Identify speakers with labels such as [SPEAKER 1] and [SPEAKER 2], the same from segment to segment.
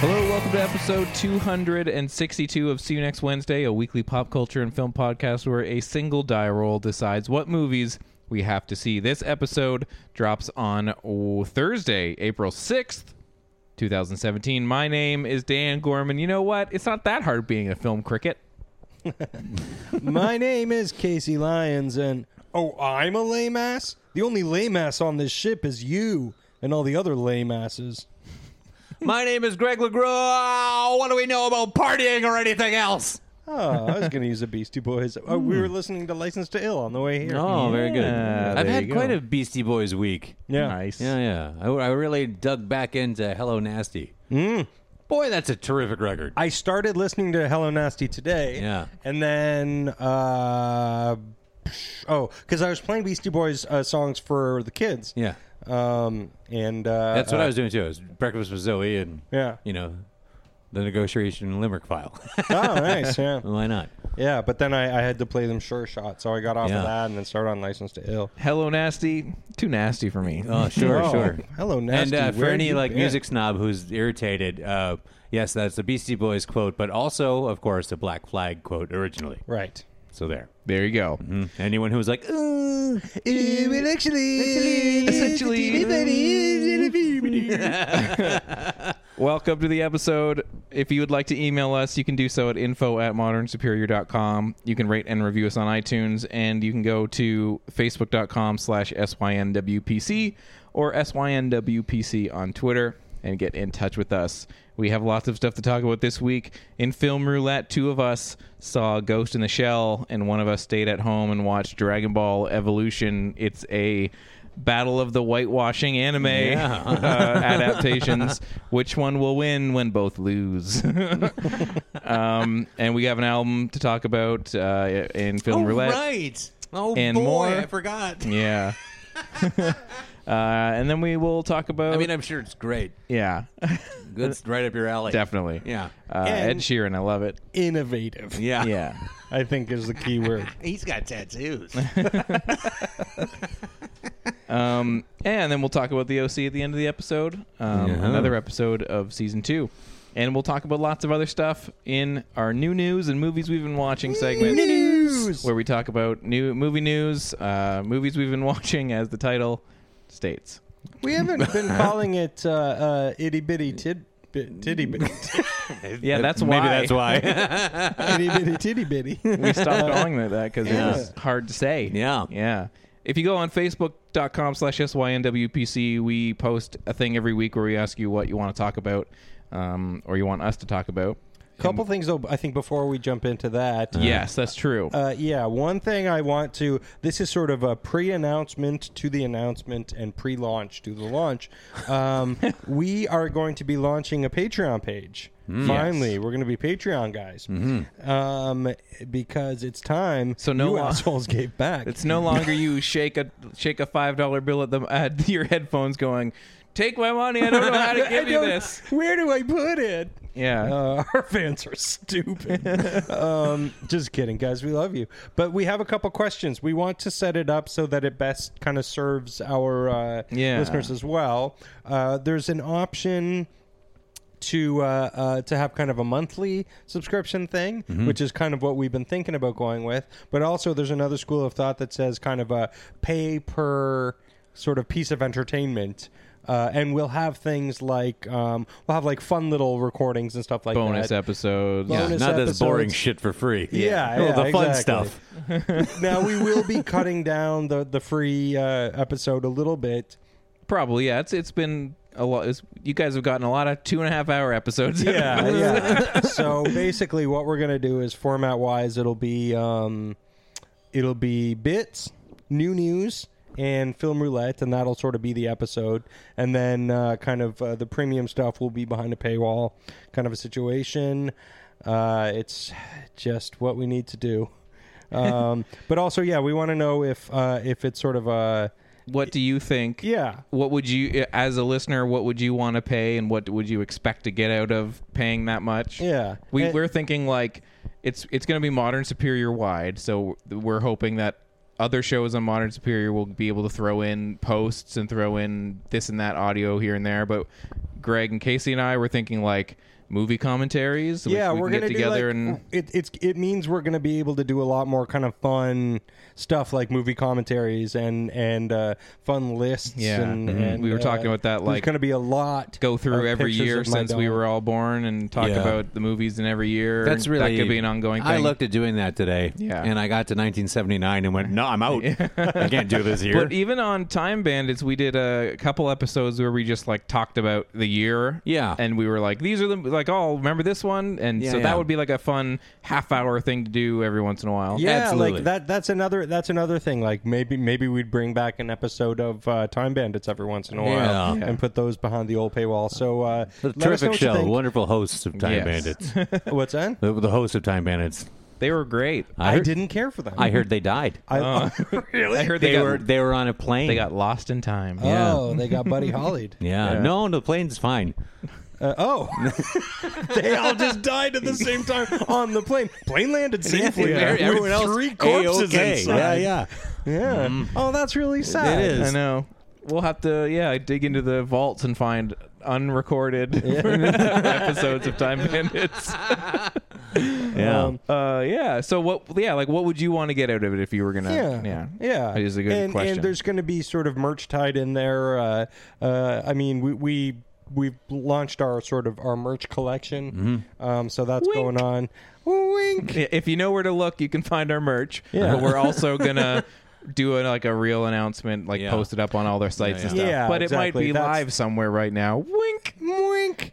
[SPEAKER 1] Hello, welcome to episode 262 of See You Next Wednesday, a weekly pop culture and film podcast where a single die roll decides what movies we have to see. This episode drops on oh, Thursday, April 6th. 2017. My name is Dan Gorman. You know what? It's not that hard being a film cricket.
[SPEAKER 2] My name is Casey Lyons, and oh, I'm a lame ass? The only lame ass on this ship is you and all the other lame asses.
[SPEAKER 3] My name is Greg LeGros. What do we know about partying or anything else?
[SPEAKER 2] Oh, I was going to use the Beastie Boys. Oh, we were listening to License to Ill on the way here.
[SPEAKER 3] Oh, very good. I've
[SPEAKER 1] there
[SPEAKER 3] had
[SPEAKER 1] you
[SPEAKER 3] quite
[SPEAKER 1] go.
[SPEAKER 3] a Beastie Boys week.
[SPEAKER 2] Yeah.
[SPEAKER 1] Nice.
[SPEAKER 3] Yeah, yeah. I, I really dug back into Hello Nasty. Boy, that's a terrific record.
[SPEAKER 2] Mm. I started listening to Hello Nasty today.
[SPEAKER 3] Yeah.
[SPEAKER 2] And then, uh, oh, because I was playing Beastie Boys uh, songs for the kids.
[SPEAKER 3] yeah.
[SPEAKER 2] Um, and, uh,
[SPEAKER 3] That's what
[SPEAKER 2] uh,
[SPEAKER 3] I was doing too. It was Breakfast with Zoe and,
[SPEAKER 2] Yeah.
[SPEAKER 3] you know, the negotiation limerick file.
[SPEAKER 2] Oh, nice. Yeah.
[SPEAKER 3] Why not?
[SPEAKER 2] Yeah. But then I, I had to play them Sure Shot. So I got off
[SPEAKER 3] Yeah.
[SPEAKER 2] of that and then started on License to Ill.
[SPEAKER 1] Hello, nasty. Too nasty for me.
[SPEAKER 3] Oh, sure,
[SPEAKER 2] Oh,
[SPEAKER 3] sure.
[SPEAKER 2] hello, nasty.
[SPEAKER 3] And uh, for
[SPEAKER 2] Where
[SPEAKER 3] any
[SPEAKER 2] you
[SPEAKER 3] like
[SPEAKER 2] been?
[SPEAKER 3] music snob who's irritated, uh, yes, that's the Beastie Boys quote, but also, of course, the Black Flag quote originally.
[SPEAKER 2] Right.
[SPEAKER 3] So there.
[SPEAKER 1] There you go.
[SPEAKER 3] Mm. Anyone who's like, "Ooh, it will actually,
[SPEAKER 1] Welcome to the episode. If you would like to email us, you can do so at info at modernsuperior.com. You can rate and review us on iTunes, and you can go to facebook.com slash synwpc or synwpc on Twitter and get in touch with us. We have lots of stuff to talk about this week. In Film Roulette, two of us saw Ghost in the Shell, and one of us stayed at home and watched Dragon Ball Evolution. It's a Battle of the Whitewashing anime uh, adaptations. Which one will win when both lose? um, and we have an album to talk about uh, in Film Roulette.
[SPEAKER 3] right. Oh
[SPEAKER 1] And
[SPEAKER 3] boy,
[SPEAKER 1] more.
[SPEAKER 3] I forgot.
[SPEAKER 1] Yeah. uh, and then we will talk about.
[SPEAKER 3] I mean, I'm sure it's great.
[SPEAKER 1] yeah,
[SPEAKER 3] It's right up your alley.
[SPEAKER 1] definitely.
[SPEAKER 3] Yeah.
[SPEAKER 1] Uh, Ed
[SPEAKER 2] And-
[SPEAKER 1] Sheeran, I love it.
[SPEAKER 2] Innovative,
[SPEAKER 3] Yeah.
[SPEAKER 1] Yeah.
[SPEAKER 2] I think is the key word.
[SPEAKER 3] He's got tattoos.
[SPEAKER 1] Um, and then we'll talk about the OC at the end of the episode. Um,
[SPEAKER 3] Yeah.
[SPEAKER 1] Another episode of season two. And we'll talk about lots of other stuff in our new news and movies we've been watching segment. New news! Where we talk about new movie news, uh, movies we've been watching, as the title states.
[SPEAKER 2] We haven't been calling it uh, uh, itty bitty tid bit, titty bitty
[SPEAKER 1] Yeah, that's
[SPEAKER 3] Maybe
[SPEAKER 1] why.
[SPEAKER 3] that's why.
[SPEAKER 2] itty bitty titty bitty.
[SPEAKER 1] we stopped calling it that because it was hard to say.
[SPEAKER 3] Yeah.
[SPEAKER 1] Yeah. If you go on facebook.com slash synwpc, we post a thing every week where we ask you what you want to talk about um, or you want us to talk about.
[SPEAKER 2] Couple things though, I think before we jump into that.
[SPEAKER 1] Yes, that's true.
[SPEAKER 2] Uh, yeah, one thing I want to. This is sort of a pre-announcement to the announcement and pre-launch to the launch. Um, we are going to be launching a Patreon page.
[SPEAKER 1] Hmm.
[SPEAKER 2] Finally, we're going to be Patreon guys um, because it's time.
[SPEAKER 1] Mm-hmm. So no
[SPEAKER 2] you
[SPEAKER 1] lo-
[SPEAKER 2] assholes gave back.
[SPEAKER 1] It's no longer you shake a shake a five dollar bill at the at your headphones, going, "Take my money! I don't know how to
[SPEAKER 2] I
[SPEAKER 1] give you
[SPEAKER 2] don't-
[SPEAKER 1] this."
[SPEAKER 2] Where do I put it?
[SPEAKER 1] Yeah.
[SPEAKER 2] Uh, our fans are stupid. um, just kidding, guys. We love you. But we have a couple questions. We want to set it up so that it best kind of serves our uh,
[SPEAKER 1] Yeah.
[SPEAKER 2] listeners as well. Uh, there's an option to uh, uh, to have kind of a monthly subscription thing, which is kind of what we've been thinking about going with. But also, there's another school of thought that says kind of a pay per sort of piece of entertainment. Uh, and we'll have things like um, we'll have like fun little recordings and stuff like
[SPEAKER 1] bonus
[SPEAKER 2] that.
[SPEAKER 1] episodes.
[SPEAKER 2] Bonus
[SPEAKER 3] Not this boring
[SPEAKER 2] episodes.
[SPEAKER 3] shit for free.
[SPEAKER 2] Yeah,
[SPEAKER 3] Well,
[SPEAKER 2] yeah,
[SPEAKER 3] oh, the fun
[SPEAKER 2] exactly.
[SPEAKER 3] stuff.
[SPEAKER 2] now we will be cutting down the the free uh, episode a little bit.
[SPEAKER 1] Probably, yeah. It's it's been a lot. It's, you guys have gotten a lot of two and a half hour episodes.
[SPEAKER 2] Yeah, yeah. so basically, what we're gonna do is format wise, it'll be um, it'll be bits, new news, and film roulette, and that'll sort of be the episode. And then uh, kind of uh, the premium stuff will be behind a paywall, kind of a situation. Uh, it's just what we need to do. Um, but also, yeah, we want to know if uh, if it's sort of a
[SPEAKER 1] What do you think?
[SPEAKER 2] yeah.
[SPEAKER 1] What would you, as a listener, what would you want to pay, and what would you expect to get out of paying that much?
[SPEAKER 2] Yeah.
[SPEAKER 1] we,
[SPEAKER 2] And-
[SPEAKER 1] we're thinking like it's it's going to be modern superior wide, so we're hoping that other shows on modern superior will be able to throw in posts and throw in this and that audio here and there. But Greg and Casey and I were thinking like movie commentaries. which
[SPEAKER 2] yeah,
[SPEAKER 1] we
[SPEAKER 2] we are
[SPEAKER 1] can
[SPEAKER 2] gonna
[SPEAKER 1] get together
[SPEAKER 2] do like, uh,
[SPEAKER 1] and
[SPEAKER 2] it, it's it means we're gonna be able to do a lot more kind of fun stuff like movie commentaries and and uh, fun lists.
[SPEAKER 1] Yeah.
[SPEAKER 2] and,
[SPEAKER 1] Mhm.
[SPEAKER 2] and,
[SPEAKER 1] We were talking
[SPEAKER 2] uh,
[SPEAKER 1] about that, like,
[SPEAKER 2] there's gonna be a lot.
[SPEAKER 1] go
[SPEAKER 2] of
[SPEAKER 1] through every
[SPEAKER 2] uh, pictures
[SPEAKER 1] year
[SPEAKER 2] of my
[SPEAKER 1] since we
[SPEAKER 2] dog.
[SPEAKER 1] were all born and talk
[SPEAKER 3] Yeah.
[SPEAKER 1] about the movies in every year.
[SPEAKER 3] That's
[SPEAKER 1] That
[SPEAKER 3] really
[SPEAKER 1] could be an ongoing thing.
[SPEAKER 3] I looked at doing that today.
[SPEAKER 1] Yeah.
[SPEAKER 3] And I got to 1979 and went, no, I'm out. I can't do this here.
[SPEAKER 1] But even on Time Bandits, we did a couple episodes where we just like talked about the year.
[SPEAKER 3] Yeah.
[SPEAKER 1] And we were like, these are the, like, oh, remember this one? And
[SPEAKER 3] Yeah,
[SPEAKER 1] so
[SPEAKER 3] yeah.
[SPEAKER 1] that would be like a fun half hour thing to do every once in a while.
[SPEAKER 2] Yeah,
[SPEAKER 3] Absolutely.
[SPEAKER 2] like that. That's another. That's another thing. Like maybe maybe we'd bring back an episode of uh, Time Bandits every once in a while
[SPEAKER 3] Yeah.
[SPEAKER 2] and put those behind the old paywall. So uh, let us know
[SPEAKER 3] Terrific
[SPEAKER 2] what you
[SPEAKER 3] show.
[SPEAKER 2] think.
[SPEAKER 3] Wonderful hosts of Time
[SPEAKER 1] Yes.
[SPEAKER 3] Bandits.
[SPEAKER 2] What's that?
[SPEAKER 3] the, the hosts of Time Bandits.
[SPEAKER 1] They were great.
[SPEAKER 2] I,
[SPEAKER 3] heard-
[SPEAKER 2] didn't care for them.
[SPEAKER 3] I Oh. heard they died.
[SPEAKER 2] I,
[SPEAKER 1] I heard they,
[SPEAKER 3] they
[SPEAKER 1] got,
[SPEAKER 3] were they were on a plane.
[SPEAKER 1] they got lost in time.
[SPEAKER 2] oh, they got Buddy Hollied.
[SPEAKER 3] yeah. No, no, the plane's fine.
[SPEAKER 2] Uh, oh, they all just died at the same time on the plane. Plane landed safely.
[SPEAKER 3] Yeah.
[SPEAKER 2] There were
[SPEAKER 3] Everyone else
[SPEAKER 2] three corpses
[SPEAKER 3] A-OK. Yeah,
[SPEAKER 2] inside.
[SPEAKER 3] yeah.
[SPEAKER 2] Yeah. Oh, that's really sad.
[SPEAKER 3] It
[SPEAKER 1] Mm-hmm. I
[SPEAKER 3] is.
[SPEAKER 1] know. We'll have to, yeah, dig into the vaults and find unrecorded episodes of Time Bandits.
[SPEAKER 3] Yeah. Um,
[SPEAKER 1] Uh, yeah. So what? Yeah, like what would you want to get out of it if you were gonna?
[SPEAKER 2] Yeah,
[SPEAKER 1] yeah,
[SPEAKER 2] yeah.
[SPEAKER 1] That is a good
[SPEAKER 2] and,
[SPEAKER 1] question.
[SPEAKER 2] And there's going to be sort of merch tied in there. Uh, uh, I mean, we we we've launched our sort of our merch collection,
[SPEAKER 1] Mm-hmm.
[SPEAKER 2] um, so that's going on. Wink.
[SPEAKER 1] Yeah, if you know where to look, you can find our merch.
[SPEAKER 2] Yeah.
[SPEAKER 1] But we're also gonna do a, like a real announcement, like
[SPEAKER 3] Yeah.
[SPEAKER 1] post it up on all their sites and
[SPEAKER 2] yeah.
[SPEAKER 1] stuff.
[SPEAKER 2] Yeah,
[SPEAKER 1] but it might
[SPEAKER 2] exactly.
[SPEAKER 1] be
[SPEAKER 2] That's-
[SPEAKER 1] live somewhere right now. Wink.
[SPEAKER 2] Wink.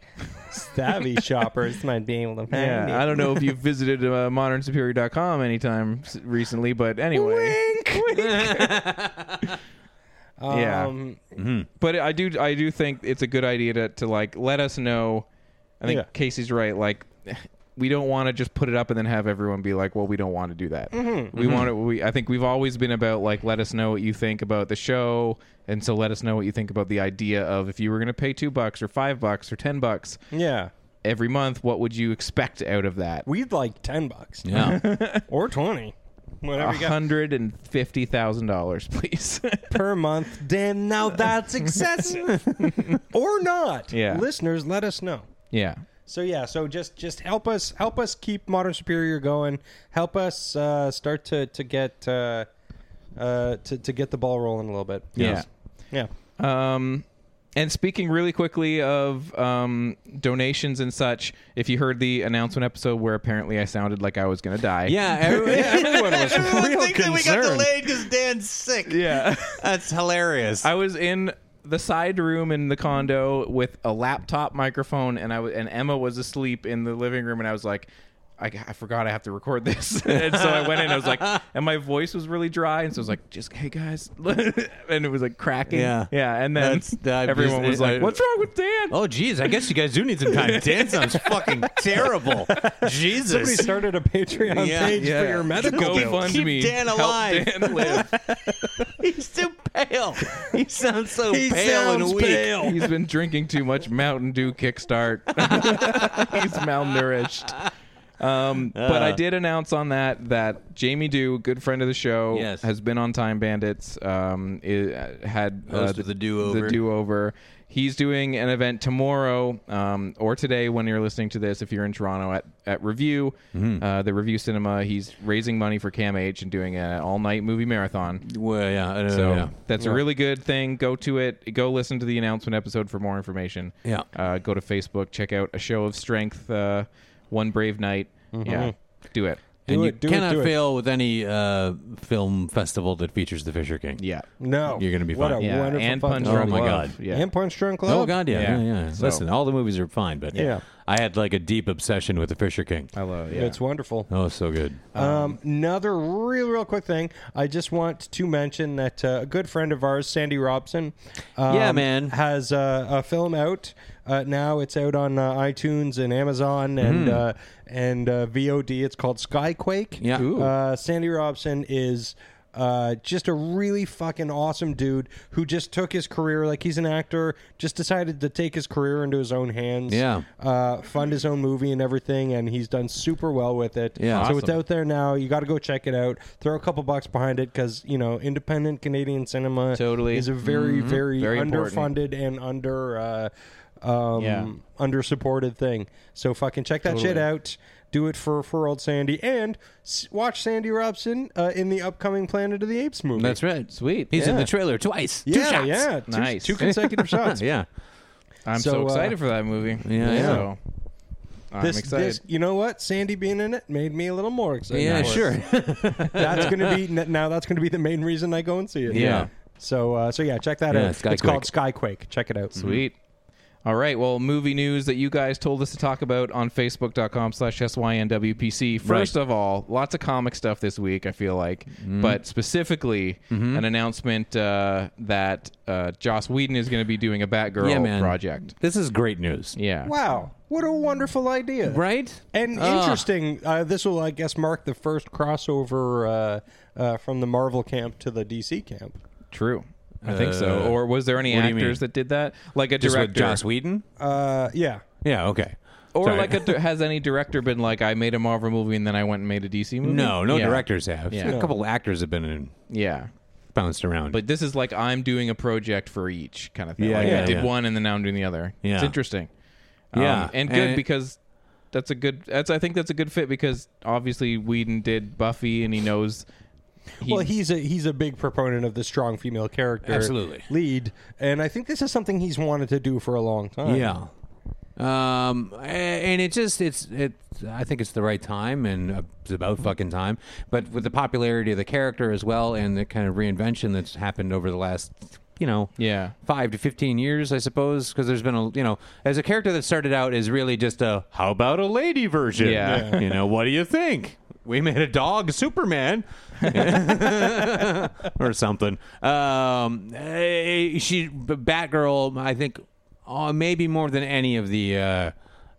[SPEAKER 2] Savvy shoppers might be able to find it.
[SPEAKER 1] Yeah, I don't know if you've visited uh, modernsuperior.com anytime s- recently, but anyway. yeah.
[SPEAKER 2] Um,
[SPEAKER 1] but I do I do think it's a good idea to, to like let us know. I think
[SPEAKER 2] Yeah.
[SPEAKER 1] Casey's right. Like we don't want to just put it up and then have everyone be like, "Well, we don't want to do that." We want to. We I think we've always been about like let us know what you think about the show, and so let us know what you think about the idea of if you were going to pay two bucks or five bucks or ten bucks
[SPEAKER 2] yeah.
[SPEAKER 1] every month, what would you expect out of that?
[SPEAKER 2] We'd like ten bucks
[SPEAKER 3] Yeah.
[SPEAKER 2] or twenty, whatever you got.
[SPEAKER 1] hundred and fifty thousand dollars, please.
[SPEAKER 2] per month. Damn, now that's excessive. or not.
[SPEAKER 1] Yeah.
[SPEAKER 2] Listeners, let us know.
[SPEAKER 1] yeah.
[SPEAKER 2] So yeah, so just just help us help us keep Modern Superior going. Help us uh, start to to get uh, uh, to to get the ball rolling a little bit.
[SPEAKER 1] Yes.
[SPEAKER 2] Yeah.
[SPEAKER 1] Um, and speaking really quickly of um, donations and such, if you heard the announcement episode where apparently I sounded like I was going to die.
[SPEAKER 3] yeah. Every,
[SPEAKER 2] Everyone was real concerned.
[SPEAKER 3] because Dan's sick.
[SPEAKER 1] Yeah.
[SPEAKER 3] That's hilarious.
[SPEAKER 1] I was in the side room in the condo with a laptop microphone, and I was, and Emma was asleep in the living room, and I was like. I, I forgot I have to record this, and so I went in. I was like, and my voice was really dry, and so I was like, just hey guys, and it was like cracking.
[SPEAKER 3] Yeah.
[SPEAKER 1] yeah. And then
[SPEAKER 3] That's- that-
[SPEAKER 1] everyone was like,
[SPEAKER 3] I-
[SPEAKER 1] "What's wrong with Dan?"
[SPEAKER 3] Oh, geez. I guess you guys do need some time. Dan sounds fucking terrible. Jesus.
[SPEAKER 2] Somebody started a Patreon
[SPEAKER 3] Yeah,
[SPEAKER 2] page for your medical
[SPEAKER 1] Go
[SPEAKER 2] bills.
[SPEAKER 1] fund me.
[SPEAKER 3] Dan
[SPEAKER 1] Help
[SPEAKER 3] alive.
[SPEAKER 1] Dan live.
[SPEAKER 3] He's too pale. He sounds so
[SPEAKER 2] He
[SPEAKER 3] pale and
[SPEAKER 2] sounds
[SPEAKER 3] weak.
[SPEAKER 2] pale.
[SPEAKER 1] He's been drinking too much Mountain Dew Kickstart. He's malnourished. Um, but
[SPEAKER 3] Uh.
[SPEAKER 1] I did announce on that that Jamie Dew, good friend of the show,
[SPEAKER 3] Yes.
[SPEAKER 1] has been on Time Bandits. Um, i- had uh,
[SPEAKER 3] Host of The Do-Over.
[SPEAKER 1] The do over. He's doing an event tomorrow um, or today when you're listening to this. If you're in Toronto at at Review,
[SPEAKER 3] Mm-hmm.
[SPEAKER 1] uh, the Review Cinema, he's raising money for CAMH and doing an all night movie marathon.
[SPEAKER 3] Well, yeah, I don't
[SPEAKER 1] So
[SPEAKER 3] know, yeah.
[SPEAKER 1] that's a really good thing. Go to it. Go listen to the announcement episode for more information.
[SPEAKER 3] Yeah.
[SPEAKER 1] Uh, go to Facebook. Check out a show of strength. Uh, One brave night.
[SPEAKER 2] Mm-hmm.
[SPEAKER 1] Yeah. Do it.
[SPEAKER 2] Do
[SPEAKER 3] and you
[SPEAKER 2] it, do it,
[SPEAKER 3] cannot
[SPEAKER 2] do it.
[SPEAKER 3] fail with any uh, film festival that features the Fisher King.
[SPEAKER 1] Yeah.
[SPEAKER 2] No,
[SPEAKER 3] You're gonna be
[SPEAKER 2] what
[SPEAKER 3] fine.
[SPEAKER 2] a
[SPEAKER 1] Yeah.
[SPEAKER 2] wonderful
[SPEAKER 1] and
[SPEAKER 2] fun
[SPEAKER 1] punch
[SPEAKER 2] time.
[SPEAKER 3] Oh
[SPEAKER 1] Drunk
[SPEAKER 3] my
[SPEAKER 1] Love.
[SPEAKER 3] God.
[SPEAKER 1] Yeah.
[SPEAKER 2] and punch drunk club.
[SPEAKER 3] Oh God, yeah,
[SPEAKER 1] Yeah.
[SPEAKER 3] yeah. yeah.
[SPEAKER 1] So-
[SPEAKER 3] Listen, all the movies are fine, but
[SPEAKER 2] Yeah.
[SPEAKER 3] I had like a deep obsession with the Fisher King.
[SPEAKER 1] I uh, love it. Yeah.
[SPEAKER 2] it's wonderful.
[SPEAKER 3] Oh, so good.
[SPEAKER 2] Um, another real, real quick thing. I just want to mention that uh, a good friend of ours, Sandy Robson, um,
[SPEAKER 3] Yeah, man.
[SPEAKER 2] has uh, a film out uh, now. It's out on uh, iTunes and
[SPEAKER 3] Hmm.
[SPEAKER 2] Amazon and uh, and uh, VOD. It's called Skyquake.
[SPEAKER 3] Yeah. Ooh.
[SPEAKER 2] Uh, Sandy Robson is. Uh, just a really fucking awesome dude who just took his career like he's an actor just decided to take his career into his own hands
[SPEAKER 3] Yeah.
[SPEAKER 2] uh, fund his own movie and everything and he's done super well with it
[SPEAKER 3] Yeah.
[SPEAKER 2] so it's
[SPEAKER 3] Awesome.
[SPEAKER 2] out there now. You got to go check it out. Throw a couple bucks behind it because you know independent Canadian cinema
[SPEAKER 1] Totally. Mm-hmm.
[SPEAKER 2] is a very, very,
[SPEAKER 1] Very important.
[SPEAKER 2] underfunded and under uh, um,
[SPEAKER 1] Yeah.
[SPEAKER 2] under supported thing. So fucking check that shit out. Do it for for old Sandy and s- watch Sandy Robson uh, in the upcoming Planet of the Apes movie.
[SPEAKER 3] That's right.
[SPEAKER 1] Sweet.
[SPEAKER 3] He's in
[SPEAKER 2] Yeah.
[SPEAKER 3] the trailer twice. Two
[SPEAKER 2] yeah,
[SPEAKER 3] shots.
[SPEAKER 2] yeah, two,
[SPEAKER 1] Nice.
[SPEAKER 2] two consecutive shots.
[SPEAKER 3] yeah.
[SPEAKER 1] I'm
[SPEAKER 2] So,
[SPEAKER 1] so,
[SPEAKER 2] uh,
[SPEAKER 1] excited for that movie.
[SPEAKER 3] Yeah, yeah.
[SPEAKER 1] So, I'm
[SPEAKER 2] This,
[SPEAKER 1] excited.
[SPEAKER 2] this, you know what? Sandy being in it made me a little more excited. for
[SPEAKER 3] Yeah,
[SPEAKER 2] it.
[SPEAKER 3] sure.
[SPEAKER 2] that's gonna be now. That's gonna be the main reason I go and see it.
[SPEAKER 3] Yeah.
[SPEAKER 2] So uh, so yeah, check that
[SPEAKER 3] Yeah,
[SPEAKER 2] out. It's called Skyquake. Check it out.
[SPEAKER 1] Sweet. All right. Well, movie news that you guys told us to talk about on Facebook.com slash SYNWPC. First
[SPEAKER 3] Right.
[SPEAKER 1] of all, lots of comic stuff this week, I feel like.
[SPEAKER 3] Mm-hmm.
[SPEAKER 1] But specifically, an announcement uh, that uh, Joss Whedon is going to be doing a Batgirl
[SPEAKER 3] yeah, man.
[SPEAKER 1] project.
[SPEAKER 3] This is great news.
[SPEAKER 1] Yeah.
[SPEAKER 2] Wow, what a wonderful idea!
[SPEAKER 3] Right?
[SPEAKER 2] And
[SPEAKER 3] Ah.
[SPEAKER 2] interesting. Uh, this will, I guess, mark the first crossover uh, uh, from the Marvel camp to the DC camp.
[SPEAKER 1] True. I think so.
[SPEAKER 3] Uh,
[SPEAKER 1] Or was there any
[SPEAKER 3] what do you
[SPEAKER 1] actors
[SPEAKER 3] mean?
[SPEAKER 1] that did that? Like a
[SPEAKER 3] Just
[SPEAKER 1] director.
[SPEAKER 3] with Joss Whedon?
[SPEAKER 2] Uh, yeah.
[SPEAKER 3] yeah, okay.
[SPEAKER 1] Or
[SPEAKER 3] Sorry.
[SPEAKER 1] like a, di- has any director been like, I made a Marvel movie and then I went and made a DC movie?
[SPEAKER 3] No, no
[SPEAKER 1] Yeah.
[SPEAKER 3] directors have.
[SPEAKER 1] Yeah.
[SPEAKER 3] A couple actors have been in,
[SPEAKER 1] Yeah.
[SPEAKER 3] bounced around.
[SPEAKER 1] But this is like I'm doing a project for each kind of thing.
[SPEAKER 3] Yeah,
[SPEAKER 1] like I
[SPEAKER 3] yeah,
[SPEAKER 1] did
[SPEAKER 3] yeah.
[SPEAKER 1] one and then now I'm doing the other. It's
[SPEAKER 3] Yeah.
[SPEAKER 1] interesting. Um,
[SPEAKER 3] Yeah,
[SPEAKER 1] and good
[SPEAKER 3] and-
[SPEAKER 1] because that's a good. That's I think that's a good fit because obviously Whedon did Buffy and he knows. He,
[SPEAKER 2] well, he's a he's a big proponent of the strong female character,
[SPEAKER 3] Absolutely.
[SPEAKER 2] lead, and I think this is something he's wanted to do for a long time.
[SPEAKER 3] Yeah. Um, a- and it just it's it. I think it's the right time, and uh, it's about fucking time. But with the popularity of the character as well, and the kind of reinvention that's happened over the last, you know,
[SPEAKER 1] Yeah.
[SPEAKER 3] five to fifteen years, I suppose, because there's been a you know, as a character that started out as really just a how about a lady version,
[SPEAKER 1] Yeah.
[SPEAKER 3] you know, what do you think? We made a dog Superman or something. Um, eh, she Batgirl, I think, uh, maybe more than any of the uh,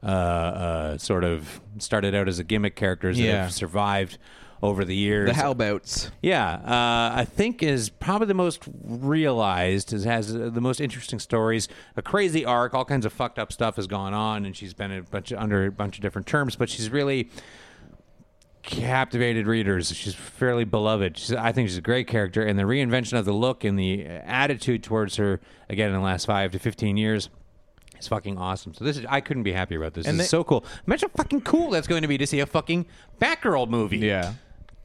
[SPEAKER 3] uh, uh, sort of started out as a gimmick characters that
[SPEAKER 1] Yeah.
[SPEAKER 3] have survived over the years.
[SPEAKER 1] the Howbouts.
[SPEAKER 3] Yeah, uh, I think is probably the most realized. Is has uh, the most interesting stories, a crazy arc, all kinds of fucked up stuff has gone on, and she's been a bunch of, under a bunch of different terms, but she's really captivated readers. She's fairly beloved. She's, I think she's a great character, and the reinvention of the look and the uh, attitude towards her again in the last five to fifteen years. is fucking awesome. So this is I couldn't be happier about this.
[SPEAKER 1] And
[SPEAKER 3] this
[SPEAKER 1] they-
[SPEAKER 3] is so cool. Imagine how fucking cool that's going to be to see a fucking Batgirl movie.
[SPEAKER 1] Yeah.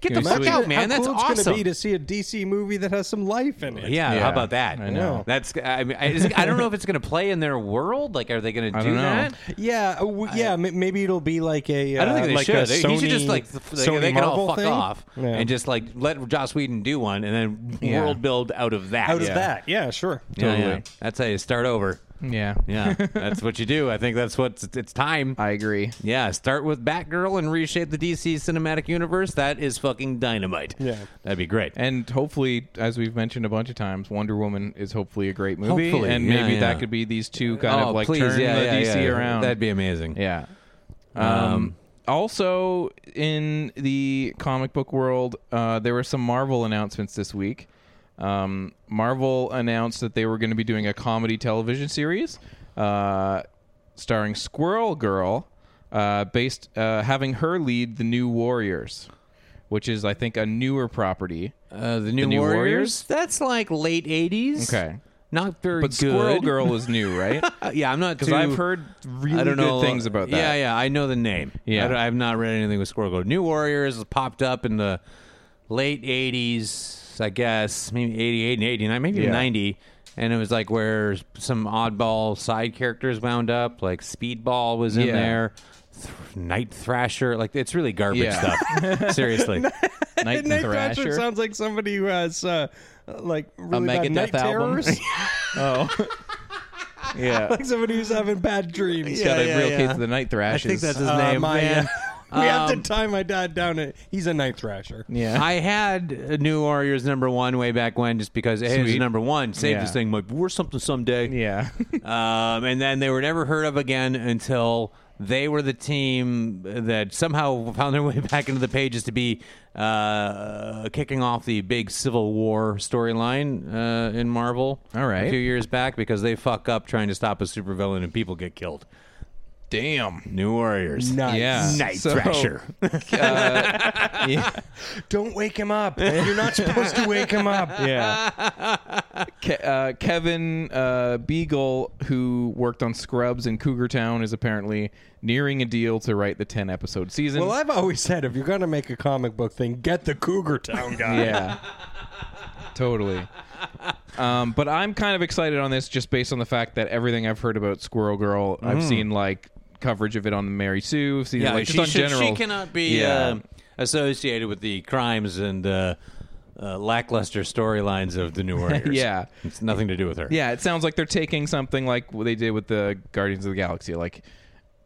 [SPEAKER 3] Get
[SPEAKER 1] Yeah,
[SPEAKER 3] the
[SPEAKER 1] sweet.
[SPEAKER 3] fuck
[SPEAKER 2] Imagine
[SPEAKER 3] out, man.
[SPEAKER 2] How
[SPEAKER 3] That's
[SPEAKER 2] cool
[SPEAKER 3] awesome.
[SPEAKER 2] It's gonna be to see a DC movie that has some life in it.
[SPEAKER 3] Yeah,
[SPEAKER 1] Yeah.
[SPEAKER 3] how about that?
[SPEAKER 1] I know.
[SPEAKER 3] That's. I mean, is it- I don't know if it's going to play in their world. Like, are they going to
[SPEAKER 1] I
[SPEAKER 3] do
[SPEAKER 1] don't know.
[SPEAKER 3] that?
[SPEAKER 2] Yeah, uh, w- yeah. m- maybe it'll be like a. Uh,
[SPEAKER 3] I don't think they
[SPEAKER 2] like
[SPEAKER 3] should.
[SPEAKER 2] A
[SPEAKER 3] They-
[SPEAKER 2] Sony,
[SPEAKER 3] he should just like th- they,
[SPEAKER 2] Sony
[SPEAKER 3] they can all
[SPEAKER 2] Marvel
[SPEAKER 3] fuck
[SPEAKER 2] thing?
[SPEAKER 3] off
[SPEAKER 2] Yeah.
[SPEAKER 3] and just like let Joss Whedon do one and then
[SPEAKER 1] Yeah.
[SPEAKER 3] world build out of that.
[SPEAKER 2] out
[SPEAKER 3] yeah.
[SPEAKER 2] of that. Yeah, sure.
[SPEAKER 3] Yeah, yeah.
[SPEAKER 1] Totally.
[SPEAKER 3] That's how you start over.
[SPEAKER 1] Yeah.
[SPEAKER 3] Yeah, that's what you do. I think that's what it's time.
[SPEAKER 1] I agree.
[SPEAKER 3] yeah, start with Batgirl and reshape the DC cinematic universe. That is fucking dynamite.
[SPEAKER 2] Yeah.
[SPEAKER 3] that'd be great.
[SPEAKER 1] And hopefully, as we've mentioned a bunch of times, Wonder Woman is hopefully a great movie,
[SPEAKER 3] Hopefully,
[SPEAKER 1] and
[SPEAKER 3] yeah,
[SPEAKER 1] maybe
[SPEAKER 3] yeah.
[SPEAKER 1] that could be these two kind
[SPEAKER 3] oh,
[SPEAKER 1] of like
[SPEAKER 3] please,
[SPEAKER 1] turn
[SPEAKER 3] yeah,
[SPEAKER 1] the
[SPEAKER 3] yeah,
[SPEAKER 1] DC
[SPEAKER 3] yeah.
[SPEAKER 1] around.
[SPEAKER 3] That'd be amazing.
[SPEAKER 1] Yeah. Um, also, in the comic book world, uh, there were some Marvel announcements this week. Um, Marvel announced that they were going to be doing a comedy television series uh, starring Squirrel Girl. uh, based uh, having her lead the New Warriors, which is I think a newer property.
[SPEAKER 3] Uh, the new,
[SPEAKER 1] New
[SPEAKER 3] Warriors?
[SPEAKER 1] Warriors?
[SPEAKER 3] That's like late '80s.
[SPEAKER 1] Okay.
[SPEAKER 3] not very
[SPEAKER 1] But
[SPEAKER 3] good.
[SPEAKER 1] Squirrel Girl is new, right?
[SPEAKER 3] Uh, yeah, I'm not
[SPEAKER 1] Because
[SPEAKER 3] too-
[SPEAKER 1] I've heard really
[SPEAKER 3] I don't
[SPEAKER 1] good
[SPEAKER 3] know
[SPEAKER 1] things about that.
[SPEAKER 3] Yeah, yeah, I know the name.
[SPEAKER 1] Yeah.
[SPEAKER 3] I don't- I've not read anything with Squirrel Girl. New Warriors popped up in the late '80s, I guess, maybe '88 and '89, maybe
[SPEAKER 1] Yeah.
[SPEAKER 3] even '90. And it was like where some oddball side characters wound up, like Speedball was in
[SPEAKER 1] Yeah.
[SPEAKER 3] there, Th- Night Thrasher. Like it's really garbage
[SPEAKER 1] Yeah.
[SPEAKER 3] stuff. Seriously.
[SPEAKER 1] Night,
[SPEAKER 2] Night
[SPEAKER 1] Thrasher.
[SPEAKER 2] Thrasher sounds like somebody who has uh, like
[SPEAKER 1] a
[SPEAKER 2] really bad night
[SPEAKER 1] Megadeth album.
[SPEAKER 2] terrors.
[SPEAKER 1] oh. yeah.
[SPEAKER 2] like somebody who's having bad dreams.
[SPEAKER 1] He's got a
[SPEAKER 3] yeah,
[SPEAKER 1] real
[SPEAKER 3] yeah.
[SPEAKER 1] case of the night
[SPEAKER 3] I
[SPEAKER 1] thrashes.
[SPEAKER 3] think that's his
[SPEAKER 2] Uh,
[SPEAKER 3] name.
[SPEAKER 2] my, uh,
[SPEAKER 3] man.
[SPEAKER 2] we have to
[SPEAKER 3] Um,
[SPEAKER 2] tie my dad down. To, he's a night thrasher.
[SPEAKER 1] yeah.
[SPEAKER 3] I had uh, New Warriors number one way back when, just because hey, it was
[SPEAKER 1] Sweet.
[SPEAKER 3] number one. Save
[SPEAKER 1] Yeah.
[SPEAKER 3] this thing, but we're something someday.
[SPEAKER 1] yeah.
[SPEAKER 3] Um, and then they were never heard of again until they were the team that somehow found their way back into the pages to be uh, kicking off the big Civil War storyline uh, in Marvel.
[SPEAKER 1] All right.
[SPEAKER 3] a few years back because they fuck up trying to stop a supervillain and people get killed.
[SPEAKER 1] Damn.
[SPEAKER 3] New Warriors.
[SPEAKER 2] Nice.
[SPEAKER 1] Yeah.
[SPEAKER 3] Night
[SPEAKER 1] So-
[SPEAKER 3] Thrasher.
[SPEAKER 1] Yeah.
[SPEAKER 2] Don't wake him up. You're not supposed to wake him up.
[SPEAKER 1] yeah. Ke- uh, Kevin uh, Beagle, who worked on Scrubs and Cougar Town, is apparently nearing a deal to write the 10 episode season.
[SPEAKER 2] Well, I've always said if you're going to make a comic book thing, get the Cougar Town guy.
[SPEAKER 1] yeah. totally. Um, but I'm kind of excited on this just based on the fact that everything I've heard about Squirrel Girl, I've seen like coverage of it on Mary Sue, I've seen it,
[SPEAKER 3] Mm. Yeah,
[SPEAKER 1] like
[SPEAKER 3] she,
[SPEAKER 1] just on
[SPEAKER 3] should-
[SPEAKER 1] general.
[SPEAKER 3] she cannot be
[SPEAKER 1] Yeah.
[SPEAKER 3] uh, associated with the crimes and uh, uh, lackluster storylines of the New Warriors.
[SPEAKER 1] Yeah.
[SPEAKER 3] it's nothing to do with her.
[SPEAKER 1] Yeah, it sounds like they're taking something like what they did with the Guardians of the Galaxy. Like,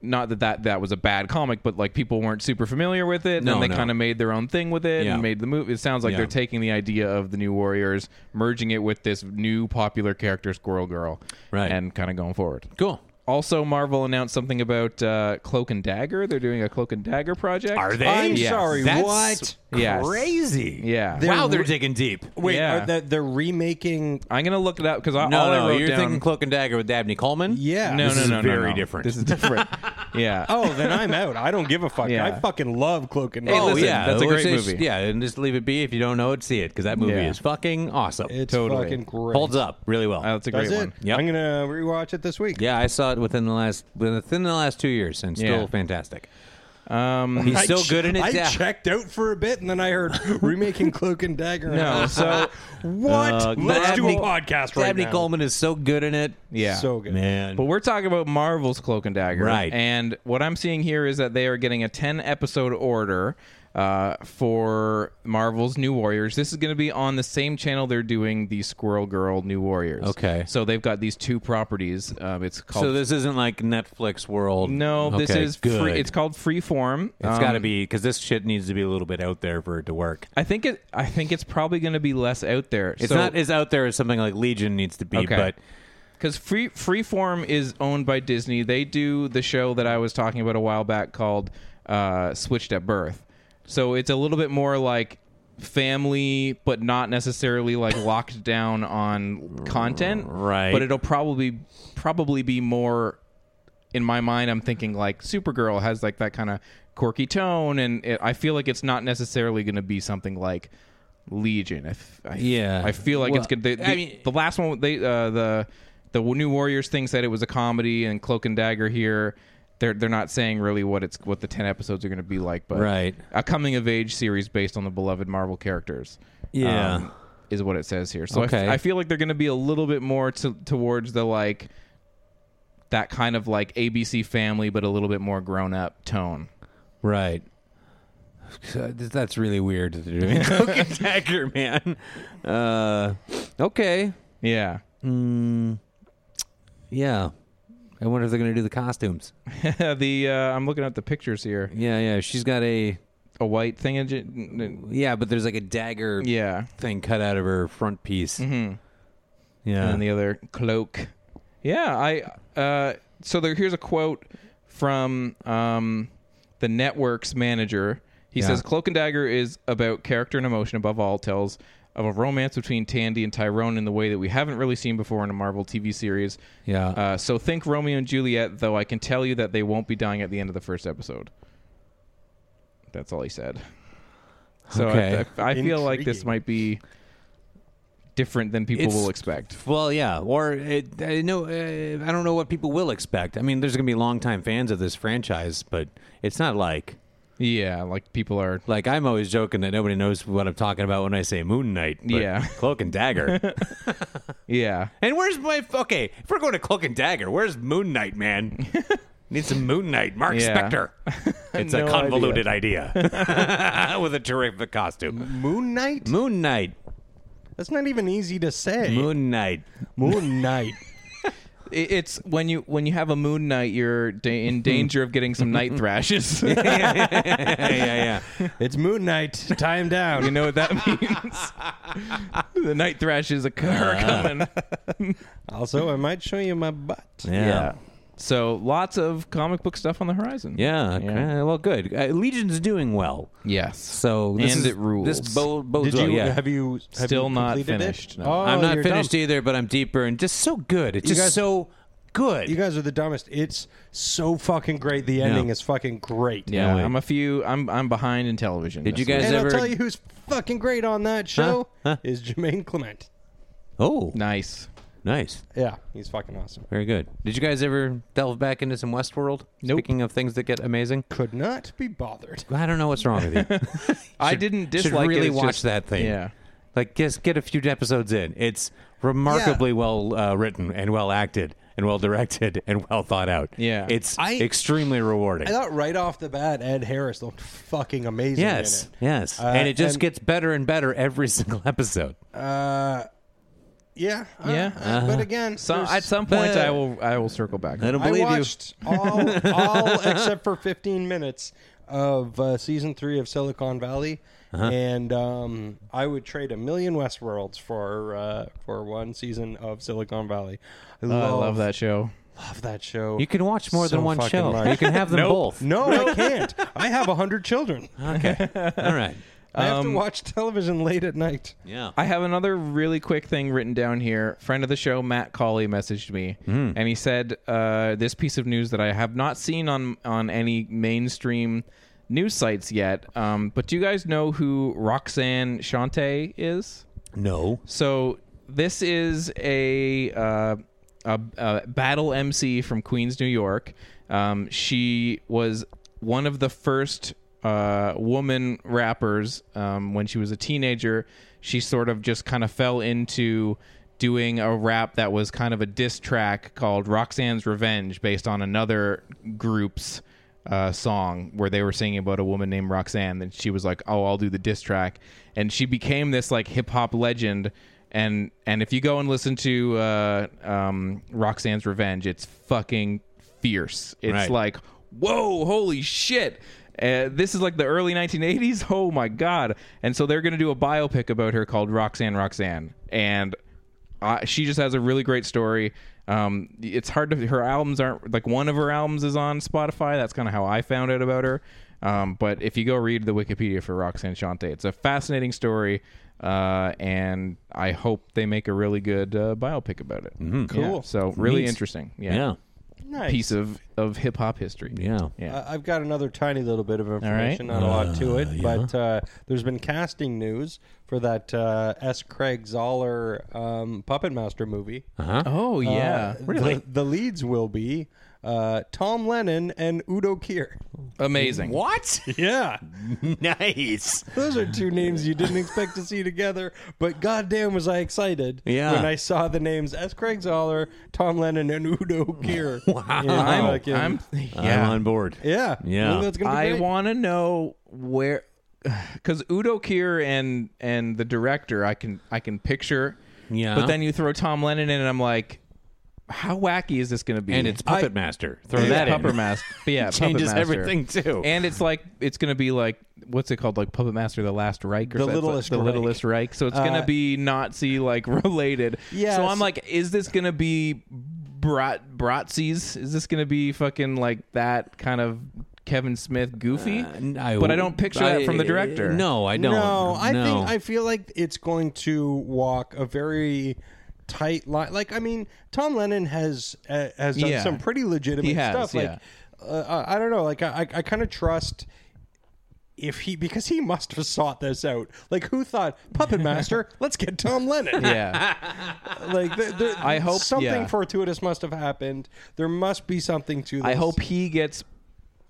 [SPEAKER 1] not that that, that was a bad comic, but like people weren't super familiar with it,
[SPEAKER 3] No,
[SPEAKER 1] and they
[SPEAKER 3] no.
[SPEAKER 1] kind of made their own thing with it
[SPEAKER 3] Yeah.
[SPEAKER 1] and made the movie. It sounds like
[SPEAKER 3] Yeah.
[SPEAKER 1] they're taking the idea of the New Warriors, merging it with this new popular character, Squirrel Girl,
[SPEAKER 3] Right.
[SPEAKER 1] and kind of going forward.
[SPEAKER 3] cool.
[SPEAKER 1] Also, Marvel announced something about uh, Cloak and Dagger. They're doing a Cloak and Dagger project.
[SPEAKER 3] Are they?
[SPEAKER 2] I'm
[SPEAKER 1] Yes.
[SPEAKER 2] sorry.
[SPEAKER 3] That's
[SPEAKER 2] What?
[SPEAKER 1] Yes.
[SPEAKER 3] crazy.
[SPEAKER 1] Yeah.
[SPEAKER 2] They're
[SPEAKER 3] wow, they're
[SPEAKER 2] re-
[SPEAKER 3] digging deep.
[SPEAKER 2] Wait,
[SPEAKER 1] Yeah.
[SPEAKER 2] are they, they're remaking.
[SPEAKER 1] I'm gonna look it up because all
[SPEAKER 3] No,
[SPEAKER 1] I
[SPEAKER 3] no,
[SPEAKER 1] wrote
[SPEAKER 3] you're
[SPEAKER 1] down.
[SPEAKER 3] thinking Cloak and Dagger with Dabney Coleman.
[SPEAKER 2] Yeah.
[SPEAKER 1] no,
[SPEAKER 3] This
[SPEAKER 1] no,
[SPEAKER 3] is
[SPEAKER 1] no, no,
[SPEAKER 3] very
[SPEAKER 1] no.
[SPEAKER 3] different.
[SPEAKER 1] This is different. yeah.
[SPEAKER 2] Oh, then I'm out. I don't give a fuck.
[SPEAKER 1] Yeah.
[SPEAKER 2] I fucking love Cloak and
[SPEAKER 1] Hey,
[SPEAKER 2] Dagger.
[SPEAKER 1] listen, that's a
[SPEAKER 3] Well,
[SPEAKER 1] great
[SPEAKER 3] it's-
[SPEAKER 1] movie.
[SPEAKER 3] Yeah, and just leave it be. If you don't know it, see it because that movie
[SPEAKER 1] Yeah.
[SPEAKER 3] is fucking awesome.
[SPEAKER 2] It's
[SPEAKER 1] totally.
[SPEAKER 2] fucking great.
[SPEAKER 3] Holds up really well.
[SPEAKER 1] Oh, that's a great
[SPEAKER 2] That's it.
[SPEAKER 1] one.
[SPEAKER 3] Yep.
[SPEAKER 2] I'm going to rewatch it this week.
[SPEAKER 3] yeah, I saw it within the last within the last two years, and still
[SPEAKER 1] Yeah.
[SPEAKER 3] fantastic.
[SPEAKER 1] Um,
[SPEAKER 3] He's
[SPEAKER 2] I
[SPEAKER 3] so
[SPEAKER 2] ch-
[SPEAKER 3] good in it.
[SPEAKER 2] I
[SPEAKER 3] yeah.
[SPEAKER 2] checked out for a bit, and then I heard remaking Cloak and Dagger. and I
[SPEAKER 1] No,
[SPEAKER 2] was
[SPEAKER 1] so
[SPEAKER 2] like, what? Let's do a
[SPEAKER 3] uh, Dabney-
[SPEAKER 2] podcast right
[SPEAKER 3] Dabney
[SPEAKER 2] now.
[SPEAKER 3] Coleman is so good in it.
[SPEAKER 1] yeah.
[SPEAKER 2] So good.
[SPEAKER 3] Man.
[SPEAKER 1] but we're talking about Marvel's Cloak and Dagger,
[SPEAKER 3] Right.
[SPEAKER 1] And what I'm seeing here is that they are getting a 10 episode order uh, for Marvel's New Warriors. This is going to be on the same channel they're doing the Squirrel Girl New Warriors.
[SPEAKER 3] Okay.
[SPEAKER 1] so they've got these two properties. Um, it's called
[SPEAKER 3] so this isn't like Netflix world.
[SPEAKER 1] no, this
[SPEAKER 3] Okay,
[SPEAKER 1] is
[SPEAKER 3] good.
[SPEAKER 1] free. It's called Freeform. Um,
[SPEAKER 3] It's got to be because this shit needs to be a little bit out there for it to work.
[SPEAKER 1] I think it. I think it's probably going to be less out there.
[SPEAKER 3] It's not as out there as something like Legion needs to be,
[SPEAKER 1] Okay.
[SPEAKER 3] but
[SPEAKER 1] because free freeform is owned by disney they do the show that i was talking about a while back called uh, switched at birth so it's a little bit more like family but not necessarily like locked down on content
[SPEAKER 3] Right.
[SPEAKER 1] but it'll probably probably be more in my mind i'm thinking like supergirl has like that kind of quirky tone and it, i feel like it's not necessarily going to be something like legion I f- I f-
[SPEAKER 3] Yeah.
[SPEAKER 1] i feel like
[SPEAKER 3] Well,
[SPEAKER 1] it's good the, the,
[SPEAKER 3] I mean-
[SPEAKER 1] the last one they uh, the the new warriors thing said it was a comedy and cloak and dagger here they're they're not saying really what it's what the 10 episodes are going to be like but
[SPEAKER 3] Right.
[SPEAKER 1] a coming of age series based on the beloved marvel characters um,
[SPEAKER 3] Yeah.
[SPEAKER 1] is what it says here so I f-
[SPEAKER 3] Okay.
[SPEAKER 1] I feel like they're going to be a little bit more to, towards the like that kind of like abc family but a little bit more grown up tone
[SPEAKER 3] right. That's really weird that they're doing Cloak and Dagger, man. Uh, okay,
[SPEAKER 1] yeah
[SPEAKER 3] Mm, yeah. I wonder if they're gonna do the costumes.
[SPEAKER 1] the uh, i'm looking at the pictures here
[SPEAKER 3] Yeah, yeah. She's got a
[SPEAKER 1] a white thing in j-
[SPEAKER 3] yeah, but there's like a dagger
[SPEAKER 1] yeah
[SPEAKER 3] thing cut out of her front piece. Mm-hmm. Yeah,
[SPEAKER 1] and then the other cloak. Yeah, I. Uh, so there. Here's a quote from um, the network's manager. He
[SPEAKER 3] Yeah.
[SPEAKER 1] says, "Cloak and Dagger is about character and emotion above all. Tells of a romance between Tandy and Tyrone in the way that we haven't really seen before in a Marvel TV series.
[SPEAKER 3] Yeah.
[SPEAKER 1] Uh, so think Romeo and Juliet, though I can tell you that they won't be dying at the end of the first episode. That's all he said. So I-
[SPEAKER 3] Okay.
[SPEAKER 1] I, I feel like this
[SPEAKER 2] Intriguing.
[SPEAKER 1] might be different than people
[SPEAKER 3] It's-
[SPEAKER 1] will expect.
[SPEAKER 3] Well, yeah, or it, I know uh, I don't know what people will expect. I mean, there's going to be longtime fans of this franchise, but it's not like
[SPEAKER 1] Yeah, like people are.
[SPEAKER 3] like I'm always joking that nobody knows what I'm talking about when I say Moon Knight. but
[SPEAKER 1] Yeah.
[SPEAKER 3] Cloak and Dagger.
[SPEAKER 1] Yeah,
[SPEAKER 3] and where's my okay? If we're going to Cloak and Dagger, where's Moon Knight, man? Need some Moon Knight, Mark
[SPEAKER 1] Yeah.
[SPEAKER 3] Spector. It's
[SPEAKER 1] No
[SPEAKER 3] a convoluted idea, with a terrific costume.
[SPEAKER 2] Moon Knight?
[SPEAKER 3] Moon Knight,
[SPEAKER 2] That's not even easy to say.
[SPEAKER 3] Moon Knight.
[SPEAKER 2] Moon Knight.
[SPEAKER 1] It- it's when you when you have a moon night, you're da- in danger of getting some night thrashes. you
[SPEAKER 3] yeah, yeah, yeah.
[SPEAKER 2] It's Moon Knight. Time down.
[SPEAKER 1] know what that means? the night thrashes occur are coming.
[SPEAKER 2] Also, I might show you my butt.
[SPEAKER 3] yeah.
[SPEAKER 1] So lots of comic book stuff on the horizon.
[SPEAKER 3] Yeah. okay.
[SPEAKER 1] Yeah.
[SPEAKER 3] Well, good. Uh, Legion's doing well.
[SPEAKER 1] Yes.
[SPEAKER 3] So this
[SPEAKER 1] and
[SPEAKER 3] is,
[SPEAKER 1] it rules.
[SPEAKER 3] This bo- bodes
[SPEAKER 2] Did you
[SPEAKER 3] well, yeah.
[SPEAKER 2] have you have
[SPEAKER 1] Still
[SPEAKER 2] you
[SPEAKER 1] not
[SPEAKER 2] completed it?
[SPEAKER 1] finished, no.
[SPEAKER 2] Oh,
[SPEAKER 3] I'm not
[SPEAKER 2] you're
[SPEAKER 3] finished
[SPEAKER 2] dumb.
[SPEAKER 3] either, but I'm deeper and just so good. It's
[SPEAKER 2] You
[SPEAKER 3] just
[SPEAKER 2] guys-
[SPEAKER 3] so good.
[SPEAKER 2] You guys are the dumbest. It's so fucking great. The ending is fucking great.
[SPEAKER 1] yeah,
[SPEAKER 3] wait.
[SPEAKER 1] I'm a few. I'm I'm behind in television.
[SPEAKER 3] Did you
[SPEAKER 1] this
[SPEAKER 3] guys-
[SPEAKER 1] week.
[SPEAKER 2] And
[SPEAKER 3] ever-
[SPEAKER 2] I'll tell you who's fucking great on that show
[SPEAKER 3] Huh?
[SPEAKER 2] is Jermaine Clement.
[SPEAKER 3] oh,
[SPEAKER 1] Nice.
[SPEAKER 3] nice.
[SPEAKER 2] Yeah, he's fucking awesome.
[SPEAKER 3] Very good. Did you guys ever delve back into some Westworld?
[SPEAKER 1] Nope.
[SPEAKER 3] Speaking of things that get amazing,
[SPEAKER 2] Could not be bothered.
[SPEAKER 3] I don't know what's wrong with you.
[SPEAKER 1] I didn't
[SPEAKER 3] should
[SPEAKER 1] dislike. it,
[SPEAKER 3] really
[SPEAKER 1] it's
[SPEAKER 3] watch
[SPEAKER 1] just-
[SPEAKER 3] that thing.
[SPEAKER 1] Yeah.
[SPEAKER 3] Like, just get a few episodes in. It's remarkably well uh, written and well acted and well directed and well thought out.
[SPEAKER 1] Yeah.
[SPEAKER 3] It's
[SPEAKER 2] I-
[SPEAKER 3] extremely rewarding.
[SPEAKER 2] I thought right off the bat, Ed Harris looked fucking amazing.
[SPEAKER 3] Yes,
[SPEAKER 2] in it.
[SPEAKER 3] yes,
[SPEAKER 2] Uh,
[SPEAKER 3] and it just
[SPEAKER 2] and-
[SPEAKER 3] gets better and better every single episode.
[SPEAKER 2] Uh, Yeah, uh,
[SPEAKER 1] Yeah. Uh-huh.
[SPEAKER 2] uh, but again,
[SPEAKER 1] So
[SPEAKER 2] there's-
[SPEAKER 1] at some point,
[SPEAKER 3] Uh,
[SPEAKER 1] I will I will circle back.
[SPEAKER 3] I don't
[SPEAKER 2] I
[SPEAKER 3] believe
[SPEAKER 2] watched all, all except for 15 minutes of uh, season three of Silicon Valley,
[SPEAKER 3] Uh-huh.
[SPEAKER 2] and um, I would trade a million Westworlds for uh, for one season of Silicon Valley.
[SPEAKER 3] Oh,
[SPEAKER 2] I
[SPEAKER 1] oh, I love that show.
[SPEAKER 2] Love that show.
[SPEAKER 3] you. You can watch more
[SPEAKER 2] so
[SPEAKER 3] than one
[SPEAKER 2] fucking
[SPEAKER 3] show.
[SPEAKER 2] much.
[SPEAKER 3] You can have them both.
[SPEAKER 2] No, I can't. I have a hundred children.
[SPEAKER 3] Okay. All right.
[SPEAKER 2] I have
[SPEAKER 3] Um,
[SPEAKER 2] to watch television late at night.
[SPEAKER 3] Yeah.
[SPEAKER 1] I have another really quick thing written down here. Friend of the show, Matt Colley, messaged me, and he said uh, this piece of news that I have not seen on on any mainstream news sites yet. Um, but do you guys know who Roxanne Shante is?
[SPEAKER 3] no.
[SPEAKER 1] So this is a uh, a, a battle MC from Queens, New York. Um, she was one of the first uh, woman rappers um, when she was a teenager. She sort of just kind of fell into doing a rap that was kind of a diss track called Roxanne's Revenge, based on another group's uh, song where they were singing about a woman named Roxanne. And she was like, "Oh, I'll do the diss track," and she became this like hip hop legend. And and if you go and listen to uh, um, Roxanne's Revenge, it's fucking fierce. It's
[SPEAKER 3] Right.
[SPEAKER 1] like, whoa, holy shit. Uh, this is like the early 1980s. Oh my god! And so they're going to do a biopic about her called Roxanne Roxanne, and uh, she just has a really great story. Um, it's hard to her albums aren't like one of her albums is on Spotify. That's kind of how I found out about her. Um, but if you go read the Wikipedia for Roxanne Shante, it's a fascinating story, uh, and I hope they make a really good uh, biopic about it. Cool. So really
[SPEAKER 3] Neat.
[SPEAKER 1] interesting.
[SPEAKER 3] Yeah.
[SPEAKER 2] Nice.
[SPEAKER 1] Piece of of hip hop history.
[SPEAKER 3] Yeah.
[SPEAKER 1] Yeah.
[SPEAKER 2] Uh, I've got another tiny little bit of information,
[SPEAKER 1] right.
[SPEAKER 2] not a lot to it, but uh, there's been casting news for that uh, S. Craig Zoller um, Puppet Master movie.
[SPEAKER 1] oh yeah.
[SPEAKER 2] Uh, The, the leads will be uh, Tom Lennon and Udo Kier.
[SPEAKER 1] Amazing.
[SPEAKER 3] What?
[SPEAKER 2] Yeah,
[SPEAKER 3] nice.
[SPEAKER 2] those are two names you didn't expect to see together, but goddamn was I excited
[SPEAKER 3] Yeah.
[SPEAKER 2] when I saw the names S. Craig Zoller, Tom Lennon, and Udo Kier. wow,
[SPEAKER 1] I'm, I'm yeah.
[SPEAKER 3] I'm on board.
[SPEAKER 2] yeah,
[SPEAKER 3] Yeah.
[SPEAKER 2] I think that's gonna be
[SPEAKER 1] I
[SPEAKER 2] great.
[SPEAKER 1] want to know where, because Udo Kier and and the director, I can I can picture.
[SPEAKER 3] Yeah.
[SPEAKER 1] But then you throw Tom Lennon in, and I'm like, how wacky is this going to be?
[SPEAKER 3] And it's Puppet Master. Throw
[SPEAKER 1] It's
[SPEAKER 3] that in.
[SPEAKER 1] Puppet Master. But yeah, Puppet
[SPEAKER 3] Changes
[SPEAKER 1] Master.
[SPEAKER 3] everything, too.
[SPEAKER 1] And it's like it's going to be like what's it called? Like Puppet Master, the Last Reich, or
[SPEAKER 2] The
[SPEAKER 1] something.
[SPEAKER 2] Littlest
[SPEAKER 1] the
[SPEAKER 2] Reich.
[SPEAKER 1] Littlest Reich. So it's going to be Nazi like related.
[SPEAKER 2] Yes.
[SPEAKER 1] So I'm like, is this going to be brat bratzies? Is this going to be fucking like that kind of Kevin Smith goofy,
[SPEAKER 3] n-
[SPEAKER 1] but I don't picture that
[SPEAKER 3] I-
[SPEAKER 1] from the director.
[SPEAKER 3] No, I don't.
[SPEAKER 2] No, I
[SPEAKER 3] No.
[SPEAKER 2] think I feel like it's going to walk a very tight line. Like I mean, Tom Lennon has uh, has done
[SPEAKER 1] Yeah.
[SPEAKER 2] some pretty legitimate
[SPEAKER 1] He has,
[SPEAKER 2] stuff. Like uh, I I don't know. Like I I, I kind of trust. If he, because he must have sought this out. Like, who thought Puppet Master? let's get Tom Lennon.
[SPEAKER 1] Yeah.
[SPEAKER 2] Like, there, there,
[SPEAKER 1] I hope-
[SPEAKER 2] something
[SPEAKER 1] yeah.
[SPEAKER 2] fortuitous must have happened. There must be something to. This.
[SPEAKER 1] I hope he gets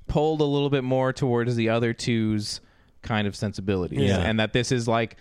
[SPEAKER 1] pulled a little bit more towards the other two's kind of sensibilities,
[SPEAKER 3] Yeah.
[SPEAKER 1] and that this is like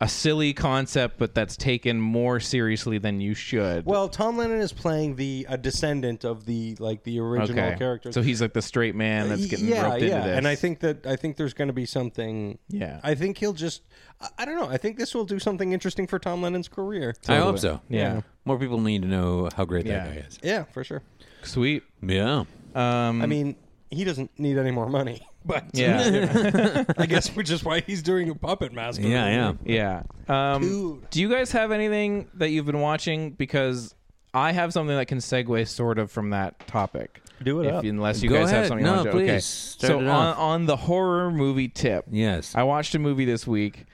[SPEAKER 1] a silly concept, but that's taken more seriously than you should.
[SPEAKER 2] Well, Tom Lennon is playing the a descendant of the like the original
[SPEAKER 1] okay,
[SPEAKER 2] character.
[SPEAKER 1] so he's like the straight man that's getting
[SPEAKER 2] yeah,
[SPEAKER 1] roped
[SPEAKER 2] yeah.
[SPEAKER 1] into this,
[SPEAKER 2] And I think that I think there's going to be something.
[SPEAKER 1] Yeah.
[SPEAKER 2] I think he'll just. I, I don't know. I think this will do something interesting for Tom Lennon's career.
[SPEAKER 3] I hope so.
[SPEAKER 1] Yeah.
[SPEAKER 3] More people need to know how great
[SPEAKER 1] Yeah.
[SPEAKER 3] that guy is.
[SPEAKER 2] Yeah, for sure.
[SPEAKER 1] sweet.
[SPEAKER 3] Yeah.
[SPEAKER 1] um,
[SPEAKER 2] I mean, he doesn't need any more money, but
[SPEAKER 1] Yeah,
[SPEAKER 2] I guess which is why he's doing a puppet master.
[SPEAKER 3] Yeah, yeah.
[SPEAKER 1] yeah. Um,
[SPEAKER 2] Dude.
[SPEAKER 1] Do you guys have anything that you've been watching? Because I have something that can segue sort of from that topic.
[SPEAKER 2] Do it
[SPEAKER 1] If-
[SPEAKER 2] up.
[SPEAKER 1] unless you
[SPEAKER 3] Go
[SPEAKER 1] guys have
[SPEAKER 3] ahead.
[SPEAKER 1] something.
[SPEAKER 3] No,
[SPEAKER 1] on to- Okay.
[SPEAKER 3] please. Start
[SPEAKER 1] So
[SPEAKER 3] it
[SPEAKER 1] on,
[SPEAKER 3] off.
[SPEAKER 1] on the horror movie tip,
[SPEAKER 3] Yes.
[SPEAKER 1] I watched a movie this week,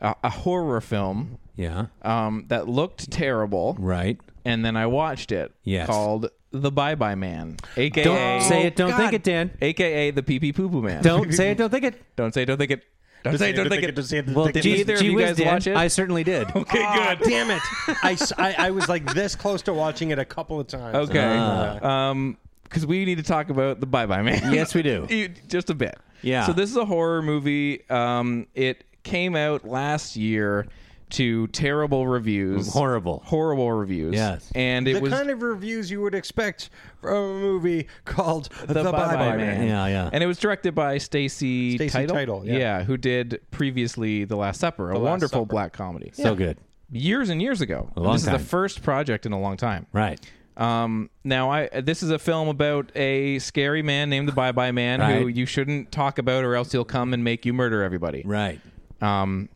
[SPEAKER 1] a, a horror film
[SPEAKER 3] Yeah.
[SPEAKER 1] um, that looked terrible,
[SPEAKER 3] Right.
[SPEAKER 1] and then I watched it.
[SPEAKER 3] Yes.
[SPEAKER 1] Called The Bye Bye Man, aka
[SPEAKER 3] Don't say it. Don't think it, Dan.
[SPEAKER 1] aka the Pee Pee Poo Poo Man.
[SPEAKER 3] Don't say it. Don't think it.
[SPEAKER 1] don't say it, don't think it. Don't say it, don't think it.
[SPEAKER 3] Well,
[SPEAKER 1] Did
[SPEAKER 3] gee,
[SPEAKER 1] either of
[SPEAKER 3] gee
[SPEAKER 1] you
[SPEAKER 3] whiz,
[SPEAKER 1] guys
[SPEAKER 3] Dan,
[SPEAKER 1] watch it?
[SPEAKER 3] I certainly did.
[SPEAKER 2] Okay, good. Damn it! I, s- I- I was like this close to watching it a couple of times. Uh,
[SPEAKER 1] Okay. Um, because we need to talk about the Bye Bye Man.
[SPEAKER 3] Ah. Yes, we do.
[SPEAKER 1] You- Just a bit.
[SPEAKER 3] Yeah.
[SPEAKER 1] So this is a horror movie. Um, it came out last year to terrible reviews.
[SPEAKER 3] Horrible.
[SPEAKER 1] Horrible reviews.
[SPEAKER 3] Yes.
[SPEAKER 1] And it
[SPEAKER 2] the
[SPEAKER 1] was
[SPEAKER 2] kind of reviews you would expect from a movie called The,
[SPEAKER 1] the, Bye Bye Man.
[SPEAKER 3] Yeah, yeah.
[SPEAKER 1] And it was directed by Stacy
[SPEAKER 2] Stacy
[SPEAKER 1] Title.
[SPEAKER 2] Title, yeah.
[SPEAKER 1] who did previously The Last Supper, a
[SPEAKER 2] Last
[SPEAKER 1] wonderful
[SPEAKER 2] Supper.
[SPEAKER 1] black comedy.
[SPEAKER 3] So good.
[SPEAKER 1] Years and years ago.
[SPEAKER 3] long
[SPEAKER 1] this
[SPEAKER 3] time.
[SPEAKER 1] is the first project in a long time.
[SPEAKER 3] Right.
[SPEAKER 1] Um, now, I this is a film about a scary man named the Bye Bye Man who
[SPEAKER 3] Right.
[SPEAKER 1] you shouldn't talk about, or else he'll come and make you murder everybody.
[SPEAKER 3] Right.
[SPEAKER 1] Um,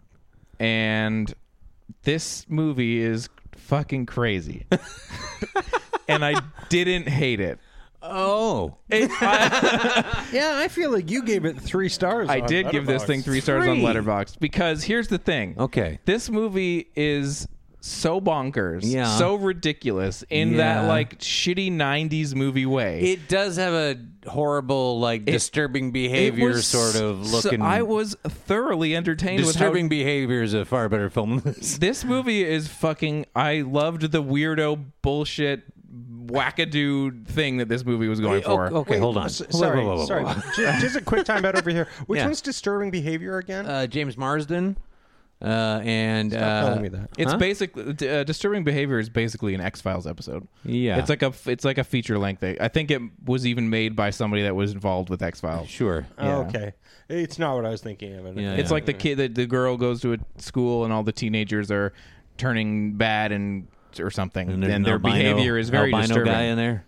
[SPEAKER 1] and this movie is fucking crazy, and I didn't hate it.
[SPEAKER 3] Oh.
[SPEAKER 1] It- I,
[SPEAKER 2] Yeah, I feel like you gave it three stars.
[SPEAKER 1] I
[SPEAKER 2] on
[SPEAKER 1] did give this
[SPEAKER 2] Letterboxd.
[SPEAKER 1] thing three stars on
[SPEAKER 3] Three.
[SPEAKER 1] Letterboxd because here's the thing.
[SPEAKER 3] Okay.
[SPEAKER 1] this movie is so bonkers,
[SPEAKER 3] Yeah.
[SPEAKER 1] so ridiculous in that
[SPEAKER 3] Yeah.
[SPEAKER 1] like shitty '90s movie way.
[SPEAKER 3] It does have a horrible, like, disturbing
[SPEAKER 1] It
[SPEAKER 3] behavior
[SPEAKER 1] was
[SPEAKER 3] sort of
[SPEAKER 1] so-
[SPEAKER 3] looking.
[SPEAKER 1] I was thoroughly entertained with how
[SPEAKER 3] disturbing behavior is a far better film than this.
[SPEAKER 1] this movie is fucking. I loved the weirdo bullshit wackadoo thing that this movie was going
[SPEAKER 3] Oh,
[SPEAKER 1] for.
[SPEAKER 3] okay, hold on.
[SPEAKER 2] S- Sorry, sorry. Just, just a quick time out over here. Which
[SPEAKER 3] Yeah.
[SPEAKER 2] one's disturbing behavior again?
[SPEAKER 3] Uh, James Marsden, uh, and uh,
[SPEAKER 2] telling me that.
[SPEAKER 1] It's basically d- uh, disturbing behavior is basically an X Files episode.
[SPEAKER 3] Yeah.
[SPEAKER 1] it's like a f- it's like a feature length. Thing. I think it was even made by somebody that was involved with X Files.
[SPEAKER 3] Sure.
[SPEAKER 2] Oh, okay, it's not what I was thinking of.
[SPEAKER 3] Yeah,
[SPEAKER 1] It's
[SPEAKER 3] yeah.
[SPEAKER 1] like the kid that the girl goes to a school and all the teenagers are turning bad and or something, and,
[SPEAKER 3] there's an
[SPEAKER 1] their
[SPEAKER 3] albino-
[SPEAKER 1] behavior is very
[SPEAKER 3] albino
[SPEAKER 1] disturbing.
[SPEAKER 3] guy in there.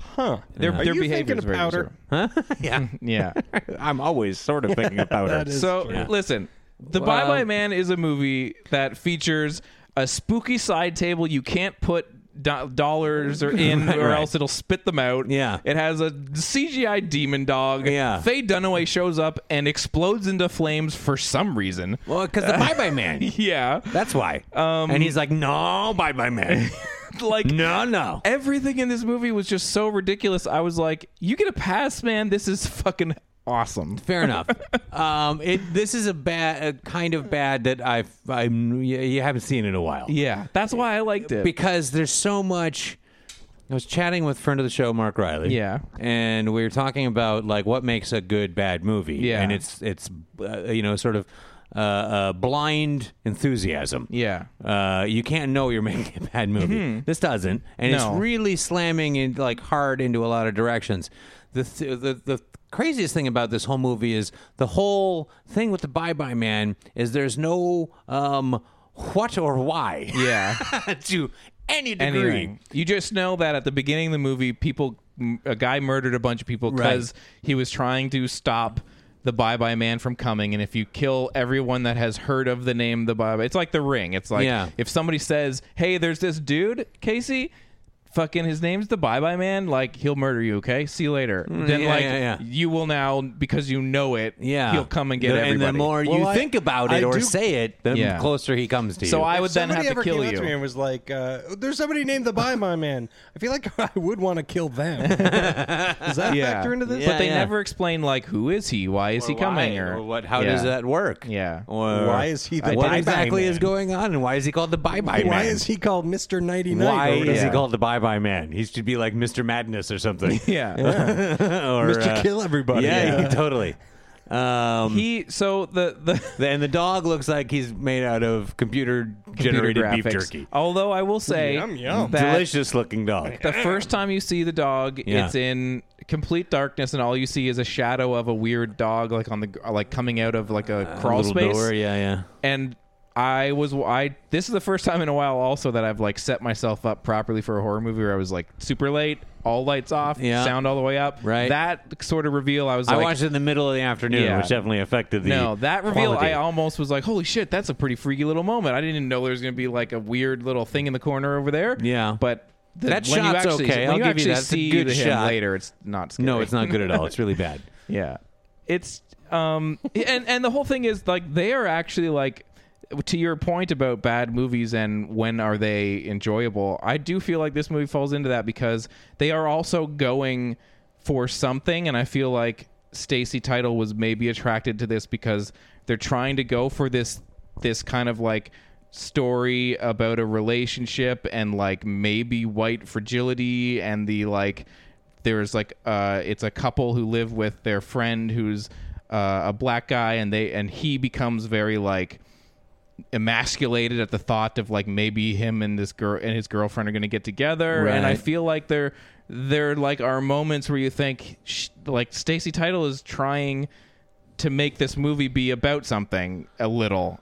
[SPEAKER 2] huh?
[SPEAKER 1] Their,
[SPEAKER 2] Are
[SPEAKER 1] their
[SPEAKER 2] you
[SPEAKER 1] behavior
[SPEAKER 2] thinking
[SPEAKER 1] is
[SPEAKER 2] of
[SPEAKER 1] very
[SPEAKER 2] powder?
[SPEAKER 1] disturbing. yeah.
[SPEAKER 3] I'm always sort of thinking about it.
[SPEAKER 1] So listen, The Bye Bye Man is a movie that features a spooky side table you can't put do- dollars or in, or else it'll spit them out.
[SPEAKER 3] Yeah.
[SPEAKER 1] it has a CGI demon dog.
[SPEAKER 3] Yeah.
[SPEAKER 1] Faye Dunaway shows up and explodes into flames for some reason.
[SPEAKER 3] Well, because the Bye Bye Man.
[SPEAKER 1] Yeah,
[SPEAKER 3] That's why. Um, and he's like, no, Bye Bye Man.
[SPEAKER 1] like.
[SPEAKER 3] no, no.
[SPEAKER 1] Everything in this movie was just so ridiculous. I was like, "You get a pass, man. This is fucking awesome."
[SPEAKER 3] Fair enough. Um, it, this is a bad, a kind of bad that I've, I'm, you- you haven't seen in a while.
[SPEAKER 1] Yeah, that's why I liked it.
[SPEAKER 3] because there's so much. I was chatting with friend of the show, Mark Riley.
[SPEAKER 1] Yeah.
[SPEAKER 3] and we were talking about like what makes a good bad movie.
[SPEAKER 1] Yeah.
[SPEAKER 3] and it's it's uh, you know sort of uh, uh, blind enthusiasm.
[SPEAKER 1] Yeah.
[SPEAKER 3] uh, you can't know you're making a bad movie. This doesn't, and
[SPEAKER 1] Mm-hmm. No.
[SPEAKER 3] it's really slamming in like hard into a lot of directions. The th- the the craziest thing about this whole movie is the whole thing with the Bye Bye Man is there's no um what or why.
[SPEAKER 1] yeah.
[SPEAKER 3] to any degree.
[SPEAKER 1] anything. You just know that at the beginning of the movie, people, m- a guy murdered a bunch of people because he was trying to stop the Bye Bye Man from coming. And if you kill everyone that has heard of the name the Bye Bye, it's like the Ring. It's like
[SPEAKER 3] Yeah.
[SPEAKER 1] if somebody says, "Hey, there's this dude, Casey." fucking his name's the Bye Bye Man, like he'll murder you. Okay, see you later. then
[SPEAKER 3] Mm, yeah,
[SPEAKER 1] like
[SPEAKER 3] yeah, yeah.
[SPEAKER 1] you will now because you know it.
[SPEAKER 3] Yeah,
[SPEAKER 1] he'll come and get
[SPEAKER 3] The-
[SPEAKER 1] everybody.
[SPEAKER 3] And the more you
[SPEAKER 2] Well, I-
[SPEAKER 3] think about
[SPEAKER 2] I
[SPEAKER 3] it or
[SPEAKER 2] do-
[SPEAKER 3] say it, the
[SPEAKER 1] Yeah.
[SPEAKER 3] closer he comes to you.
[SPEAKER 1] so I would
[SPEAKER 2] If
[SPEAKER 1] then
[SPEAKER 2] somebody
[SPEAKER 1] have to
[SPEAKER 2] ever
[SPEAKER 1] kill
[SPEAKER 2] came up
[SPEAKER 1] you.
[SPEAKER 2] To me and was like, uh, "There's somebody named the Buy My Man." I feel like I would want to kill them. Does that factor into this?
[SPEAKER 3] Yeah,
[SPEAKER 1] but they
[SPEAKER 3] yeah.
[SPEAKER 1] never explain like who is he, why is he coming,
[SPEAKER 3] Why?
[SPEAKER 1] or,
[SPEAKER 3] Or what? How
[SPEAKER 1] Yeah.
[SPEAKER 3] does that work?
[SPEAKER 1] Yeah.
[SPEAKER 3] Or
[SPEAKER 2] Why is he the
[SPEAKER 3] what
[SPEAKER 2] bye-bye
[SPEAKER 3] exactly
[SPEAKER 2] man?
[SPEAKER 3] is going on, and why is he called the Bye Bye Man?
[SPEAKER 2] Why is he called Mister Ninety Nine?
[SPEAKER 3] Why is
[SPEAKER 1] Yeah.
[SPEAKER 3] he called the Bye Bye Man? He should be like Mr. Madness or something.
[SPEAKER 1] Yeah.
[SPEAKER 3] or
[SPEAKER 2] Mr.
[SPEAKER 3] uh,
[SPEAKER 2] Kill Everybody?
[SPEAKER 3] Yeah, totally. Um,
[SPEAKER 1] He so the the.
[SPEAKER 3] and the dog looks like he's made out of computer
[SPEAKER 1] computer
[SPEAKER 3] generated beef
[SPEAKER 1] graphics.
[SPEAKER 3] jerky.
[SPEAKER 1] Although I will say
[SPEAKER 2] Yum, yum.
[SPEAKER 1] that
[SPEAKER 3] Delicious looking dog.
[SPEAKER 1] the first time you see the dog,
[SPEAKER 3] Yeah.
[SPEAKER 1] it's in complete darkness, and all you see is a shadow of a weird dog, like on the like coming out of like a crawl
[SPEAKER 3] Little
[SPEAKER 1] space.
[SPEAKER 3] door, yeah, yeah.
[SPEAKER 1] And I was I this is the first time in a while also that I've like set myself up properly for a horror movie where I was like super late, all lights off,
[SPEAKER 3] Yeah.
[SPEAKER 1] sound all the way up.
[SPEAKER 3] Right.
[SPEAKER 1] That sort of reveal, I was like.
[SPEAKER 3] I watched it in the middle of the afternoon,
[SPEAKER 1] Yeah.
[SPEAKER 3] which definitely affected the
[SPEAKER 1] no, that reveal
[SPEAKER 3] quality.
[SPEAKER 1] I almost was like, "Holy shit, that's a pretty freaky little moment." I didn't even know there was going to be like a weird little thing in the corner over there.
[SPEAKER 3] Yeah.
[SPEAKER 1] but the,
[SPEAKER 3] That
[SPEAKER 1] when
[SPEAKER 3] shot's
[SPEAKER 1] you actually,
[SPEAKER 3] okay.
[SPEAKER 1] When
[SPEAKER 3] I'll
[SPEAKER 1] you
[SPEAKER 3] give
[SPEAKER 1] actually
[SPEAKER 3] you that. It's a
[SPEAKER 1] see
[SPEAKER 3] good
[SPEAKER 1] the- him
[SPEAKER 3] shot.
[SPEAKER 1] later, it's not. Scary.
[SPEAKER 3] No, it's not good at all. It's really bad.
[SPEAKER 1] Yeah, it's um, and and the whole thing is like they are actually like to your point about bad movies and when are they enjoyable. I do feel like this movie falls into that because they are also going for something, and I feel like Stacy Title was maybe attracted to this because they're trying to go for this this kind of like story about a relationship and like maybe white fragility and the like there's like uh it's a couple who live with their friend who's uh, a black guy and they and he becomes very like emasculated at the thought of like maybe him and this girl and his girlfriend are going to get together and i
[SPEAKER 3] Right.
[SPEAKER 1] feel like there there like are moments where you think sh- like stacy title is trying to make this movie be about something a little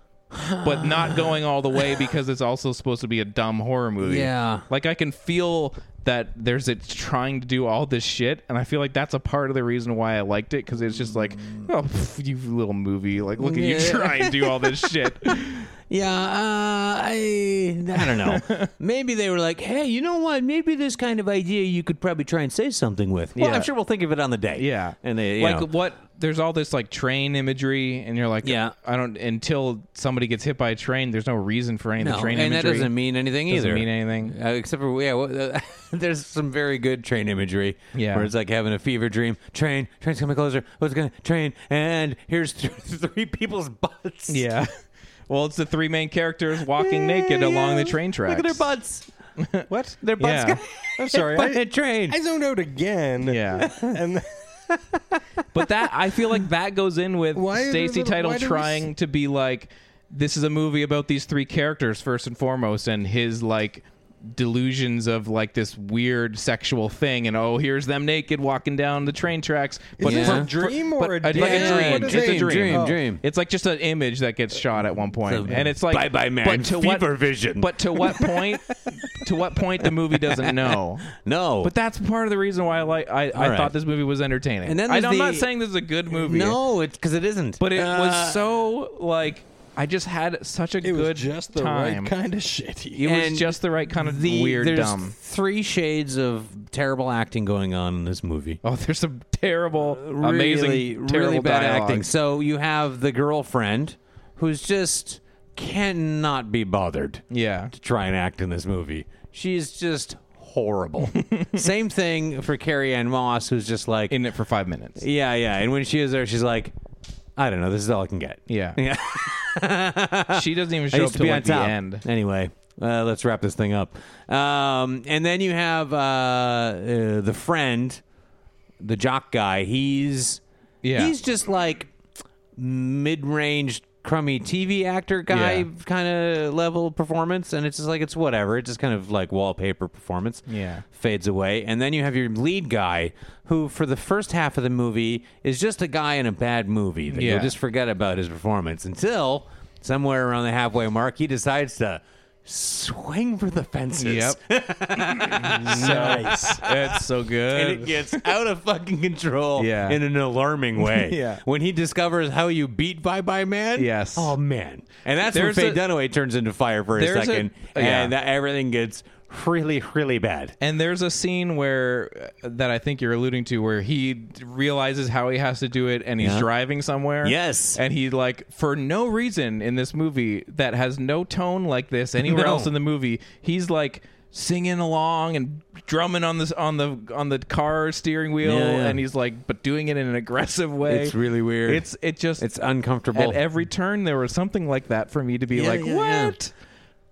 [SPEAKER 1] but not going all the way because it's also supposed to be a dumb horror movie
[SPEAKER 3] Yeah.
[SPEAKER 1] like I can feel that there's it's trying to do all this shit, and I feel like that's a part of the reason why I liked it because it's just like, oh, pff, you little movie, like look at you
[SPEAKER 3] Mm. Yeah.
[SPEAKER 1] try and do all this shit.
[SPEAKER 3] Yeah, uh, I I don't know. Maybe they were like, "Hey, you know what? Maybe this kind of idea you could probably try and say something with." Well,
[SPEAKER 1] Yeah.
[SPEAKER 3] I'm sure we'll think of it on the day.
[SPEAKER 1] yeah,
[SPEAKER 3] and they you
[SPEAKER 1] like
[SPEAKER 3] know.
[SPEAKER 1] what? There's all this like train imagery, and you're like,
[SPEAKER 3] Yeah.
[SPEAKER 1] I don't until somebody gets hit by a train. There's no reason for any of
[SPEAKER 3] No,
[SPEAKER 1] the train
[SPEAKER 3] and
[SPEAKER 1] imagery.
[SPEAKER 3] that doesn't mean anything
[SPEAKER 1] Doesn't
[SPEAKER 3] either.
[SPEAKER 1] mean anything.
[SPEAKER 3] Uh, except for yeah, well, uh, there's some very good train imagery.
[SPEAKER 1] Yeah.
[SPEAKER 3] where it's like having a fever dream. Train, train's coming closer. What's gonna train? And here's th- three people's butts.
[SPEAKER 1] yeah. Well, it's the three main characters walking
[SPEAKER 3] Yeah,
[SPEAKER 1] naked along
[SPEAKER 3] yeah.
[SPEAKER 1] the train tracks.
[SPEAKER 3] Look at their butts.
[SPEAKER 2] What?
[SPEAKER 3] Their butts.
[SPEAKER 1] Yeah.
[SPEAKER 3] got-
[SPEAKER 2] I'm sorry.
[SPEAKER 3] by
[SPEAKER 2] I,
[SPEAKER 3] a train.
[SPEAKER 2] I zoned out again.
[SPEAKER 1] Yeah.
[SPEAKER 2] And
[SPEAKER 1] But that I feel like that goes in with
[SPEAKER 2] Why do
[SPEAKER 1] Stacy
[SPEAKER 2] the-
[SPEAKER 1] Title
[SPEAKER 2] why do we
[SPEAKER 1] trying to be like this is a movie about these three characters first and foremost and his like delusions of like this weird sexual thing and oh here's them naked walking down the train tracks but
[SPEAKER 3] this
[SPEAKER 1] for-
[SPEAKER 3] a
[SPEAKER 2] dream
[SPEAKER 1] for-
[SPEAKER 2] or a
[SPEAKER 1] but
[SPEAKER 2] day?
[SPEAKER 1] like
[SPEAKER 2] Yeah,
[SPEAKER 1] a
[SPEAKER 2] what
[SPEAKER 1] dream it's
[SPEAKER 2] is
[SPEAKER 1] a
[SPEAKER 2] it?
[SPEAKER 1] dream,
[SPEAKER 3] dream,
[SPEAKER 2] Oh.
[SPEAKER 3] dream.
[SPEAKER 1] It's like just an image that gets shot at one point,
[SPEAKER 3] So,
[SPEAKER 1] and it's like
[SPEAKER 3] bye-bye man,
[SPEAKER 1] But to what
[SPEAKER 3] fever vision.
[SPEAKER 1] But to what point? to what point the movie doesn't know?
[SPEAKER 3] No,
[SPEAKER 1] But that's part of the reason why I like I, I
[SPEAKER 3] right.
[SPEAKER 1] thought this movie was entertaining.
[SPEAKER 3] And then
[SPEAKER 1] I,
[SPEAKER 3] there's
[SPEAKER 1] am not
[SPEAKER 3] the-
[SPEAKER 1] saying this is a good movie.
[SPEAKER 3] no, it's because it isn't.
[SPEAKER 1] but it
[SPEAKER 3] Uh,
[SPEAKER 1] was so like I just had such a
[SPEAKER 2] it
[SPEAKER 1] good
[SPEAKER 2] was just the
[SPEAKER 1] time.
[SPEAKER 2] right kind of shitty.
[SPEAKER 1] It was
[SPEAKER 3] And
[SPEAKER 1] just the right kind of
[SPEAKER 3] the-
[SPEAKER 1] weird
[SPEAKER 3] there's
[SPEAKER 1] dumb.
[SPEAKER 3] Three shades of terrible acting going on in this movie.
[SPEAKER 1] Oh, there's some terrible,
[SPEAKER 3] Uh, really,
[SPEAKER 1] amazing, terrible
[SPEAKER 3] really bad
[SPEAKER 1] dialogue.
[SPEAKER 3] acting. So you have the girlfriend who's just cannot be bothered
[SPEAKER 1] Yeah,
[SPEAKER 3] to try and act in this movie. She's just horrible. Same thing for Carrie Ann Moss, who's just like,
[SPEAKER 1] in it for five minutes.
[SPEAKER 3] yeah, yeah. And when she is there, she's like, I don't know. This is all I can get.
[SPEAKER 1] Yeah,
[SPEAKER 3] Yeah.
[SPEAKER 1] she doesn't even
[SPEAKER 3] I
[SPEAKER 1] show up
[SPEAKER 3] used to
[SPEAKER 1] till
[SPEAKER 3] be on
[SPEAKER 1] like, the
[SPEAKER 3] top.
[SPEAKER 1] end.
[SPEAKER 3] Anyway, uh, let's wrap this thing up. Um, and then you have uh, uh, the friend, the jock guy. He's
[SPEAKER 1] Yeah.
[SPEAKER 3] he's just like mid-range crummy TV actor guy
[SPEAKER 1] Yeah.
[SPEAKER 3] kind of level performance and it's just like it's whatever it's just kind of like wallpaper performance
[SPEAKER 1] Yeah.
[SPEAKER 3] fades away and then you have your lead guy who for the first half of the movie is just a guy in a bad movie that
[SPEAKER 1] Yeah.
[SPEAKER 3] you'll just forget about his performance until somewhere around the halfway mark he decides to swing for the fences
[SPEAKER 1] Yep,
[SPEAKER 2] Nice.
[SPEAKER 1] that's so
[SPEAKER 3] and it
[SPEAKER 1] good.
[SPEAKER 3] gets out of fucking control
[SPEAKER 1] Yeah.
[SPEAKER 3] in an alarming way.
[SPEAKER 1] Yeah.
[SPEAKER 3] When he discovers how you beat Bye Bye Man.
[SPEAKER 1] Yes.
[SPEAKER 3] Oh man. And that's
[SPEAKER 1] There's
[SPEAKER 3] when
[SPEAKER 1] a-
[SPEAKER 3] Faye Dunaway turns into fire for a
[SPEAKER 1] there's a-
[SPEAKER 3] second,
[SPEAKER 1] yeah.
[SPEAKER 3] and that everything gets
[SPEAKER 4] really, really bad.
[SPEAKER 1] And there's a scene where uh, that I think you're alluding to where he realizes how he has to do it and he's
[SPEAKER 4] Yeah.
[SPEAKER 1] driving somewhere.
[SPEAKER 4] Yes.
[SPEAKER 1] And he like for no reason in this movie that has no tone like this anywhere
[SPEAKER 3] No.
[SPEAKER 1] else in the movie, he's like singing along and drumming on this on the on the car steering wheel
[SPEAKER 4] Yeah, yeah.
[SPEAKER 1] and he's like but doing it in an aggressive way.
[SPEAKER 3] It's really weird.
[SPEAKER 1] It's it just
[SPEAKER 3] It's uncomfortable.
[SPEAKER 1] At every turn there was something like that for me to be
[SPEAKER 4] Yeah,
[SPEAKER 1] like,
[SPEAKER 4] yeah, yeah.
[SPEAKER 1] "What?"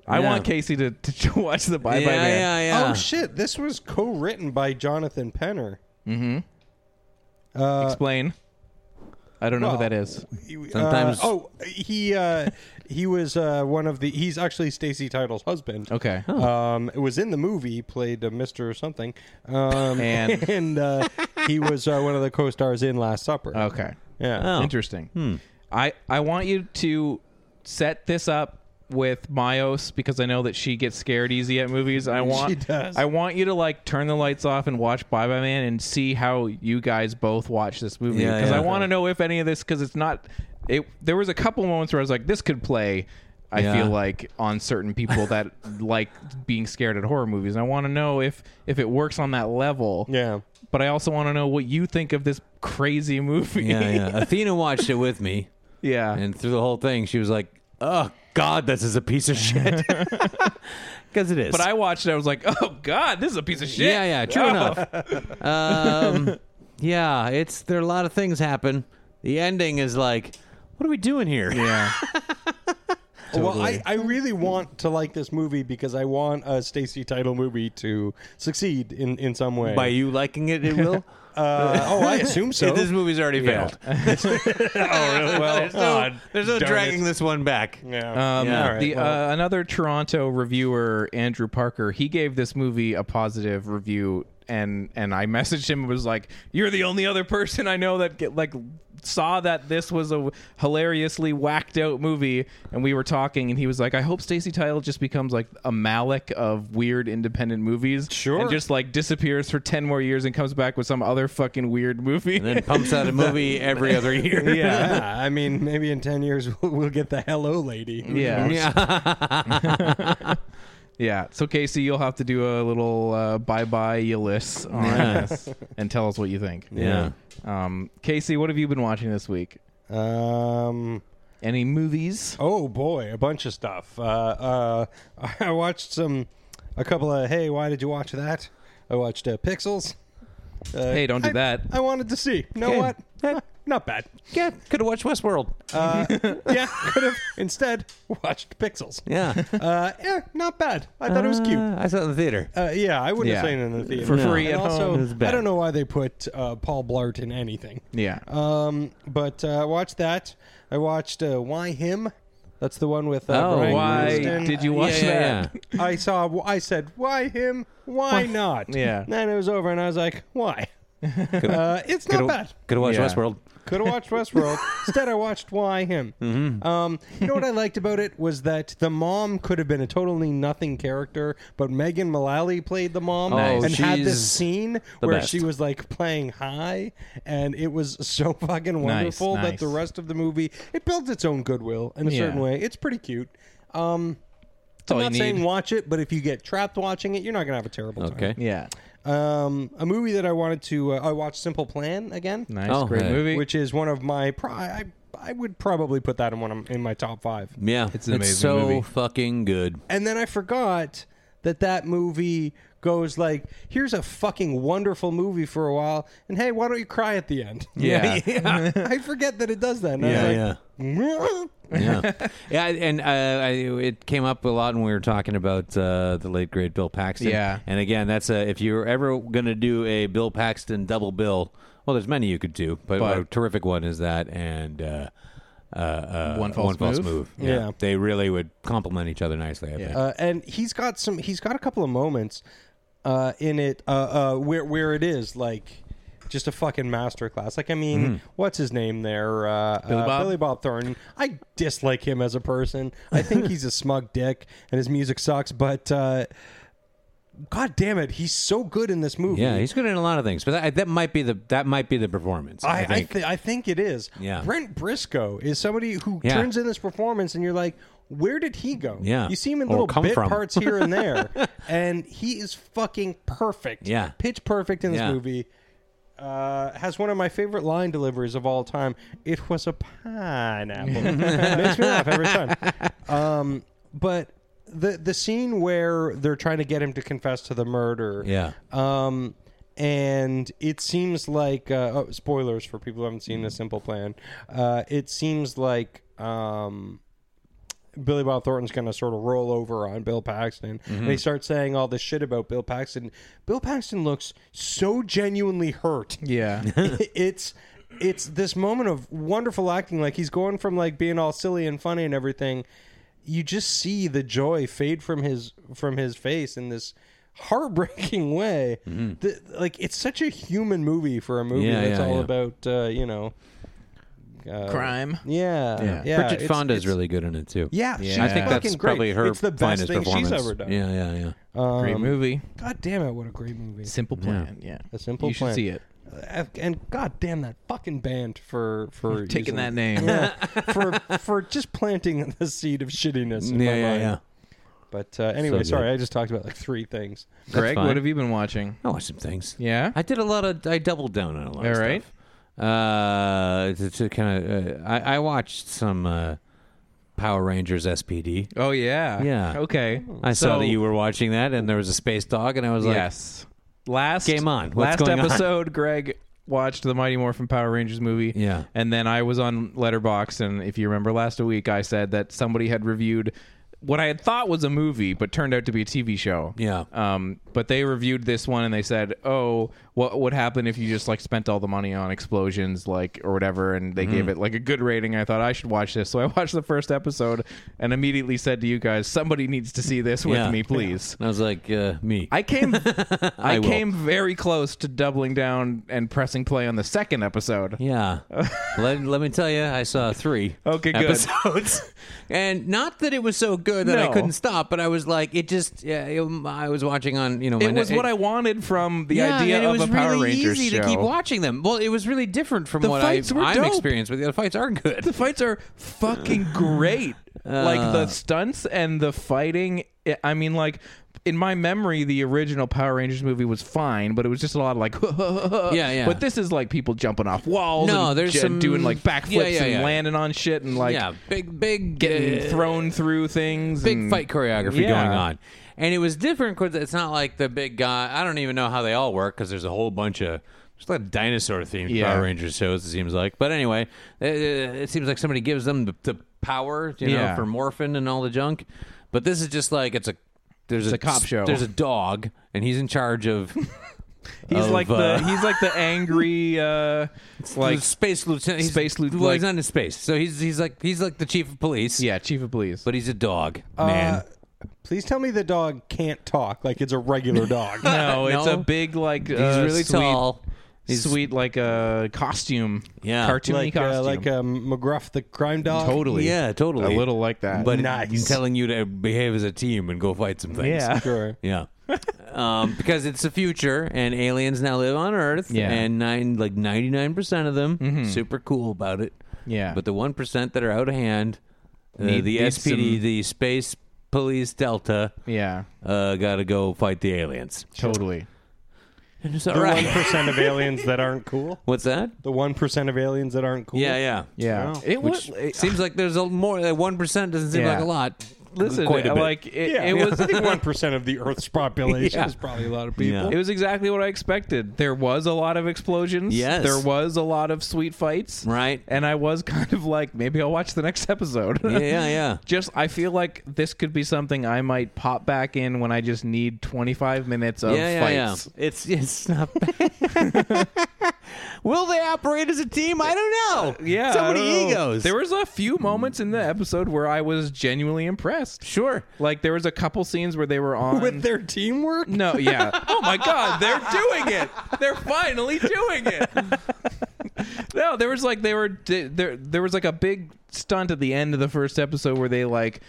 [SPEAKER 1] I
[SPEAKER 4] Yeah.
[SPEAKER 1] want Casey to, to watch the Bye
[SPEAKER 4] yeah,
[SPEAKER 1] Bye Man.
[SPEAKER 4] yeah, yeah.
[SPEAKER 2] Oh shit! This was co-written by Jonathan Penner. Uh,
[SPEAKER 1] Explain. I don't know who
[SPEAKER 2] well,
[SPEAKER 1] that is.
[SPEAKER 2] He-
[SPEAKER 3] Sometimes-
[SPEAKER 2] uh, oh, he uh, he was uh, one of the. He's actually Stacy Title's husband.
[SPEAKER 1] Okay.
[SPEAKER 2] Um, it was in the movie. Played a Mister or something. Um,
[SPEAKER 1] And-
[SPEAKER 2] uh, he was uh, one of the co-stars in Last Supper.
[SPEAKER 1] Okay. Oh.
[SPEAKER 2] Yeah.
[SPEAKER 1] Interesting.
[SPEAKER 2] Hmm.
[SPEAKER 1] I I want you to set this up with Myos because I know that she gets scared easy at movies. I want
[SPEAKER 2] does.
[SPEAKER 1] I want you to like turn the lights off and watch Bye Bye Man and see how you guys both watch this movie
[SPEAKER 4] Yeah,
[SPEAKER 1] because
[SPEAKER 4] yeah.
[SPEAKER 1] I want to know if any of this because it's not it there was a couple moments where I was like this could play I
[SPEAKER 3] Yeah.
[SPEAKER 1] feel like on certain people that like being scared at horror movies. And I want to know if if it works on that level.
[SPEAKER 2] Yeah.
[SPEAKER 1] But I also want to know what you think of this crazy movie.
[SPEAKER 3] yeah, yeah. Athena watched it with me,
[SPEAKER 1] Yeah.
[SPEAKER 3] and through the whole thing, she was like, "Oh,
[SPEAKER 4] God, this is a piece of shit. Because it is.
[SPEAKER 1] But I watched it. I was like, oh god, this is a piece of shit.
[SPEAKER 3] Yeah, yeah, true enough. Um, yeah, it's there. Are a lot of things happen. The ending is like, what are we doing here?
[SPEAKER 1] Yeah.
[SPEAKER 2] Well, I, I really want to like this movie because I want a Stacy Title movie to succeed in, in some way.
[SPEAKER 3] By you liking it, it will.
[SPEAKER 2] Uh, oh, I assume so.
[SPEAKER 3] this movie's already
[SPEAKER 2] Yeah.
[SPEAKER 3] failed. oh, really? there's no, there's no dragging this one back.
[SPEAKER 2] yeah.
[SPEAKER 1] Um,
[SPEAKER 3] Yeah.
[SPEAKER 1] the,
[SPEAKER 2] Alright,
[SPEAKER 1] uh, another Toronto reviewer, Andrew Parker, he gave this movie a positive review, and and I messaged him and was like, "You're the only other person I know that get, like saw that this was a hilariously whacked out movie." And we were talking, and he was like, "I hope Stacy Title just becomes like a Malik of weird independent movies,
[SPEAKER 2] Sure.
[SPEAKER 1] and just like disappears for ten more years and comes back with some other fucking weird movie."
[SPEAKER 3] And then pumps out a movie every other year.
[SPEAKER 2] yeah, I mean, maybe in 10 years we'll, we'll get the Hello Lady.
[SPEAKER 1] yeah.
[SPEAKER 3] Yeah.
[SPEAKER 1] Yeah. So Casey, you'll have to do a little uh, bye bye Ulysses on us and tell us what you think.
[SPEAKER 3] Yeah.
[SPEAKER 1] Um, Casey, what have you been watching this week?
[SPEAKER 2] Um,
[SPEAKER 1] Any movies?
[SPEAKER 2] oh boy, a bunch of stuff. Uh, uh, I watched some, a couple of, hey, why did you watch that? I watched uh, Pixels. Uh,
[SPEAKER 1] Hey, don't do
[SPEAKER 2] I-
[SPEAKER 1] that.
[SPEAKER 2] I wanted to see. You know
[SPEAKER 3] Okay.
[SPEAKER 2] what? Uh, Huh, Not bad.
[SPEAKER 3] yeah. Could have watched Westworld.
[SPEAKER 2] Yeah, could have instead watched Pixels.
[SPEAKER 3] yeah.
[SPEAKER 2] Uh, yeah, not bad. I thought it was cute.
[SPEAKER 3] Uh, I saw it in the theater.
[SPEAKER 2] Uh, yeah, I wouldn't
[SPEAKER 1] Yeah.
[SPEAKER 2] have seen it in the theater
[SPEAKER 1] For free
[SPEAKER 2] And
[SPEAKER 1] at home.
[SPEAKER 2] also,
[SPEAKER 1] It
[SPEAKER 3] was bad.
[SPEAKER 2] I don't know why they put uh, Paul Blart in anything.
[SPEAKER 1] Yeah.
[SPEAKER 2] Um, but uh, I watched that. I watched uh, Why Him. That's the one with uh,
[SPEAKER 3] Oh,
[SPEAKER 2] Bryan
[SPEAKER 1] Why
[SPEAKER 2] Cranston.
[SPEAKER 1] did you watch
[SPEAKER 3] yeah, yeah,
[SPEAKER 1] that?
[SPEAKER 3] yeah.
[SPEAKER 2] I saw. I said, "Why him? Why not?"
[SPEAKER 1] Yeah.
[SPEAKER 2] And Then it was over, and I was like, "Why?" uh, it's not bad.
[SPEAKER 3] Could have watched
[SPEAKER 1] Yeah.
[SPEAKER 3] Westworld.
[SPEAKER 2] Could have watched Westworld. Instead, I watched Why Him.
[SPEAKER 1] Mm-hmm.
[SPEAKER 2] Um, you know what I liked about it was that the mom could have been a totally nothing character, but Megan Mullally played the mom
[SPEAKER 1] Oh,
[SPEAKER 3] Nice.
[SPEAKER 2] and had this
[SPEAKER 3] she's
[SPEAKER 2] scene where
[SPEAKER 3] best.
[SPEAKER 2] she was like playing high, and it was so fucking wonderful that
[SPEAKER 1] nice.
[SPEAKER 2] the rest of the movie it builds its own goodwill in a
[SPEAKER 1] Yeah.
[SPEAKER 2] certain way. It's pretty cute. Um, I'm
[SPEAKER 1] all
[SPEAKER 2] not
[SPEAKER 1] you
[SPEAKER 2] saying
[SPEAKER 1] need.
[SPEAKER 2] watch it, but if you get trapped watching it, you're not gonna have a terrible time.
[SPEAKER 3] Okay.
[SPEAKER 1] Yeah.
[SPEAKER 2] Um, a movie that I wanted to uh, I watched Simple Plan again
[SPEAKER 1] Nice.
[SPEAKER 3] Oh,
[SPEAKER 1] great
[SPEAKER 3] hey.
[SPEAKER 1] movie.
[SPEAKER 2] which is one of my pro- I I would probably put that in one of, in my top five.
[SPEAKER 3] Yeah.
[SPEAKER 1] It's an amazing
[SPEAKER 3] so
[SPEAKER 1] movie.
[SPEAKER 3] fucking good.
[SPEAKER 2] And then I forgot that that movie goes like, here's a fucking wonderful movie for a while, and hey, why don't you cry at the end?
[SPEAKER 1] yeah.
[SPEAKER 2] I forget that it does that. And
[SPEAKER 3] Yeah,
[SPEAKER 2] I was like,
[SPEAKER 3] yeah, yeah, and uh, I, it came up a lot when we were talking about uh, the late great Bill Paxton.
[SPEAKER 1] Yeah.
[SPEAKER 3] and again, that's a, if you're ever going to do a Bill Paxton double bill, well, there's many you could do, but,
[SPEAKER 1] But-
[SPEAKER 3] a terrific one is that and uh, uh, uh,
[SPEAKER 1] One False Move?
[SPEAKER 2] Yeah.
[SPEAKER 3] they really would complement each other nicely. I think.
[SPEAKER 2] Uh, and he's got some. He's got a couple of moments uh, in it uh, uh, where where it is like just a fucking masterclass. Like I mean, what's his name there? Uh, Billy,
[SPEAKER 1] Bob?
[SPEAKER 2] Billy Bob Thornton. I dislike him as a person. I think he's a smug dick, and his music sucks. But uh, god damn it, he's so good in this movie.
[SPEAKER 3] yeah, he's good in a lot of things, but that, that might be the that might be the performance.
[SPEAKER 2] I,
[SPEAKER 3] I,
[SPEAKER 2] I,
[SPEAKER 3] think.
[SPEAKER 2] thi- I think it is.
[SPEAKER 3] Yeah.
[SPEAKER 2] Brent Briscoe is somebody who
[SPEAKER 3] Yeah.
[SPEAKER 2] turns in this performance, and you're like, where did he go?
[SPEAKER 3] Yeah.
[SPEAKER 2] You see him in
[SPEAKER 3] Or
[SPEAKER 2] little
[SPEAKER 3] come
[SPEAKER 2] bit
[SPEAKER 3] from.
[SPEAKER 2] parts here and there, and he is fucking perfect.
[SPEAKER 3] Yeah.
[SPEAKER 2] pitch perfect in this
[SPEAKER 3] Yeah.
[SPEAKER 2] movie. Uh, has one of my favorite line deliveries of all time. It was a pineapple. Makes me laugh every time. Um, but the the scene where they're trying to get him to confess to the murder.
[SPEAKER 3] Yeah.
[SPEAKER 2] Um, and it seems like uh, oh, spoilers for people who haven't seen The Simple Plan. Uh, it seems like um, Billy Bob Thornton's going to sort of roll over on Bill Paxton, and he starts saying all this shit about Bill Paxton. Bill Paxton looks so genuinely hurt.
[SPEAKER 1] Yeah.
[SPEAKER 2] it's it's this moment of wonderful acting. Like he's going from like being all silly and funny and everything. You just see the joy fade from his from his face in this heartbreaking way. The- like it's such a human movie for a movie
[SPEAKER 3] Mm-hmm. Yeah,
[SPEAKER 2] that's
[SPEAKER 3] yeah,
[SPEAKER 2] all
[SPEAKER 3] yeah.
[SPEAKER 2] about uh, you know uh,
[SPEAKER 1] Crime.
[SPEAKER 2] Yeah, yeah.
[SPEAKER 3] Bridget
[SPEAKER 2] it's-
[SPEAKER 3] Fonda is
[SPEAKER 2] it's-
[SPEAKER 3] really good in it too.
[SPEAKER 2] Yeah, she's
[SPEAKER 3] I think that's
[SPEAKER 2] fucking great.
[SPEAKER 3] probably her
[SPEAKER 2] It's the best
[SPEAKER 3] finest
[SPEAKER 2] thing
[SPEAKER 3] performance.
[SPEAKER 2] she's ever done.
[SPEAKER 3] Yeah, yeah, yeah.
[SPEAKER 1] Great movie.
[SPEAKER 2] God damn it! What a great movie.
[SPEAKER 1] Simple plan. Yeah.
[SPEAKER 2] um, A simple
[SPEAKER 1] you should
[SPEAKER 2] plan.
[SPEAKER 1] see it.
[SPEAKER 2] Uh, and god damn that fucking band for for
[SPEAKER 1] Taking
[SPEAKER 2] using-
[SPEAKER 1] that name.
[SPEAKER 2] Yeah, for for just planting the seed of shittiness. In
[SPEAKER 3] Yeah,
[SPEAKER 2] my
[SPEAKER 3] yeah,
[SPEAKER 2] mind.
[SPEAKER 3] yeah.
[SPEAKER 2] But uh, anyway,
[SPEAKER 3] good.
[SPEAKER 2] sorry, I just talked about like three things.
[SPEAKER 1] Greg,
[SPEAKER 3] fine.
[SPEAKER 1] what have you been watching?
[SPEAKER 3] Oh, I watched some things.
[SPEAKER 1] Yeah?
[SPEAKER 3] I did a lot of. I doubled down on a lot.
[SPEAKER 1] All
[SPEAKER 3] of
[SPEAKER 1] right.
[SPEAKER 3] stuff. Uh, to, kind of. Uh, I, I watched some uh, Power Rangers SPD.
[SPEAKER 1] Oh yeah.
[SPEAKER 3] Yeah.
[SPEAKER 1] Okay.
[SPEAKER 3] I saw
[SPEAKER 1] So-
[SPEAKER 3] that you were watching that, and there was a space dog, and I was like,
[SPEAKER 1] yes. Last
[SPEAKER 3] Game on. What's
[SPEAKER 1] last
[SPEAKER 3] going on?
[SPEAKER 1] episode, Greg watched the Mighty Morphin Power Rangers movie.
[SPEAKER 3] Yeah.
[SPEAKER 1] And then I was on Letterbox, and if you remember last week, I said that somebody had reviewed what I had thought was a movie, but turned out to be a TV show.
[SPEAKER 3] Yeah.
[SPEAKER 1] Um, but they reviewed this one and they said, "Oh, what would happen if you just like spent all the money on explosions, like or whatever?" And they
[SPEAKER 3] Mm-hmm.
[SPEAKER 1] gave it like a good rating. I thought I should watch this, so I watched the first episode and immediately said to you guys, "Somebody needs to see this with
[SPEAKER 3] Yeah.
[SPEAKER 1] me, please."
[SPEAKER 3] And I was like, uh, me.
[SPEAKER 1] I came, I,
[SPEAKER 3] will.
[SPEAKER 1] came very close to doubling down and pressing play on the second episode.
[SPEAKER 3] Yeah. let, let me tell you, I saw three
[SPEAKER 1] Okay, good.
[SPEAKER 3] episodes. and not that it was so good that
[SPEAKER 1] No.
[SPEAKER 3] I couldn't stop, but I was like, it just, yeah, it- I was watching on, you know, my
[SPEAKER 1] It was
[SPEAKER 3] net-
[SPEAKER 1] what I wanted from the
[SPEAKER 3] yeah,
[SPEAKER 1] idea
[SPEAKER 3] and it
[SPEAKER 1] of
[SPEAKER 3] was
[SPEAKER 1] a Power
[SPEAKER 3] really
[SPEAKER 1] Rangers
[SPEAKER 3] easy
[SPEAKER 1] show.
[SPEAKER 3] to keep watching them. Well, it was really different from
[SPEAKER 1] The
[SPEAKER 3] what
[SPEAKER 1] fights
[SPEAKER 3] I've,
[SPEAKER 1] were
[SPEAKER 3] I'm
[SPEAKER 1] dope.
[SPEAKER 3] experienced with. The fights are good.
[SPEAKER 1] The fights are fucking great. like
[SPEAKER 3] Uh.
[SPEAKER 1] the stunts and the fighting. I- I mean, like in my memory, the original Power Rangers movie was fine, but it was just a lot of like,
[SPEAKER 3] Yeah, yeah.
[SPEAKER 1] But this is like people jumping off walls.
[SPEAKER 3] No,
[SPEAKER 1] and
[SPEAKER 3] there's
[SPEAKER 1] j-
[SPEAKER 3] some-
[SPEAKER 1] doing like
[SPEAKER 3] Yeah,
[SPEAKER 1] backflips
[SPEAKER 3] yeah, yeah.
[SPEAKER 1] and landing on shit and like
[SPEAKER 3] yeah, big, big,
[SPEAKER 1] getting
[SPEAKER 3] uh,
[SPEAKER 1] thrown through things.
[SPEAKER 3] big
[SPEAKER 1] and-
[SPEAKER 3] fight choreography
[SPEAKER 1] Mm. Yeah.
[SPEAKER 3] going on. And it was different because it's not like the big guy. I don't even know how they all work because there's a whole bunch of there's a lot of dinosaur themed
[SPEAKER 1] Yeah.
[SPEAKER 3] Power Rangers shows. It seems like, but anyway, it, it seems like somebody gives them the, the power, you
[SPEAKER 1] Yeah.
[SPEAKER 3] know, for morphin and all the junk. But this is just like it's a there's
[SPEAKER 1] a cop show.
[SPEAKER 3] There's a dog, and he's in charge of
[SPEAKER 1] He's
[SPEAKER 3] of,
[SPEAKER 1] like
[SPEAKER 3] uh,
[SPEAKER 1] the he's like the angry uh like
[SPEAKER 3] the space lieutenant. He's,
[SPEAKER 1] space lieu-
[SPEAKER 3] Well,
[SPEAKER 1] like-
[SPEAKER 3] he's not in space, so he's he's like he's like the chief of police.
[SPEAKER 1] yeah, Uh, chief of police.
[SPEAKER 3] but he's a dog, man.
[SPEAKER 2] Please tell me the dog can't talk like it's a regular dog.
[SPEAKER 1] no, it's
[SPEAKER 3] No.
[SPEAKER 1] a big like
[SPEAKER 3] he's
[SPEAKER 1] uh,
[SPEAKER 3] really
[SPEAKER 1] sweet,
[SPEAKER 3] tall. He's-
[SPEAKER 1] sweet like a uh, costume.
[SPEAKER 3] Yeah.
[SPEAKER 1] cartoony
[SPEAKER 2] like uh,
[SPEAKER 1] costume.
[SPEAKER 2] like uh, McGruff the crime dog.
[SPEAKER 1] totally.
[SPEAKER 3] Yeah, totally.
[SPEAKER 1] A little like that.
[SPEAKER 3] but
[SPEAKER 2] Nice.
[SPEAKER 3] he's telling you to behave as a team and go fight some things.
[SPEAKER 1] yeah.
[SPEAKER 2] Sure.
[SPEAKER 3] yeah. um, because it's the future, and aliens now live on Earth,
[SPEAKER 1] Yeah. Mm-hmm.
[SPEAKER 3] and nine like ninety nine percent of them super cool about it.
[SPEAKER 1] Yeah.
[SPEAKER 3] but the one percent that are out of hand, uh,
[SPEAKER 1] Need-
[SPEAKER 3] the
[SPEAKER 1] need
[SPEAKER 3] SPD,
[SPEAKER 1] some-
[SPEAKER 3] the Space Police Delta,
[SPEAKER 1] Yeah.
[SPEAKER 3] uh, got to go fight the aliens.
[SPEAKER 1] Totally.
[SPEAKER 3] And it's all
[SPEAKER 2] The one
[SPEAKER 3] right.
[SPEAKER 2] of aliens that aren't cool.
[SPEAKER 3] What's that?
[SPEAKER 2] The one percent of aliens that aren't cool.
[SPEAKER 3] Yeah, yeah,
[SPEAKER 1] Yeah. It was
[SPEAKER 3] It seems like there's a more. One percent doesn't seem
[SPEAKER 1] Yeah.
[SPEAKER 3] like a lot.
[SPEAKER 1] listen
[SPEAKER 3] quite a bit.
[SPEAKER 1] like it,
[SPEAKER 2] Yeah,
[SPEAKER 1] it was
[SPEAKER 2] I think one percent of the Earth's population is probably a lot of people.
[SPEAKER 3] Yeah.
[SPEAKER 1] It was exactly what I expected. There was a lot of explosions.
[SPEAKER 3] Yes.
[SPEAKER 1] There was a lot of sweet fights.
[SPEAKER 3] Right.
[SPEAKER 1] And I was kind of like, maybe I'll watch the next episode.
[SPEAKER 3] Yeah, yeah, yeah.
[SPEAKER 1] just, I feel like this could be something I might pop back in when I just need 25 minutes of fights.
[SPEAKER 3] Yeah. It's it's not bad. Will they operate as a team? I don't know.
[SPEAKER 1] Uh, Yeah,
[SPEAKER 3] so
[SPEAKER 1] I
[SPEAKER 3] many
[SPEAKER 1] don't know.
[SPEAKER 3] egos.
[SPEAKER 1] There was a few moments in the episode where I was genuinely impressed.
[SPEAKER 3] sure.
[SPEAKER 1] Like there was a couple scenes where they were on
[SPEAKER 2] With their teamwork,
[SPEAKER 1] No, yeah. oh my god, they're doing it. They're finally doing it. no, there was like they were there there was like a big stunt at the end of the first episode where they like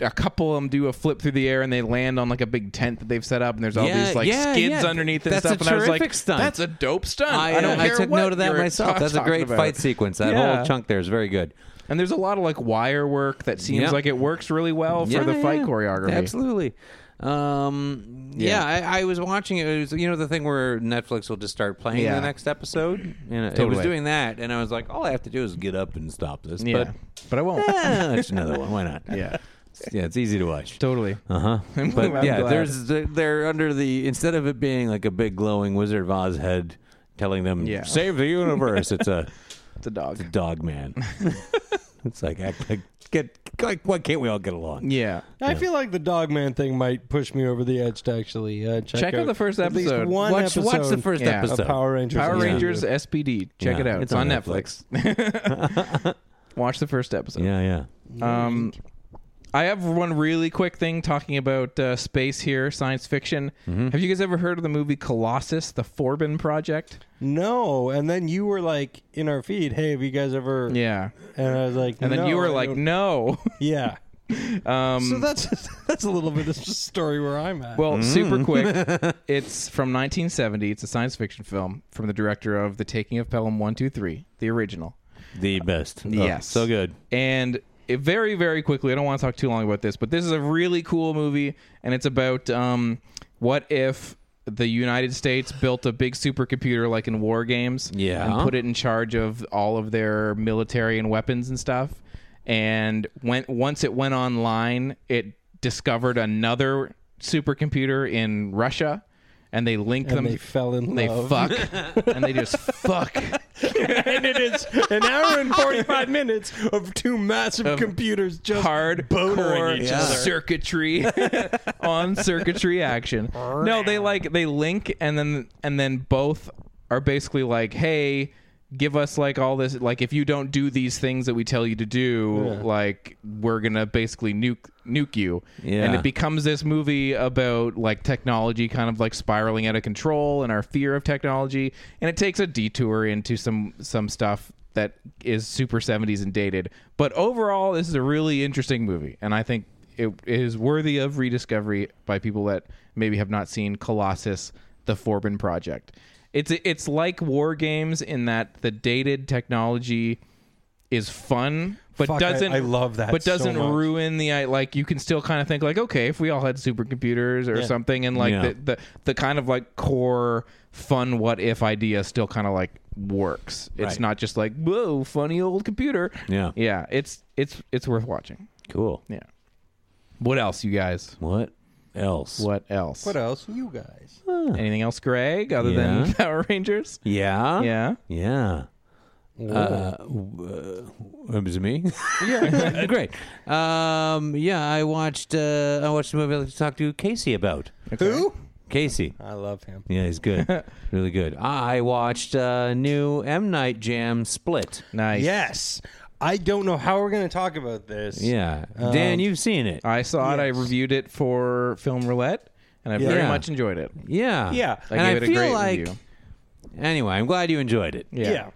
[SPEAKER 1] a couple of them do a flip through the air and they land on like a big tent that they've set up and there's all
[SPEAKER 3] Yeah,
[SPEAKER 1] these like
[SPEAKER 3] yeah,
[SPEAKER 1] skids
[SPEAKER 3] yeah.
[SPEAKER 1] underneath and
[SPEAKER 3] That's a
[SPEAKER 1] stuff and I was like
[SPEAKER 3] terrific stunt.
[SPEAKER 1] that's a dope stunt. I,
[SPEAKER 3] uh,
[SPEAKER 1] don't
[SPEAKER 3] I
[SPEAKER 1] care
[SPEAKER 3] took
[SPEAKER 1] what
[SPEAKER 3] note of that
[SPEAKER 1] you're
[SPEAKER 3] myself.
[SPEAKER 1] ta-
[SPEAKER 3] That's a
[SPEAKER 1] talking
[SPEAKER 3] great
[SPEAKER 1] about.
[SPEAKER 3] fight sequence. That
[SPEAKER 1] Yeah.
[SPEAKER 3] whole chunk there is very good.
[SPEAKER 1] And there's a lot of like wire work that seems
[SPEAKER 3] Yeah.
[SPEAKER 1] like it works really well for
[SPEAKER 3] Yeah,
[SPEAKER 1] the
[SPEAKER 3] yeah,
[SPEAKER 1] fight
[SPEAKER 3] yeah.
[SPEAKER 1] choreography.
[SPEAKER 3] Absolutely. Um, yeah, I, I was watching it. It was you know the thing where Netflix will just start playing
[SPEAKER 1] Yeah.
[SPEAKER 3] the next episode. You know, It
[SPEAKER 1] Totally.
[SPEAKER 3] was doing that, and I was like, all I have to do is get up and stop this.
[SPEAKER 1] Yeah.
[SPEAKER 3] But
[SPEAKER 1] But, I won't.
[SPEAKER 3] eh, it's another one. Why not?
[SPEAKER 1] yeah.
[SPEAKER 3] yeah, it's easy to watch.
[SPEAKER 1] Totally.
[SPEAKER 3] Uh huh.
[SPEAKER 1] I'm
[SPEAKER 3] But
[SPEAKER 1] glad.
[SPEAKER 3] yeah, there's they're- they're under the instead of it being like a big glowing Wizard of Oz head telling them
[SPEAKER 1] Yeah.
[SPEAKER 3] save the universe. it's a
[SPEAKER 1] it's a dog.
[SPEAKER 3] dog man. it's like act like get like why can't we all get along?
[SPEAKER 1] Yeah.
[SPEAKER 2] I feel like the Dogman thing might push me over the edge to actually uh, check,
[SPEAKER 1] Check out the first
[SPEAKER 2] at least
[SPEAKER 1] episode.
[SPEAKER 2] one
[SPEAKER 3] watch, watch the
[SPEAKER 2] episode
[SPEAKER 3] first
[SPEAKER 1] Yeah.
[SPEAKER 2] of
[SPEAKER 3] episode.
[SPEAKER 2] Power Rangers.
[SPEAKER 1] Power
[SPEAKER 2] Yeah.
[SPEAKER 1] Rangers SPD. Check
[SPEAKER 3] Yeah.
[SPEAKER 1] it out. It's, on, Netflix. Watch the first episode.
[SPEAKER 3] Yeah, yeah.
[SPEAKER 1] Um, I have one really quick thing talking about uh, space here, science fiction. Have you guys ever heard of the movie Colossus, the Forbin Project?
[SPEAKER 2] No, and then you were like in our feed. Hey, have you guys ever?
[SPEAKER 1] Yeah.
[SPEAKER 2] And I was like,
[SPEAKER 1] And then
[SPEAKER 2] "No,
[SPEAKER 1] you
[SPEAKER 2] I
[SPEAKER 1] were like,
[SPEAKER 2] don't-"
[SPEAKER 1] no.
[SPEAKER 2] yeah. Um, so that's that's a little bit of the story where I'm at.
[SPEAKER 1] Well, super quick. It's from 1970. It's a science fiction film from the director of The Taking of Pelham 123, the original.
[SPEAKER 3] The best. Oh,
[SPEAKER 1] yes.
[SPEAKER 3] So good.
[SPEAKER 1] And it, very, very quickly, I don't want to talk too long about this, but this is a really cool movie, and it's about um, what if the United States built a big supercomputer like in war games
[SPEAKER 3] Yeah.
[SPEAKER 1] and put it in charge of all of their military and weapons and stuff. And when, once it went online, it discovered another supercomputer in Russia. And they link them.
[SPEAKER 2] they fell in
[SPEAKER 1] They
[SPEAKER 2] love.
[SPEAKER 1] fuck, and they just fuck.
[SPEAKER 2] and it is an hour and 45 minutes of two massive computers just
[SPEAKER 1] hard
[SPEAKER 2] bonering each other.
[SPEAKER 1] circuitry on circuitry action. No, they like they link and then and then both are basically like, hey, give us like all this like if you don't do these things that we tell you to do, like we're gonna basically nuke nuke you.
[SPEAKER 3] Yeah.
[SPEAKER 1] And it becomes this movie about like technology kind of like spiraling out of control and our fear of technology and it takes a detour into some some stuff that is super 70s and dated but overall this is a really interesting movie and i think it, it is worthy of rediscovery by people that maybe have not seen colossus the forbin project it's it's like war games in that the dated technology is fun but
[SPEAKER 2] Fuck, I-
[SPEAKER 1] doesn't
[SPEAKER 2] I love that
[SPEAKER 1] but
[SPEAKER 2] so
[SPEAKER 1] doesn't
[SPEAKER 2] much.
[SPEAKER 1] ruin the I- like you can still kind of think like okay if we all had supercomputers or something and like
[SPEAKER 3] Yeah.
[SPEAKER 1] the, the the kind of like core fun what if idea still kind of like works it's
[SPEAKER 3] Right.
[SPEAKER 1] not just like whoa funny old computer
[SPEAKER 3] Yeah.
[SPEAKER 1] yeah it's it's it's worth watching
[SPEAKER 3] Cool.
[SPEAKER 1] yeah what else you guys
[SPEAKER 3] What else?
[SPEAKER 1] what else
[SPEAKER 2] What else? You guys.
[SPEAKER 1] anything else greg other than
[SPEAKER 3] Yeah.
[SPEAKER 1] power rangers
[SPEAKER 3] Yeah.
[SPEAKER 1] yeah
[SPEAKER 3] Yeah. Uh, w- uh, it was me. yeah, great. Um, yeah, I watched. Uh, I watched a movie I like to talk to Casey about.
[SPEAKER 2] Who?
[SPEAKER 3] Casey.
[SPEAKER 2] I love him.
[SPEAKER 3] Yeah, he's good. really good. I watched uh, new M Night Jam Split.
[SPEAKER 1] nice
[SPEAKER 2] Yes. I don't know how we're going to talk about this.
[SPEAKER 3] Yeah, Dan, you've seen it.
[SPEAKER 1] i saw it i
[SPEAKER 2] Yes.
[SPEAKER 1] reviewed it for film roulette and i very
[SPEAKER 3] Yeah.
[SPEAKER 1] much enjoyed it
[SPEAKER 3] yeah,
[SPEAKER 2] Yeah.
[SPEAKER 1] i gave
[SPEAKER 3] and I
[SPEAKER 1] it a
[SPEAKER 3] feel
[SPEAKER 1] great
[SPEAKER 3] like
[SPEAKER 1] review
[SPEAKER 3] anyway. I'm glad you enjoyed it.
[SPEAKER 2] Yeah.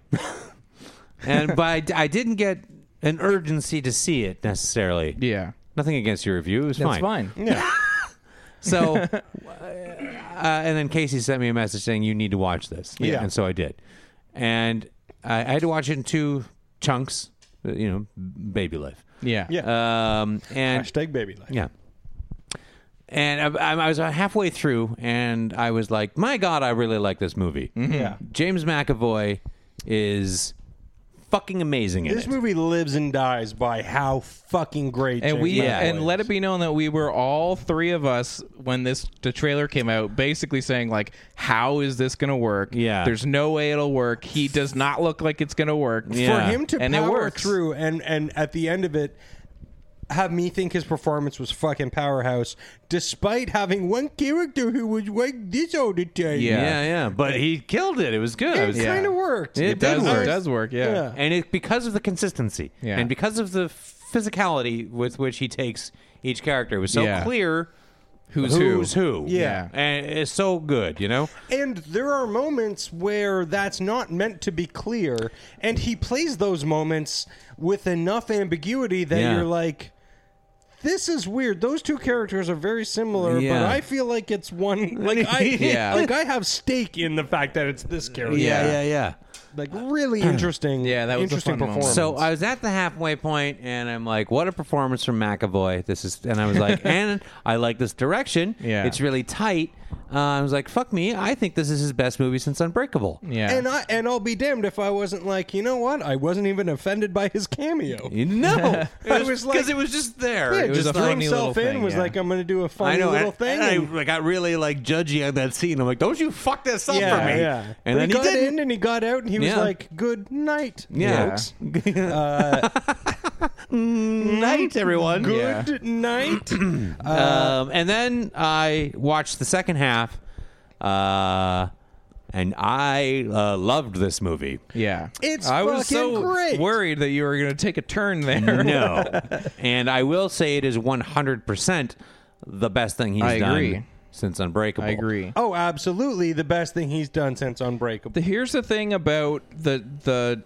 [SPEAKER 3] and but I, I didn't get an urgency to see it necessarily.
[SPEAKER 1] yeah
[SPEAKER 3] Nothing against your review. It was
[SPEAKER 1] that's
[SPEAKER 3] fine.
[SPEAKER 1] fine
[SPEAKER 3] So, uh, and then Casey sent me a message saying you need to watch this.
[SPEAKER 2] Yeah.
[SPEAKER 3] and so I did, and I, I had to watch it in two chunks. You know, baby life.
[SPEAKER 1] yeah Uh,
[SPEAKER 2] Yeah.
[SPEAKER 3] Um, and
[SPEAKER 2] Hashtag baby life.
[SPEAKER 3] yeah. And I, I was halfway through, and I was like, "My God, I really like this movie."
[SPEAKER 2] Yeah.
[SPEAKER 3] James McAvoy is fucking amazing in
[SPEAKER 2] This
[SPEAKER 3] it.
[SPEAKER 2] movie lives and dies by how fucking great
[SPEAKER 1] and
[SPEAKER 2] James
[SPEAKER 1] we
[SPEAKER 2] Mangold
[SPEAKER 1] and
[SPEAKER 2] is.
[SPEAKER 1] let it be known that we were all three of us when this the trailer came out basically saying like how is this gonna work
[SPEAKER 3] Yeah.
[SPEAKER 1] there's no way it'll work he does not look like it's gonna work
[SPEAKER 3] Yeah.
[SPEAKER 2] for him to
[SPEAKER 1] and
[SPEAKER 2] power
[SPEAKER 1] it works
[SPEAKER 2] through and and at the end of it have me think his performance was fucking powerhouse despite having one character who was like this all the time
[SPEAKER 1] Yeah.
[SPEAKER 3] yeah, yeah, but he killed it. It was good. I
[SPEAKER 2] it
[SPEAKER 3] was-
[SPEAKER 2] kind of worked
[SPEAKER 3] It
[SPEAKER 1] it, does
[SPEAKER 3] did
[SPEAKER 1] work.
[SPEAKER 3] work.
[SPEAKER 1] does work yeah,
[SPEAKER 2] Yeah.
[SPEAKER 3] and it because of the consistency
[SPEAKER 1] Yeah.
[SPEAKER 3] and because of the physicality with which he takes each character, it was so
[SPEAKER 1] Yeah.
[SPEAKER 3] clear
[SPEAKER 1] who's who
[SPEAKER 3] who's who.
[SPEAKER 2] Yeah.
[SPEAKER 3] and it's so good. You know,
[SPEAKER 2] and there are moments where that's not meant to be clear and he plays those moments with enough ambiguity that
[SPEAKER 3] Yeah.
[SPEAKER 2] you're like this is weird. Those two characters are very similar,
[SPEAKER 3] Yeah.
[SPEAKER 2] but I feel like it's one. Like I,
[SPEAKER 3] Yeah.
[SPEAKER 2] like I have stake in the fact that it's this character.
[SPEAKER 3] yeah, yeah.
[SPEAKER 2] like really interesting.
[SPEAKER 1] Yeah, that was a
[SPEAKER 2] interesting
[SPEAKER 1] fun moment.
[SPEAKER 2] performance.
[SPEAKER 3] So I was at the halfway point, and I'm like, "What a performance from McAvoy!" This is, and I was like, "And I like this direction.
[SPEAKER 1] Yeah.
[SPEAKER 3] it's really tight." Uh, I was like, "Fuck me! I think this is his best movie since Unbreakable."
[SPEAKER 1] Yeah.
[SPEAKER 2] and I and I'll be damned if I wasn't like, you know what? I wasn't even offended by his cameo.
[SPEAKER 3] No,
[SPEAKER 2] I was like,
[SPEAKER 3] because it was just there.
[SPEAKER 2] yeah,
[SPEAKER 3] it was
[SPEAKER 2] just
[SPEAKER 3] a
[SPEAKER 2] threw
[SPEAKER 3] funny
[SPEAKER 2] himself in.
[SPEAKER 3] little thing,
[SPEAKER 2] was
[SPEAKER 3] yeah.
[SPEAKER 2] like, I'm going to do a funny little
[SPEAKER 3] and,
[SPEAKER 2] thing.
[SPEAKER 3] And I, I got really like judgy on that scene. I'm like, "Don't you fuck this up
[SPEAKER 2] yeah,
[SPEAKER 3] for me!"
[SPEAKER 2] yeah. but
[SPEAKER 3] And then
[SPEAKER 2] he got
[SPEAKER 3] didn't.
[SPEAKER 2] in and he got out and he
[SPEAKER 3] Yeah.
[SPEAKER 2] was like, "Good night,
[SPEAKER 3] Yeah.
[SPEAKER 2] folks.
[SPEAKER 3] Night, everyone.
[SPEAKER 2] Uh, Good night."
[SPEAKER 1] Uh,
[SPEAKER 3] um, and then I watched the second half, uh, and I uh, loved this movie.
[SPEAKER 1] yeah.
[SPEAKER 2] It's
[SPEAKER 1] I was
[SPEAKER 2] fucking
[SPEAKER 1] so
[SPEAKER 2] great.
[SPEAKER 1] worried that you were going to take a turn there.
[SPEAKER 3] No, and I will say it is one hundred percent the best thing he's
[SPEAKER 1] I
[SPEAKER 3] done
[SPEAKER 1] agree.
[SPEAKER 3] since Unbreakable.
[SPEAKER 1] I agree.
[SPEAKER 2] oh, absolutely, the best thing he's done since Unbreakable.
[SPEAKER 1] The- here's the thing about the the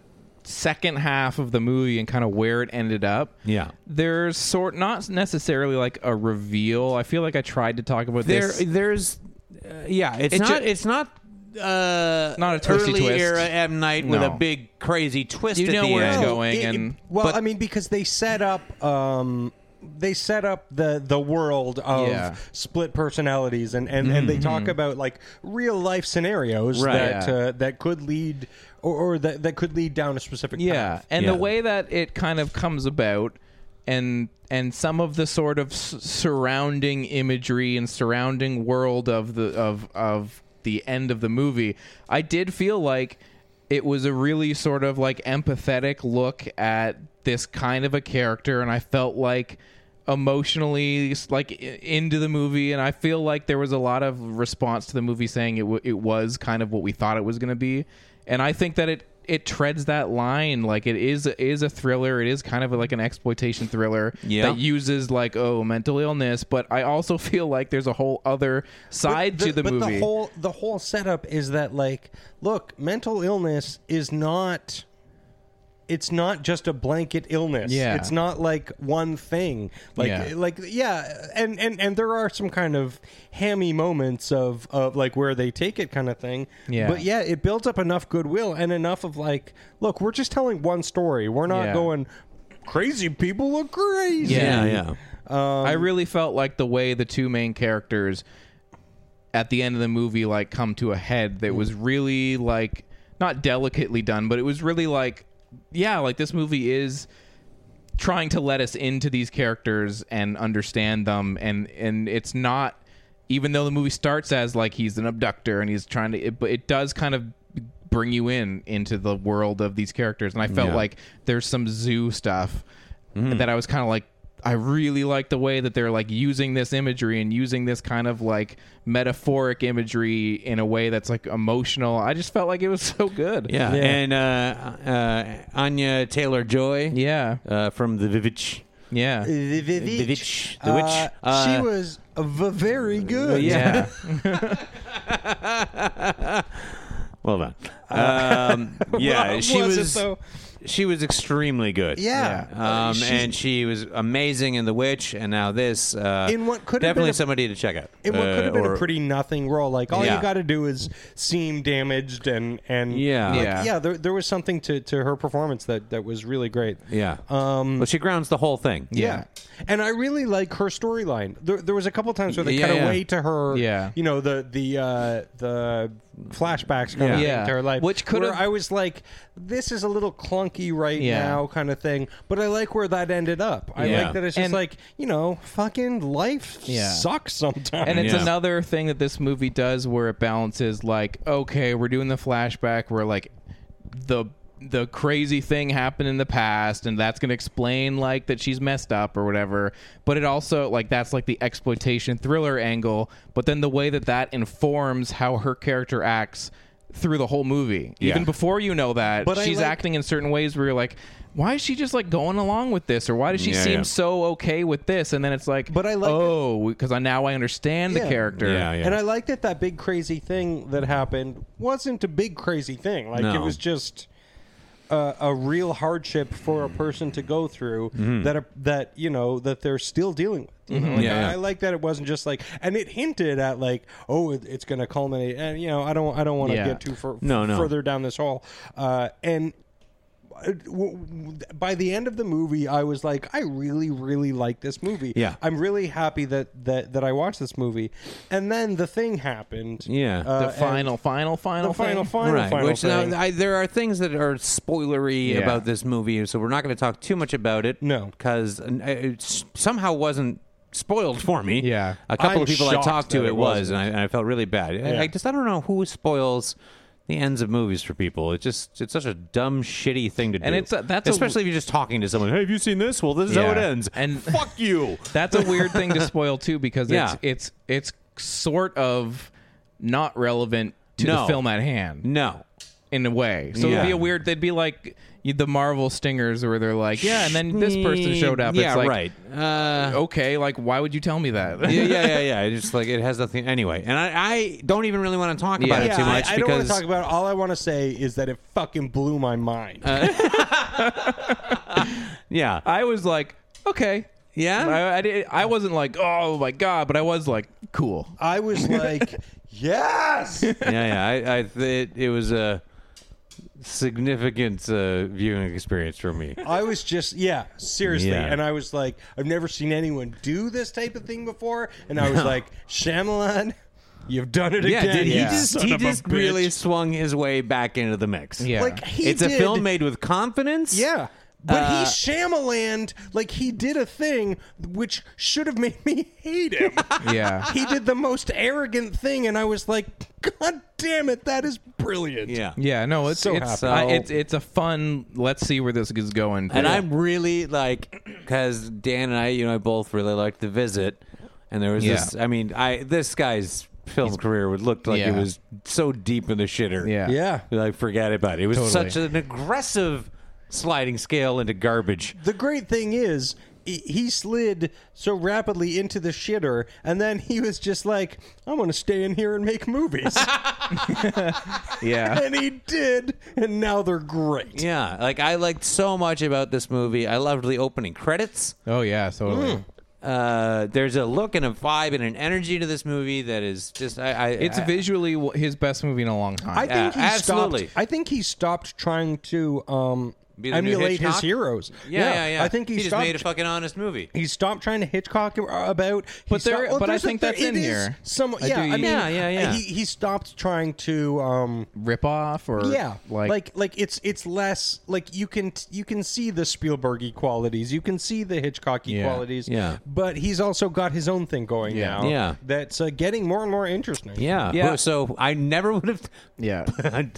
[SPEAKER 1] second half of the movie and kind of where it ended up.
[SPEAKER 3] Yeah.
[SPEAKER 1] There's sort not necessarily like a reveal. I feel like I tried to talk about
[SPEAKER 3] There,
[SPEAKER 1] this.
[SPEAKER 3] there's, uh, yeah, it's
[SPEAKER 1] It
[SPEAKER 3] not,
[SPEAKER 1] ju-
[SPEAKER 3] it's not. Uh,
[SPEAKER 1] Not a twisty
[SPEAKER 3] early
[SPEAKER 1] twist.
[SPEAKER 3] era M Night with
[SPEAKER 1] No.
[SPEAKER 3] a big crazy twist.
[SPEAKER 1] You
[SPEAKER 3] at
[SPEAKER 1] know
[SPEAKER 3] the
[SPEAKER 1] where it's
[SPEAKER 3] end.
[SPEAKER 1] going. and-
[SPEAKER 2] well,
[SPEAKER 3] but-
[SPEAKER 2] I mean, because they set up, um, they set up the the world of
[SPEAKER 1] Yeah. Mm-hmm.
[SPEAKER 2] split personalities, and and, and they talk about like real life scenarios
[SPEAKER 3] Right.
[SPEAKER 2] that
[SPEAKER 1] Yeah.
[SPEAKER 2] uh, that could lead or, or that that could lead down a specific
[SPEAKER 1] yeah,
[SPEAKER 2] path.
[SPEAKER 1] and
[SPEAKER 3] Yeah.
[SPEAKER 1] the way that it kind of comes about, and and some of the sort of s- surrounding imagery and surrounding world of the of of the end of the movie, I did feel like it was a really sort of like empathetic look at this kind of a character, and I felt like emotionally s- like i- into the movie and i feel like there was a lot of response to the movie saying it, w- it was kind of what we thought it was going to be and i think that it it treads that line like it is is a thriller it is kind of like an exploitation thriller
[SPEAKER 3] Yeah.
[SPEAKER 1] that uses like oh mental illness but i also feel like there's a whole other side
[SPEAKER 2] But
[SPEAKER 1] to the
[SPEAKER 2] but
[SPEAKER 1] movie
[SPEAKER 2] The whole the whole setup is that like, look, mental illness is not. It's not just a blanket illness.
[SPEAKER 1] Yeah.
[SPEAKER 2] it's not like one thing. Like,
[SPEAKER 1] Yeah.
[SPEAKER 2] like, yeah, and and and there are some kind of hammy moments of of like where they take it kind of thing.
[SPEAKER 1] Yeah.
[SPEAKER 2] but yeah, it builds up enough goodwill and enough of like, look, we're just telling one story. We're not
[SPEAKER 1] Yeah.
[SPEAKER 2] going crazy. People are crazy.
[SPEAKER 3] yeah,
[SPEAKER 1] Yeah.
[SPEAKER 3] yeah.
[SPEAKER 1] I really felt like the way the two main characters at the end of the movie like come to a head that was really like not delicately done, but it was really like yeah, like this movie is trying to let us into these characters and understand them and and it's not even though the movie starts as like he's an abductor and he's trying to it, but it does kind of bring you in into the world of these characters and I felt
[SPEAKER 3] Yeah. Mm.
[SPEAKER 1] like there's some zoo stuff that I was kind of like I really like the way that they're like using this imagery and using this kind of like metaphoric imagery in a way that's like emotional. I just felt like it was so good.
[SPEAKER 3] Yeah, and uh, uh, Anya Taylor Joy,
[SPEAKER 1] Yeah.
[SPEAKER 3] uh, from The Vivitch,
[SPEAKER 1] Yeah.
[SPEAKER 2] The
[SPEAKER 3] The Vivitch, The
[SPEAKER 2] Uh,
[SPEAKER 3] Witch.
[SPEAKER 2] she was uh, v- very good.
[SPEAKER 1] Yeah.
[SPEAKER 3] well done. Um, yeah,
[SPEAKER 2] Uh, Well,
[SPEAKER 3] she
[SPEAKER 2] was
[SPEAKER 3] was.
[SPEAKER 2] it though?
[SPEAKER 3] She was extremely good.
[SPEAKER 2] Yeah. Uh,
[SPEAKER 3] um,
[SPEAKER 2] she's-
[SPEAKER 3] and she was amazing in The Witch, and now this. Uh,
[SPEAKER 2] In what could have
[SPEAKER 3] definitely
[SPEAKER 2] been a-
[SPEAKER 3] somebody to check out.
[SPEAKER 2] It would- could
[SPEAKER 3] Uh,
[SPEAKER 2] have been
[SPEAKER 3] or-
[SPEAKER 2] a pretty nothing role. Like all
[SPEAKER 3] Yeah.
[SPEAKER 2] you got to do is seem damaged and and
[SPEAKER 3] Yeah.
[SPEAKER 2] like,
[SPEAKER 1] Yeah.
[SPEAKER 2] yeah. There, there was something to, to her performance that that was really great.
[SPEAKER 3] Yeah. Um, well, she grounds the whole thing.
[SPEAKER 2] Yeah. and I really like her storyline. There, there was a couple times where they
[SPEAKER 3] Yeah,
[SPEAKER 2] cut
[SPEAKER 3] yeah.
[SPEAKER 2] away to her.
[SPEAKER 1] Yeah.
[SPEAKER 2] you know the the uh, the flashbacks kind
[SPEAKER 3] Yeah.
[SPEAKER 2] of thing
[SPEAKER 1] Yeah.
[SPEAKER 2] to her life,
[SPEAKER 1] Which could
[SPEAKER 2] where
[SPEAKER 1] have-
[SPEAKER 2] I was like, this is a little clunky right
[SPEAKER 1] Yeah.
[SPEAKER 2] now, kind of thing. But I like where that ended up. I
[SPEAKER 3] Yeah.
[SPEAKER 2] like that it's just
[SPEAKER 1] And-
[SPEAKER 2] like you know, fucking life
[SPEAKER 1] Yeah.
[SPEAKER 2] sucks sometimes.
[SPEAKER 1] And it's
[SPEAKER 3] Yeah.
[SPEAKER 1] another thing that this movie does where it balances like, okay, we're doing the flashback where like the the crazy thing happened in the past and that's going to explain like that she's messed up or whatever but it also like that's like the exploitation thriller angle but then the way that that informs how her character acts through the whole movie even before you know that
[SPEAKER 2] But I
[SPEAKER 1] she's
[SPEAKER 2] like-
[SPEAKER 1] acting in certain ways where you're like why is she just like going along with this or why does she
[SPEAKER 3] Yeah,
[SPEAKER 1] seem
[SPEAKER 3] yeah.
[SPEAKER 1] so okay with this and then it's like
[SPEAKER 2] But I like-
[SPEAKER 1] oh because i now i understand the
[SPEAKER 2] Yeah.
[SPEAKER 1] character
[SPEAKER 3] Yeah, yeah.
[SPEAKER 2] And I like that that big crazy thing that happened wasn't a big crazy thing. Like
[SPEAKER 3] No.
[SPEAKER 2] it was just a, a real hardship for a person to go through that a, that you know that they're still dealing with. You know? Like,
[SPEAKER 3] Mm-hmm. Yeah,
[SPEAKER 2] I-
[SPEAKER 3] yeah.
[SPEAKER 2] I like that it wasn't just like, and it hinted at like, oh, it, it's going to culminate, and you know, I don't, I don't want to
[SPEAKER 1] Yeah.
[SPEAKER 2] get too fur-
[SPEAKER 3] No, no.
[SPEAKER 2] further down this hole. Uh, and uh, w- w- by the end of the movie, I was like, I really, really like this movie.
[SPEAKER 3] Yeah.
[SPEAKER 2] I'm really happy that that that I watched this movie. And then the thing happened. Uh,
[SPEAKER 3] Yeah. The
[SPEAKER 1] the
[SPEAKER 2] and
[SPEAKER 1] final, final, final,
[SPEAKER 2] the final,
[SPEAKER 1] thing?
[SPEAKER 2] final,
[SPEAKER 3] right.
[SPEAKER 2] final
[SPEAKER 3] Which
[SPEAKER 2] thing.
[SPEAKER 3] now I, there are things that are spoilery
[SPEAKER 1] Yeah.
[SPEAKER 3] about this movie, so we're not going to talk too much about it.
[SPEAKER 2] No.
[SPEAKER 3] because uh, it s- somehow wasn't spoiled for me.
[SPEAKER 1] Yeah.
[SPEAKER 3] a couple
[SPEAKER 2] I'm
[SPEAKER 3] of people I
[SPEAKER 2] shocked
[SPEAKER 3] talked to,
[SPEAKER 2] that
[SPEAKER 3] it
[SPEAKER 2] it
[SPEAKER 3] was,
[SPEAKER 2] wasn't.
[SPEAKER 3] and I, and I felt really bad. I- I,
[SPEAKER 2] Yeah.
[SPEAKER 3] just I don't know who spoils. The ends of movies for people. It's just it's such a dumb, shitty thing to do.
[SPEAKER 1] And it's a- that's a-
[SPEAKER 3] especially if you're just talking to someone. Hey, have you seen this? Well, this is how it
[SPEAKER 1] Yeah.
[SPEAKER 3] ends.
[SPEAKER 1] And-
[SPEAKER 3] fuck you.
[SPEAKER 1] That's a weird thing to spoil too, because
[SPEAKER 3] Yeah.
[SPEAKER 1] it's it's it's sort of not relevant to
[SPEAKER 3] No.
[SPEAKER 1] the film at hand.
[SPEAKER 3] No,
[SPEAKER 1] in a way. So
[SPEAKER 3] Yeah.
[SPEAKER 1] it'd be a weird. They'd be like you- the Marvel stingers, where they're like, yeah, and then this person showed up.
[SPEAKER 3] Yeah,
[SPEAKER 1] it's like,
[SPEAKER 3] right. Uh,
[SPEAKER 1] Okay, like why would you tell me that?
[SPEAKER 3] yeah, yeah, yeah, yeah. It's just like it has nothing anyway. And I, I don't even really want to talk about
[SPEAKER 1] Yeah.
[SPEAKER 3] it
[SPEAKER 2] yeah,
[SPEAKER 3] too much
[SPEAKER 2] I, I don't want
[SPEAKER 3] because
[SPEAKER 2] to talk about. It. All I want to say is that it fucking blew my mind.
[SPEAKER 3] Uh, yeah,
[SPEAKER 1] I was like, okay,
[SPEAKER 3] Yeah?
[SPEAKER 1] I, I, did, I wasn't like, oh my god, but I was like, cool.
[SPEAKER 2] I was like, yes.
[SPEAKER 3] yeah, yeah. I, I th- it, it was a significant uh, viewing experience for me.
[SPEAKER 2] I was just yeah, seriously,
[SPEAKER 3] Yeah.
[SPEAKER 2] and I was like, I've never seen anyone do this type of thing before, and I was like, Shyamalan, you've done it
[SPEAKER 3] Yeah,
[SPEAKER 2] again.
[SPEAKER 3] dude, he
[SPEAKER 2] you
[SPEAKER 3] just
[SPEAKER 2] son
[SPEAKER 3] he
[SPEAKER 2] of a
[SPEAKER 3] just
[SPEAKER 2] bitch."
[SPEAKER 3] really swung his way back into the mix.
[SPEAKER 1] Yeah.
[SPEAKER 2] like he
[SPEAKER 3] it's a
[SPEAKER 2] did-
[SPEAKER 3] film made with confidence.
[SPEAKER 2] Yeah. But
[SPEAKER 3] Uh,
[SPEAKER 2] he Shyamalan, like he did a thing which should have made me hate him.
[SPEAKER 1] Yeah.
[SPEAKER 2] he did the most arrogant thing, and I was like, God damn it, that is brilliant.
[SPEAKER 3] yeah,
[SPEAKER 1] Yeah, no, it's
[SPEAKER 2] So
[SPEAKER 1] it's
[SPEAKER 2] happy.
[SPEAKER 1] I- it's it's a fun. Let's see where this is going.
[SPEAKER 3] And I'm really like, because Dan and I, you know, I both really liked The Visit, and there was
[SPEAKER 1] Yeah.
[SPEAKER 3] this. I mean, I this guy's film career would looked like it
[SPEAKER 1] Yeah.
[SPEAKER 3] was so deep in the shitter.
[SPEAKER 1] Yeah.
[SPEAKER 2] Yeah.
[SPEAKER 3] like forget about it. It was
[SPEAKER 1] Totally.
[SPEAKER 3] such an aggressive sliding scale into garbage.
[SPEAKER 2] The great thing is he- he slid so rapidly into the shitter, and then he was just like, "I'm going to stay in here and make movies,"
[SPEAKER 1] yeah,
[SPEAKER 2] and he did, and now they're great.
[SPEAKER 3] Yeah, like I liked so much about this movie. I loved the opening credits.
[SPEAKER 1] oh yeah, totally.
[SPEAKER 2] Hmm.
[SPEAKER 3] Uh, there's a look and a vibe and an energy to this movie that is just I. I
[SPEAKER 1] It's
[SPEAKER 3] I-
[SPEAKER 1] visually w- his best movie in a long time.
[SPEAKER 2] I think
[SPEAKER 3] Yeah,
[SPEAKER 2] he
[SPEAKER 3] absolutely.
[SPEAKER 2] stopped. I think he stopped trying to um,
[SPEAKER 3] Be the new
[SPEAKER 2] emulate his
[SPEAKER 3] Hitchcock?
[SPEAKER 2] heroes.
[SPEAKER 3] Yeah, yeah, yeah.
[SPEAKER 2] I think he,
[SPEAKER 3] he just
[SPEAKER 2] stopped.
[SPEAKER 3] made a fucking honest movie.
[SPEAKER 2] he stopped trying to Hitchcock about. he
[SPEAKER 1] But there-
[SPEAKER 2] stopped- well,
[SPEAKER 1] but I
[SPEAKER 2] there's a
[SPEAKER 1] think
[SPEAKER 2] thing-
[SPEAKER 1] that's in
[SPEAKER 2] it is
[SPEAKER 1] here.
[SPEAKER 2] Some,
[SPEAKER 1] I
[SPEAKER 2] yeah,
[SPEAKER 1] do-
[SPEAKER 2] I mean,
[SPEAKER 3] Yeah, yeah, yeah.
[SPEAKER 2] He, he stopped trying to. Um,
[SPEAKER 1] Rip off or
[SPEAKER 2] yeah
[SPEAKER 1] like,
[SPEAKER 2] like, like it's it's less like you can you can see the spielbergy qualities you can see the hitchcocky
[SPEAKER 1] Yeah,
[SPEAKER 2] qualities
[SPEAKER 3] yeah.
[SPEAKER 2] but he's also got his own thing going
[SPEAKER 1] Yeah.
[SPEAKER 2] now
[SPEAKER 3] Yeah.
[SPEAKER 2] that's uh, getting more and more interesting
[SPEAKER 3] Yeah.
[SPEAKER 1] Yeah.
[SPEAKER 3] Well, So I never would have.
[SPEAKER 1] Yeah.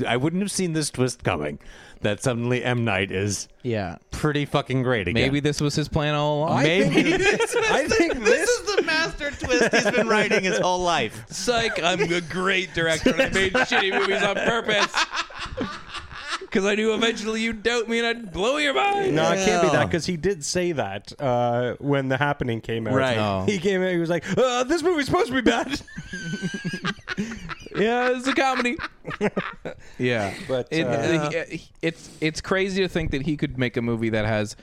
[SPEAKER 3] I wouldn't have seen this twist coming. That suddenly M Night is
[SPEAKER 1] yeah.
[SPEAKER 3] pretty fucking great again.
[SPEAKER 1] Maybe this was his plan all along.
[SPEAKER 3] Maybe
[SPEAKER 2] i think
[SPEAKER 3] this is the master twist he's been writing his whole life.
[SPEAKER 1] Psych, I'm a great director and I made shitty movies on purpose. Because I knew eventually you'd doubt me and I'd blow your mind.
[SPEAKER 2] no, it can't be that because he did say that uh, when the happening came out.
[SPEAKER 3] Right. No.
[SPEAKER 2] He came out. He was like, uh, "This movie's supposed to be bad."
[SPEAKER 1] Yeah, it's a comedy. yeah.
[SPEAKER 2] But,
[SPEAKER 1] It-
[SPEAKER 2] uh,
[SPEAKER 1] he- it's, it's crazy to think that he could make a movie that has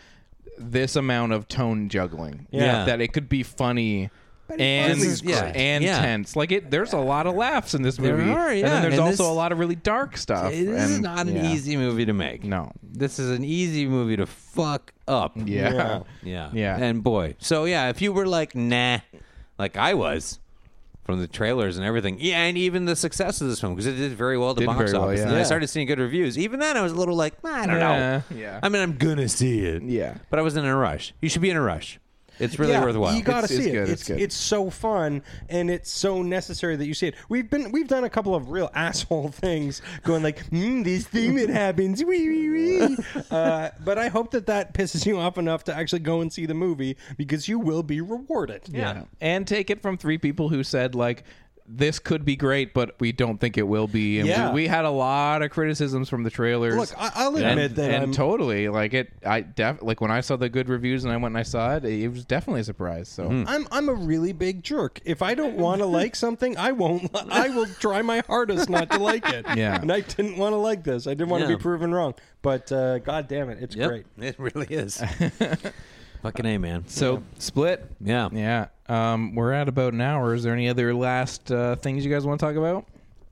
[SPEAKER 1] this amount of tone juggling.
[SPEAKER 3] Yeah.
[SPEAKER 1] That it could be funny. And
[SPEAKER 3] This is great.
[SPEAKER 1] and
[SPEAKER 3] Yeah.
[SPEAKER 1] tense, like it. There's a lot of laughs in this
[SPEAKER 3] There
[SPEAKER 1] movie,
[SPEAKER 3] are,
[SPEAKER 1] and
[SPEAKER 3] yeah.
[SPEAKER 1] then there's
[SPEAKER 3] And
[SPEAKER 1] also
[SPEAKER 3] this-
[SPEAKER 1] a lot of really dark stuff.
[SPEAKER 3] This is
[SPEAKER 1] and-
[SPEAKER 3] not an
[SPEAKER 1] yeah.
[SPEAKER 3] easy movie to make.
[SPEAKER 1] No.
[SPEAKER 3] This is an easy movie to fuck up.
[SPEAKER 1] Yeah.
[SPEAKER 3] Yeah.
[SPEAKER 1] Yeah.
[SPEAKER 3] And boy. So yeah, if you were like, nah, like I was from the trailers and everything. Yeah, and even the success of this film because it did very well at the
[SPEAKER 1] Did
[SPEAKER 3] box
[SPEAKER 1] very well,
[SPEAKER 3] office.
[SPEAKER 1] yeah.
[SPEAKER 3] And then I
[SPEAKER 1] Yeah.
[SPEAKER 3] started seeing good reviews. Even then I was a little like, "Nah, I don't
[SPEAKER 1] Yeah.
[SPEAKER 3] know.
[SPEAKER 1] Yeah.
[SPEAKER 3] I mean, I'm going to see it.
[SPEAKER 1] Yeah.
[SPEAKER 3] But I wasn't in a rush. You should be in a rush. It's really
[SPEAKER 2] Yeah,
[SPEAKER 3] worthwhile.
[SPEAKER 2] You gotta
[SPEAKER 1] It's- it's
[SPEAKER 2] see it.
[SPEAKER 1] good,
[SPEAKER 2] It's
[SPEAKER 1] it's
[SPEAKER 2] it's,
[SPEAKER 1] good.
[SPEAKER 2] so fun and it's so necessary that you see it. We've been we've done a couple of real asshole things, going like mm, this thing that happens, wee wee wee. Uh, but I hope that that pisses you off enough to actually go and see the movie because you will be rewarded.
[SPEAKER 1] Yeah. And take it from three people who said like this could be great, but we don't think it will be. And
[SPEAKER 2] Yeah.
[SPEAKER 1] we, we had a lot of criticisms from the trailers.
[SPEAKER 2] Look, I- I'll
[SPEAKER 1] and,
[SPEAKER 2] admit that
[SPEAKER 1] and
[SPEAKER 2] I'm-
[SPEAKER 1] totally like it. I def like when I saw the good reviews and I went and I saw it. It was definitely a surprise. So
[SPEAKER 3] Mm-hmm.
[SPEAKER 2] I'm I'm a really big jerk. If I don't want to like something, I won't. li- I will try my hardest not to like it.
[SPEAKER 1] Yeah.
[SPEAKER 2] And I didn't want to like this. I didn't want to
[SPEAKER 3] Yeah.
[SPEAKER 2] be proven wrong. But uh, God damn it, it's
[SPEAKER 3] Yep.
[SPEAKER 2] great.
[SPEAKER 3] It really is. Fucking A, man.
[SPEAKER 1] so split.
[SPEAKER 3] Yeah.
[SPEAKER 1] Yeah. Um, we're at about an hour. Is there any other last uh, things you guys want to talk about?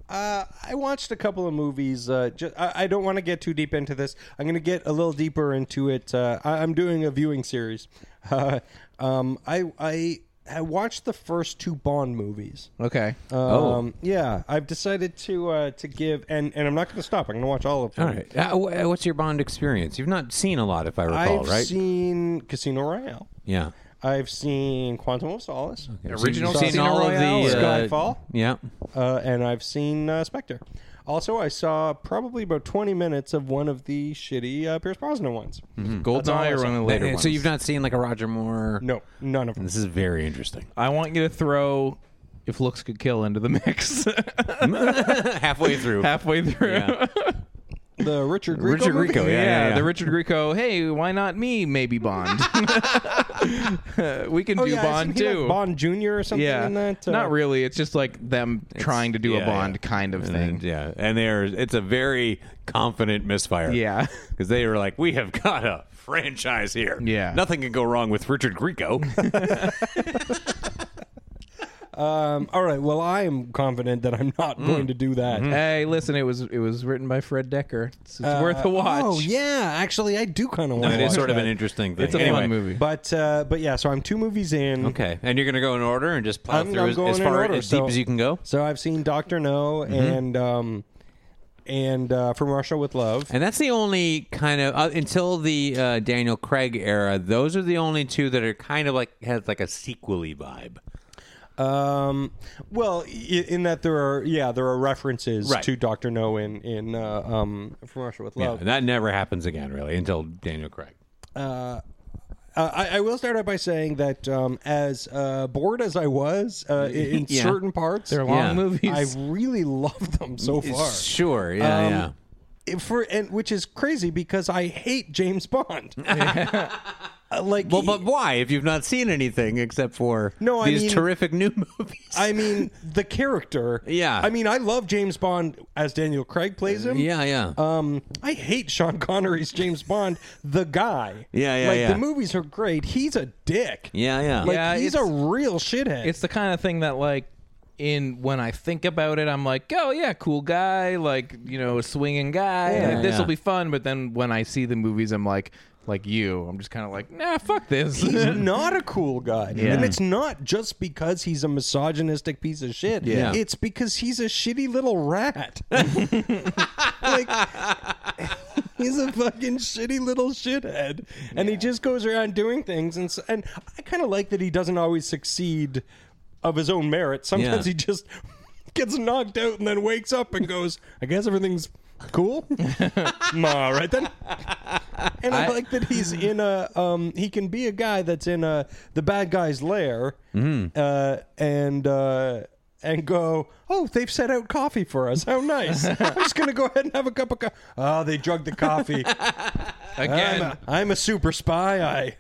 [SPEAKER 2] Uh, I watched a couple of movies. Uh, ju- I, I don't want to get too deep into this. I'm going to get a little deeper into it. Uh, I, I'm doing a viewing series. Uh, um, I I I watched the first two Bond movies.
[SPEAKER 1] Okay.
[SPEAKER 3] Oh.
[SPEAKER 2] Um, yeah, I've decided to uh, to give, and, and I'm not going to stop. I'm going to watch all of them.
[SPEAKER 3] All right. Uh, wh- uh, what's your Bond experience? You've not seen a lot, if I recall,
[SPEAKER 2] I've
[SPEAKER 3] right?
[SPEAKER 2] seen Casino Royale.
[SPEAKER 3] yeah.
[SPEAKER 2] I've seen Quantum of Solace,
[SPEAKER 1] Original
[SPEAKER 3] You've seen
[SPEAKER 1] Casino
[SPEAKER 3] all
[SPEAKER 1] Royale,
[SPEAKER 3] of the uh,
[SPEAKER 2] Skyfall.
[SPEAKER 3] Yeah.
[SPEAKER 2] uh, and I've seen uh, Spectre. Also, I saw probably about 20 minutes of one of the shitty uh, Pierce Brosnan ones.
[SPEAKER 3] Hmm.
[SPEAKER 1] Um, Goldeneye or one of the later
[SPEAKER 3] Uh,
[SPEAKER 1] ones.
[SPEAKER 3] So you've not seen like a Roger Moore.
[SPEAKER 2] No, none of them.
[SPEAKER 3] This is very interesting.
[SPEAKER 1] I want you to throw if looks could kill into the mix
[SPEAKER 3] Halfway through.
[SPEAKER 1] halfway through.
[SPEAKER 3] Yeah.
[SPEAKER 2] The Richard Grieco
[SPEAKER 3] Richard
[SPEAKER 2] movie?
[SPEAKER 3] Grieco,
[SPEAKER 1] yeah,
[SPEAKER 3] Yeah, yeah, yeah.
[SPEAKER 1] the Richard Grieco. Hey, why not me? Maybe Bond. we can
[SPEAKER 2] Oh,
[SPEAKER 1] do
[SPEAKER 2] yeah,
[SPEAKER 1] Bond
[SPEAKER 2] isn't he like
[SPEAKER 1] too.
[SPEAKER 2] Bond Junior or something.
[SPEAKER 1] yeah,
[SPEAKER 2] in that. Uh,
[SPEAKER 1] not really. It's just like them trying to do a
[SPEAKER 3] yeah,
[SPEAKER 1] Bond
[SPEAKER 3] yeah.
[SPEAKER 1] kind of thing.
[SPEAKER 3] And, yeah, and they're it's a very confident misfire.
[SPEAKER 1] Yeah.
[SPEAKER 3] because they were like, we have got a franchise here.
[SPEAKER 1] Yeah.
[SPEAKER 3] nothing can go wrong with Richard Grieco.
[SPEAKER 2] Um, all right. Well, I am confident that I'm
[SPEAKER 3] Hmm.
[SPEAKER 2] not going to do that.
[SPEAKER 1] Hey, listen, it was it was written by Fred Decker. It's, it's worth a watch.
[SPEAKER 2] Oh yeah, actually, I do kind of want.
[SPEAKER 3] it
[SPEAKER 2] to
[SPEAKER 3] is sort of an interesting thing.
[SPEAKER 1] It's a
[SPEAKER 3] anyway,
[SPEAKER 1] fun movie.
[SPEAKER 2] But uh, but yeah, so I'm two movies in.
[SPEAKER 3] Okay, and you're gonna go in order and just plow
[SPEAKER 2] I'm,
[SPEAKER 3] through
[SPEAKER 2] I'm
[SPEAKER 3] as,
[SPEAKER 2] going
[SPEAKER 3] as
[SPEAKER 2] in
[SPEAKER 3] far
[SPEAKER 2] order,
[SPEAKER 3] as
[SPEAKER 2] so-
[SPEAKER 3] deep as you can go.
[SPEAKER 2] So I've seen Doctor No
[SPEAKER 3] Mm-hmm.
[SPEAKER 2] and um, and uh, From Russia with Love.
[SPEAKER 3] And that's the only kind of uh, until the uh, Daniel Craig era. Those are the only two that are kind of like has like a sequely vibe.
[SPEAKER 2] Um, well, i- in that there are yeah there are references
[SPEAKER 3] Right.
[SPEAKER 2] to Doctor No in in uh, um, From Russia with
[SPEAKER 3] Yeah,
[SPEAKER 2] Love.
[SPEAKER 3] and that never happens again, really, until Daniel Craig.
[SPEAKER 2] Uh, I, I will start out by saying that um, as uh, bored as I was uh, i- in
[SPEAKER 3] Yeah.
[SPEAKER 2] certain parts,
[SPEAKER 1] They're long
[SPEAKER 3] Yeah.
[SPEAKER 2] I
[SPEAKER 1] movies.
[SPEAKER 2] really love them so far.
[SPEAKER 3] Sure, yeah,
[SPEAKER 2] Um,
[SPEAKER 3] yeah.
[SPEAKER 2] It- For and which is crazy because I hate James Bond. Uh, like
[SPEAKER 3] Well, but why? If you've not seen anything except for
[SPEAKER 2] No, I
[SPEAKER 3] these
[SPEAKER 2] mean-
[SPEAKER 3] terrific new movies,
[SPEAKER 2] I mean, the character.
[SPEAKER 3] Yeah.
[SPEAKER 2] I mean, I love James Bond as Daniel Craig plays him.
[SPEAKER 3] yeah, yeah,
[SPEAKER 2] Um, I hate Sean Connery's James Bond, the guy.
[SPEAKER 3] Yeah, yeah,
[SPEAKER 2] Like
[SPEAKER 3] yeah.
[SPEAKER 2] the movies are great. He's a dick.
[SPEAKER 3] yeah, yeah.
[SPEAKER 2] Like
[SPEAKER 1] Yeah,
[SPEAKER 2] he's a
[SPEAKER 1] it's-
[SPEAKER 2] real shithead.
[SPEAKER 1] it's the kind of thing that like in when I think about it, I'm like, oh yeah, cool guy, like you know, swinging guy.
[SPEAKER 3] Yeah,
[SPEAKER 1] this will
[SPEAKER 3] yeah.
[SPEAKER 1] be fun. But then when I see the movies, I'm like, like you, I'm just kind of like, nah, fuck this.
[SPEAKER 2] he's not a cool guy.
[SPEAKER 1] Yeah.
[SPEAKER 2] And it's not just because he's a misogynistic piece of shit.
[SPEAKER 3] Yeah.
[SPEAKER 2] It's because he's a shitty little rat. like he's a fucking shitty little shithead. And he just goes around doing things and s- and I kind of like that he doesn't always succeed of his own merit. Sometimes
[SPEAKER 3] Yeah.
[SPEAKER 2] he just gets knocked out and then wakes up and goes, "I guess everything's cool." All right then. And I, like that he's in a um he can be a guy that's in a the bad guy's lair uh and uh and go, oh, they've set out coffee for us. How nice. I'm just going to go ahead and have a cup of coffee. Oh, they drugged the coffee. I'm
[SPEAKER 1] Again,
[SPEAKER 2] a, I'm a super spy. I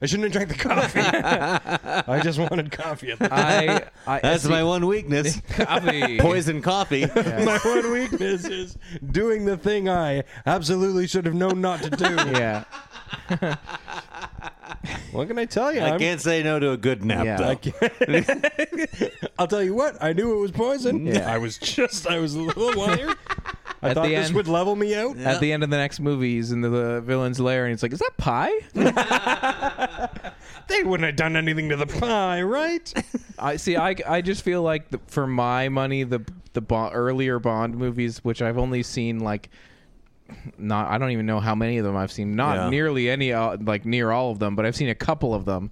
[SPEAKER 2] I shouldn't have drank the coffee. I just wanted coffee at the time.
[SPEAKER 1] I, I
[SPEAKER 3] That's my one weakness:
[SPEAKER 1] copy.
[SPEAKER 3] poison coffee.
[SPEAKER 2] My one weakness is doing the thing I absolutely should have known not to do.
[SPEAKER 1] Yeah.
[SPEAKER 2] What can I tell you?
[SPEAKER 3] I
[SPEAKER 2] I'm-
[SPEAKER 3] can't say no to a good nap.
[SPEAKER 1] Yeah.
[SPEAKER 3] though.
[SPEAKER 1] I
[SPEAKER 2] I'll tell you what, I knew it was poison.
[SPEAKER 1] Yeah.
[SPEAKER 2] I was just, I was a little wired. I
[SPEAKER 1] At
[SPEAKER 2] thought
[SPEAKER 1] the
[SPEAKER 2] this
[SPEAKER 1] end-
[SPEAKER 2] would level me out.
[SPEAKER 1] At the end of the next movie, he's in the, the villain's lair, and it's like, "Is that pie?"
[SPEAKER 2] They wouldn't have done anything to the pie, right?
[SPEAKER 1] I see. I, I just feel like the, for my money, the the Bond, earlier Bond movies, which I've only seen like not I don't even know how many of them I've seen. Not
[SPEAKER 3] Yeah.
[SPEAKER 1] nearly any, uh, like near all of them, but I've seen a couple of them.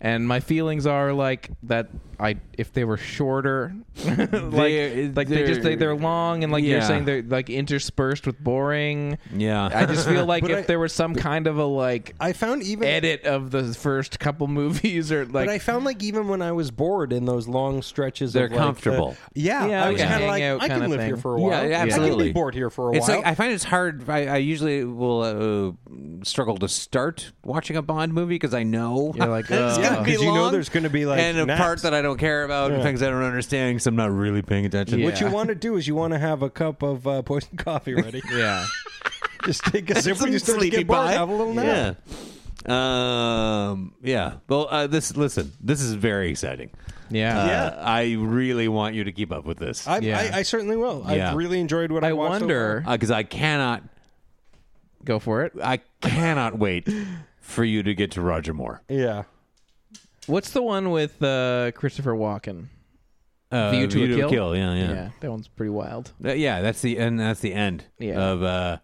[SPEAKER 1] And my feelings are like that. I if they were shorter, like
[SPEAKER 3] They're-
[SPEAKER 1] like they just they, they're
[SPEAKER 3] they're-
[SPEAKER 1] long and like you're
[SPEAKER 3] Yeah.
[SPEAKER 1] saying they're like interspersed with boring.
[SPEAKER 3] Yeah.
[SPEAKER 1] I just feel like
[SPEAKER 2] But
[SPEAKER 1] if
[SPEAKER 2] I-
[SPEAKER 1] there was some kind of a like
[SPEAKER 2] I found even
[SPEAKER 1] edit of the first couple movies or like
[SPEAKER 2] but I found like even when I was bored in those long stretches,
[SPEAKER 3] They're
[SPEAKER 2] of, like,
[SPEAKER 3] comfortable.
[SPEAKER 2] The, yeah,
[SPEAKER 1] Yeah,
[SPEAKER 2] I was
[SPEAKER 1] okay.
[SPEAKER 2] kind of like,
[SPEAKER 1] Hangout
[SPEAKER 2] I
[SPEAKER 1] kinda
[SPEAKER 2] can live
[SPEAKER 1] thing.
[SPEAKER 2] here for a while.
[SPEAKER 3] Yeah,
[SPEAKER 2] I can
[SPEAKER 3] absolutely.
[SPEAKER 2] be bored here for a
[SPEAKER 3] It's
[SPEAKER 2] while.
[SPEAKER 3] like I find it's hard. I, I usually will uh, struggle to start watching a Bond movie because I know
[SPEAKER 1] You're like,
[SPEAKER 3] it's
[SPEAKER 1] "Ugh."
[SPEAKER 3] gonna be
[SPEAKER 2] uh, 'Cause you know
[SPEAKER 3] long
[SPEAKER 2] there's gonna be, like,
[SPEAKER 3] and a
[SPEAKER 2] naps.
[SPEAKER 3] part that I don't care about and things I don't understand because I'm not really paying attention.
[SPEAKER 1] Yeah.
[SPEAKER 2] what you want to do is you want to have a cup of uh, poison coffee ready.
[SPEAKER 1] yeah.
[SPEAKER 2] just take a sip when you start to
[SPEAKER 3] sleepy
[SPEAKER 2] get bored.
[SPEAKER 3] bye.
[SPEAKER 2] Have a little nap.
[SPEAKER 3] Yeah. Um. Yeah. Well, uh, this. Listen. This is very exciting.
[SPEAKER 1] Yeah.
[SPEAKER 3] Uh,
[SPEAKER 2] Yeah.
[SPEAKER 3] I really want you to keep up with this
[SPEAKER 2] I,
[SPEAKER 1] Yeah.
[SPEAKER 2] I, I certainly will.
[SPEAKER 3] Yeah.
[SPEAKER 2] I've really enjoyed what I,
[SPEAKER 1] I
[SPEAKER 2] watched so
[SPEAKER 1] wonder.
[SPEAKER 3] because Uh, I cannot.
[SPEAKER 1] Go for it. Uh,
[SPEAKER 3] I cannot wait for you to get to Roger Moore.
[SPEAKER 2] far. Yeah.
[SPEAKER 1] What's the one with uh, Christopher Walken?
[SPEAKER 3] Uh,
[SPEAKER 1] View to a Kill?
[SPEAKER 3] Yeah. Yeah.
[SPEAKER 1] yeah, that one's pretty wild.
[SPEAKER 3] Uh, yeah, that's the and that's the end
[SPEAKER 1] Yeah.
[SPEAKER 3] of uh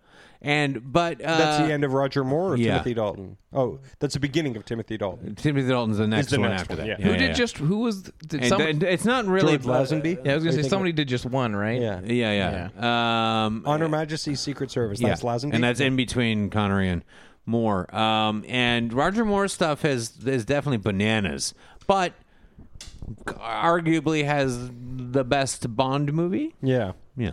[SPEAKER 3] and but uh
[SPEAKER 2] That's the end of Roger Moore or
[SPEAKER 3] yeah.
[SPEAKER 2] Timothy Dalton? Oh, that's the beginning of Timothy Dalton.
[SPEAKER 3] Timothy Dalton's the next
[SPEAKER 2] the
[SPEAKER 3] one
[SPEAKER 2] next
[SPEAKER 3] after
[SPEAKER 2] one,
[SPEAKER 3] that.
[SPEAKER 2] yeah.
[SPEAKER 3] Yeah,
[SPEAKER 1] Who
[SPEAKER 3] yeah,
[SPEAKER 1] did
[SPEAKER 3] yeah.
[SPEAKER 1] just who was did
[SPEAKER 3] and,
[SPEAKER 1] some,
[SPEAKER 3] and it's not really
[SPEAKER 2] George Lazenby?
[SPEAKER 1] Yeah, I was gonna
[SPEAKER 2] Are
[SPEAKER 1] say
[SPEAKER 2] you thinking-
[SPEAKER 1] somebody did just one, right?
[SPEAKER 2] Yeah.
[SPEAKER 3] Yeah, yeah. Um
[SPEAKER 2] Honor Majesty's Secret Service.
[SPEAKER 3] yeah.
[SPEAKER 2] That's Lazenby.
[SPEAKER 3] And that's in between Connery and Moore. Um and Roger Moore's stuff has is definitely bananas. But arguably has the best Bond movie.
[SPEAKER 2] yeah.
[SPEAKER 3] Yeah.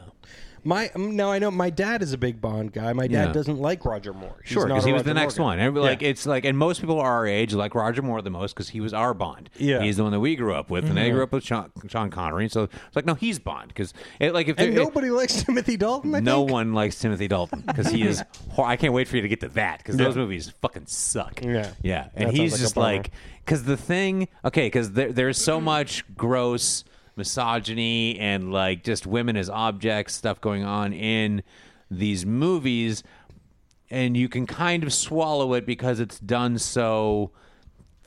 [SPEAKER 2] My um, now I know my dad is a big Bond guy. My dad
[SPEAKER 3] Yeah.
[SPEAKER 2] doesn't like Roger Moore. He's
[SPEAKER 3] Sure,
[SPEAKER 2] not
[SPEAKER 3] because
[SPEAKER 2] a
[SPEAKER 3] he was
[SPEAKER 2] Roger
[SPEAKER 3] the next
[SPEAKER 2] Moore
[SPEAKER 3] one.
[SPEAKER 2] guy.
[SPEAKER 3] And like
[SPEAKER 2] Yeah.
[SPEAKER 3] it's like, and most people our age like Roger Moore the most because he was our Bond.
[SPEAKER 2] Yeah. Mm-hmm.
[SPEAKER 3] he's the one that we grew up with, and I grew up with Sean, Sean Connery. So it's like, no, he's Bond because like if
[SPEAKER 2] and
[SPEAKER 3] there-
[SPEAKER 2] nobody likes Timothy Dalton. I
[SPEAKER 3] no
[SPEAKER 2] think?
[SPEAKER 3] one likes Timothy Dalton because he is. Hor- I can't wait for you to get to that because those movies fucking suck.
[SPEAKER 2] Yeah.
[SPEAKER 3] yeah, and
[SPEAKER 2] That sounds
[SPEAKER 3] he's
[SPEAKER 2] like a
[SPEAKER 3] just
[SPEAKER 2] bummer.
[SPEAKER 3] like because the thing. Okay, because there, there's so much gross misogyny and like just women as objects stuff going on in these movies, and you can kind of swallow it because it's done so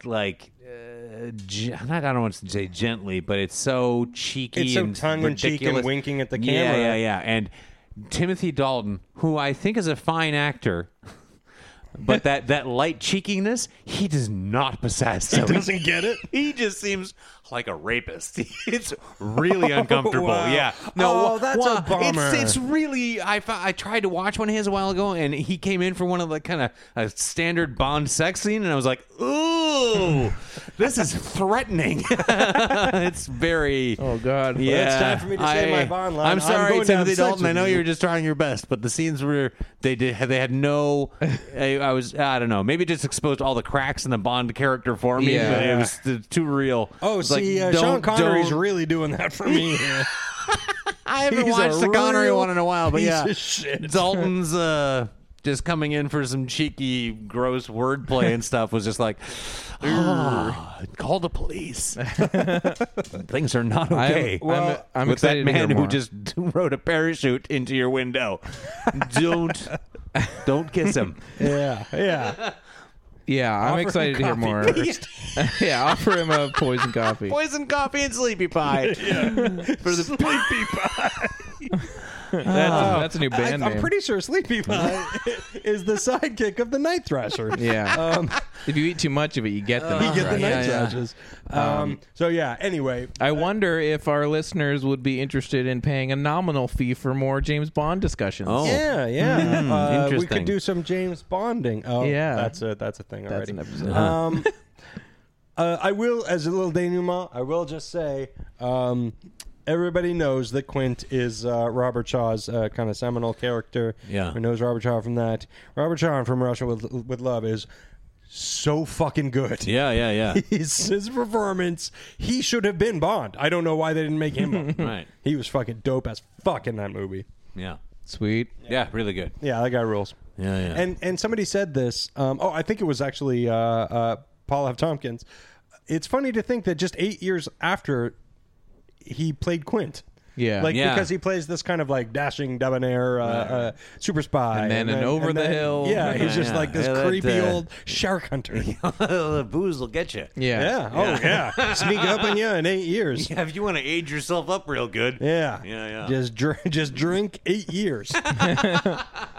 [SPEAKER 3] like. Uh, gen- I'm not, I don't want to say gently, but it's so cheeky
[SPEAKER 2] It's so
[SPEAKER 3] and
[SPEAKER 2] tongue-in-cheek and
[SPEAKER 3] ridiculous.
[SPEAKER 2] winking at the
[SPEAKER 3] Yeah,
[SPEAKER 2] camera.
[SPEAKER 3] yeah, yeah. And Timothy Dalton, who I think is a fine actor, but that, that light cheekiness, he does not possess. He doesn't get it. He just seems like a rapist. it's really uncomfortable.
[SPEAKER 2] wow.
[SPEAKER 3] Yeah.
[SPEAKER 2] Oh,
[SPEAKER 3] wha-
[SPEAKER 2] that's a
[SPEAKER 3] wha-
[SPEAKER 2] bummer.
[SPEAKER 3] It's, it's really. I, fo- I tried to watch one of his a while ago, and he came in for one of the kind of a standard Bond sex scene, and I was like, ooh, this is threatening. it's very.
[SPEAKER 1] Oh God.
[SPEAKER 3] Yeah,
[SPEAKER 2] it's time for me to say my Bond line.
[SPEAKER 3] I'm
[SPEAKER 2] I'm going
[SPEAKER 3] sorry,
[SPEAKER 2] to have
[SPEAKER 3] Timothy
[SPEAKER 2] sex
[SPEAKER 3] Dalton.
[SPEAKER 2] with
[SPEAKER 3] I know
[SPEAKER 2] you.
[SPEAKER 3] you were just trying your best, but the scenes where they did, they had no. I, I was, I don't know, maybe it just exposed all the cracks in the Bond character for me.
[SPEAKER 1] Yeah.
[SPEAKER 3] but it was t- too real.
[SPEAKER 2] Oh,
[SPEAKER 3] It's like,
[SPEAKER 2] see, uh,
[SPEAKER 3] don't-
[SPEAKER 2] Sean Connery's
[SPEAKER 3] don't-
[SPEAKER 2] really doing that for me. here.
[SPEAKER 3] I haven't
[SPEAKER 2] He's a
[SPEAKER 3] watched the Connery
[SPEAKER 2] real
[SPEAKER 3] one in a while, but
[SPEAKER 2] piece
[SPEAKER 3] yeah,
[SPEAKER 2] of shit.
[SPEAKER 3] Dalton's uh, just coming in for some cheeky, gross wordplay and stuff was just like, "Ah, call the police. Things are not okay.
[SPEAKER 1] I'm- Well, I'm
[SPEAKER 3] with that
[SPEAKER 1] excited to hear
[SPEAKER 3] man who
[SPEAKER 1] more.
[SPEAKER 3] just rode a parachute into your window. don't, don't kiss him.
[SPEAKER 2] yeah, yeah.
[SPEAKER 1] Yeah, I'm
[SPEAKER 2] Offer him
[SPEAKER 1] excited to hear
[SPEAKER 2] coffee,
[SPEAKER 1] more. yeah, offer him a poison coffee.
[SPEAKER 3] Poison coffee and sleepy pie for the sleepy pie.
[SPEAKER 1] That's, that's a new
[SPEAKER 2] I,
[SPEAKER 1] band
[SPEAKER 2] I'm
[SPEAKER 1] name.
[SPEAKER 2] pretty sure Sleepy Pie is the sidekick of the Night Thrasher.
[SPEAKER 1] Yeah. if you eat too much of it, you get the
[SPEAKER 2] Um, You get the
[SPEAKER 1] right?
[SPEAKER 2] Night
[SPEAKER 1] Yeah, yeah.
[SPEAKER 2] Thrashers. Um, so yeah. Anyway,
[SPEAKER 1] I wonder if our listeners would be interested in paying a nominal fee for more James Bond discussions.
[SPEAKER 3] Oh.
[SPEAKER 2] Yeah, yeah. Uh, We
[SPEAKER 3] interesting.
[SPEAKER 2] could do some James Bonding. Oh,
[SPEAKER 1] Yeah.
[SPEAKER 2] that's a that's a thing already.
[SPEAKER 1] an episode.
[SPEAKER 2] Um, uh, I will, as a little denouement, I will just say. Um, Everybody knows that Quint is uh, Robert Shaw's uh, kind of seminal character.
[SPEAKER 3] Yeah.
[SPEAKER 2] who knows Robert Shaw from that? Robert Shaw from Russia with with Love is so fucking good.
[SPEAKER 3] Yeah, yeah, yeah.
[SPEAKER 2] His, his performance, he should have been Bond. I don't know why they didn't make him. Bond.
[SPEAKER 3] Right.
[SPEAKER 2] He was fucking dope as fuck in that movie.
[SPEAKER 3] Yeah.
[SPEAKER 1] Sweet.
[SPEAKER 3] Yeah, really good.
[SPEAKER 2] Yeah, that guy rules.
[SPEAKER 3] Yeah, yeah.
[SPEAKER 2] And and somebody said this. Um, oh, I think it was actually uh, uh, Paul F. Tompkins. It's funny to think that just eight years after he played Quint.
[SPEAKER 1] Yeah.
[SPEAKER 2] like
[SPEAKER 3] Yeah.
[SPEAKER 2] because he plays this kind of like dashing, debonair, uh, uh, super spy,
[SPEAKER 1] And then an over the hill.
[SPEAKER 2] Yeah, he's
[SPEAKER 3] Yeah,
[SPEAKER 2] just
[SPEAKER 3] yeah.
[SPEAKER 2] like this
[SPEAKER 3] Yeah, that,
[SPEAKER 2] creepy
[SPEAKER 3] uh,
[SPEAKER 2] old shark hunter. yeah.
[SPEAKER 3] the booze will get you.
[SPEAKER 2] Oh yeah. Sneak up on you in eight years.
[SPEAKER 3] Yeah, if you want to age yourself up real good.
[SPEAKER 2] Yeah.
[SPEAKER 3] Yeah, yeah.
[SPEAKER 2] Just dr- just drink eight years,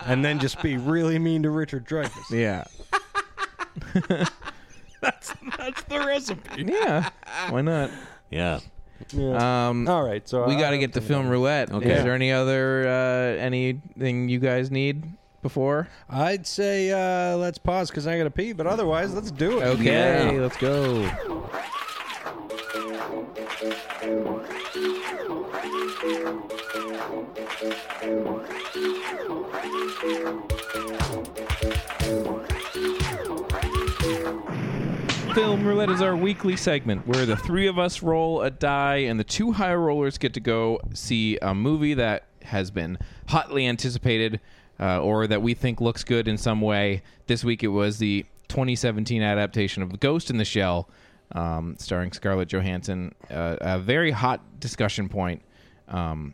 [SPEAKER 2] and then just be really mean to Richard Dreyfuss.
[SPEAKER 1] Yeah.
[SPEAKER 4] that's that's the recipe.
[SPEAKER 1] yeah. Why not?
[SPEAKER 4] Yeah.
[SPEAKER 1] Um,
[SPEAKER 2] All right, so
[SPEAKER 1] we
[SPEAKER 2] I-
[SPEAKER 1] got to get the film roulette. Okay. Is
[SPEAKER 2] Yeah.
[SPEAKER 1] there any other uh, anything you guys need before?
[SPEAKER 2] I'd say uh, let's pause because I gotta pee, but otherwise, let's do it.
[SPEAKER 1] Okay, let's go. Film Roulette is our weekly segment where the three of us roll a die and the two high rollers get to go see a movie that has been hotly anticipated uh, or that we think looks good in some way. This week it was the 2017 adaptation of The Ghost in the Shell, um, starring Scarlett Johansson. Uh, a very hot discussion point um,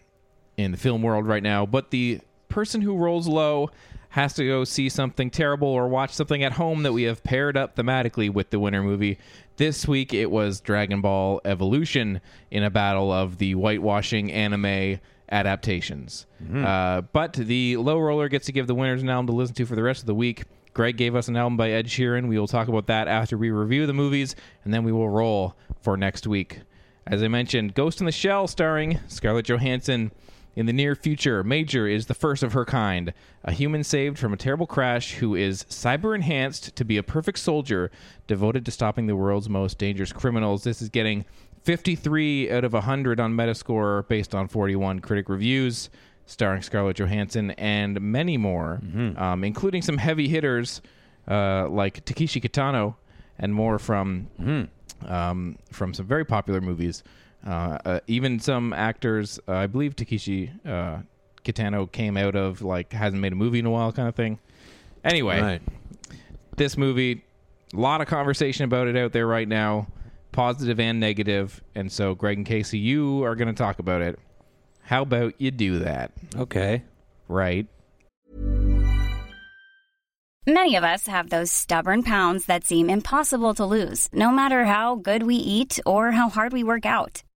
[SPEAKER 1] in the film world right now, but the person who rolls low has to go see something terrible or watch something at home that we have paired up thematically with the winter movie. This week it was Dragon Ball Evolution in a battle of the whitewashing anime adaptations. Uh, but the low roller gets to give the winners an album to listen to for the rest of the week. Greg gave us an album by Ed Sheeran. We will talk about that after we review the movies, and then we will roll for next week. As I mentioned, Ghost in the Shell starring Scarlett Johansson. In the near future, Major is the first of her kind, a human saved from a terrible crash who is cyber enhanced to be a perfect soldier devoted to stopping the world's most dangerous criminals. This is getting 53 out of 100 on Metascore based on 41 critic reviews, starring Scarlett Johansson and many more, um, including some heavy hitters uh, like Takeshi Kitano and more from um, from some very popular movies. Uh, uh, even some actors, uh, I believe Takeshi uh, Kitano came out of like hasn't made a movie in a while kind of thing. Anyway,
[SPEAKER 3] Right.
[SPEAKER 1] this movie, a lot of conversation about it out there right now, positive and negative. And so, Greg and Casey, you are going to talk about it. How about you do that?
[SPEAKER 3] Okay.
[SPEAKER 1] Right.
[SPEAKER 5] Many of us have those stubborn pounds that seem impossible to lose, no matter how good we eat or how hard we work out.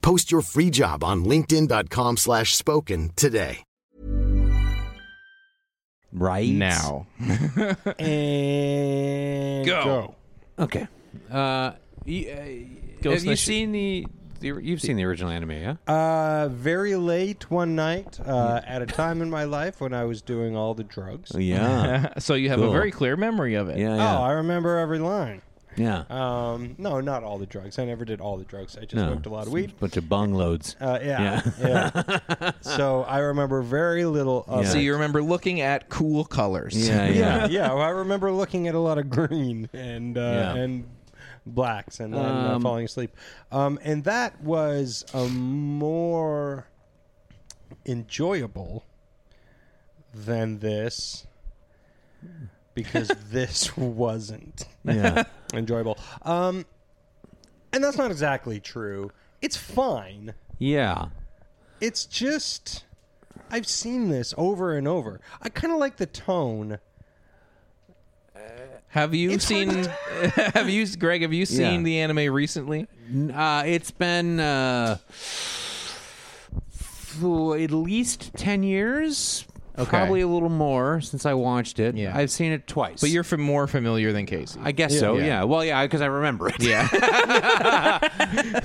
[SPEAKER 6] Post your free job on linkedin.com/spoken slash spoken today.
[SPEAKER 3] Right.
[SPEAKER 1] Now.
[SPEAKER 2] And
[SPEAKER 1] Go.
[SPEAKER 3] Okay. Uh, you, uh,
[SPEAKER 1] Ghost in
[SPEAKER 3] have
[SPEAKER 1] the
[SPEAKER 3] you
[SPEAKER 1] Sh-
[SPEAKER 3] seen the, the? You've seen the original anime, yeah?
[SPEAKER 2] Uh, very late one night uh, at a time in my life when I was doing all the drugs.
[SPEAKER 3] Oh, Yeah.
[SPEAKER 1] so, you have a
[SPEAKER 3] Cool.
[SPEAKER 1] very clear memory of it.
[SPEAKER 3] yeah.
[SPEAKER 2] Oh,
[SPEAKER 3] Yeah.
[SPEAKER 2] I remember every line.
[SPEAKER 3] yeah.
[SPEAKER 2] Um, no, not all the drugs. I never did all the drugs. I just
[SPEAKER 3] No.
[SPEAKER 2] smoked a lot of weed.
[SPEAKER 3] Bunch of bung loads.
[SPEAKER 2] Uh, yeah, yeah. so I remember very little of
[SPEAKER 3] Yeah.
[SPEAKER 1] So,
[SPEAKER 2] it.
[SPEAKER 1] you remember looking at cool colors.
[SPEAKER 3] yeah.
[SPEAKER 2] yeah,
[SPEAKER 3] Yeah.
[SPEAKER 2] yeah. Well, I remember looking at a lot of green and uh,
[SPEAKER 3] Yeah.
[SPEAKER 2] and blacks and, and, uh,
[SPEAKER 3] Um,
[SPEAKER 2] falling asleep. Um, and that was a more enjoyable than this because this wasn't
[SPEAKER 3] yeah.
[SPEAKER 2] enjoyable. Um, and that's not exactly true. It's fine.
[SPEAKER 3] yeah.
[SPEAKER 2] It's just I've seen this over and over. I kind of like the tone.
[SPEAKER 1] Have you
[SPEAKER 2] It's hard
[SPEAKER 1] seen? have you, Greg? Have you seen
[SPEAKER 3] Yeah.
[SPEAKER 1] the anime recently?
[SPEAKER 3] Uh, it's been uh, f- at least 10 years,
[SPEAKER 1] Okay.
[SPEAKER 3] probably a little more since I watched it.
[SPEAKER 1] Yeah.
[SPEAKER 3] I've seen it twice.
[SPEAKER 1] But you're f- more familiar than Casey.
[SPEAKER 3] I guess so,
[SPEAKER 1] Yeah.
[SPEAKER 3] yeah. Well, yeah, because I remember it.
[SPEAKER 1] yeah.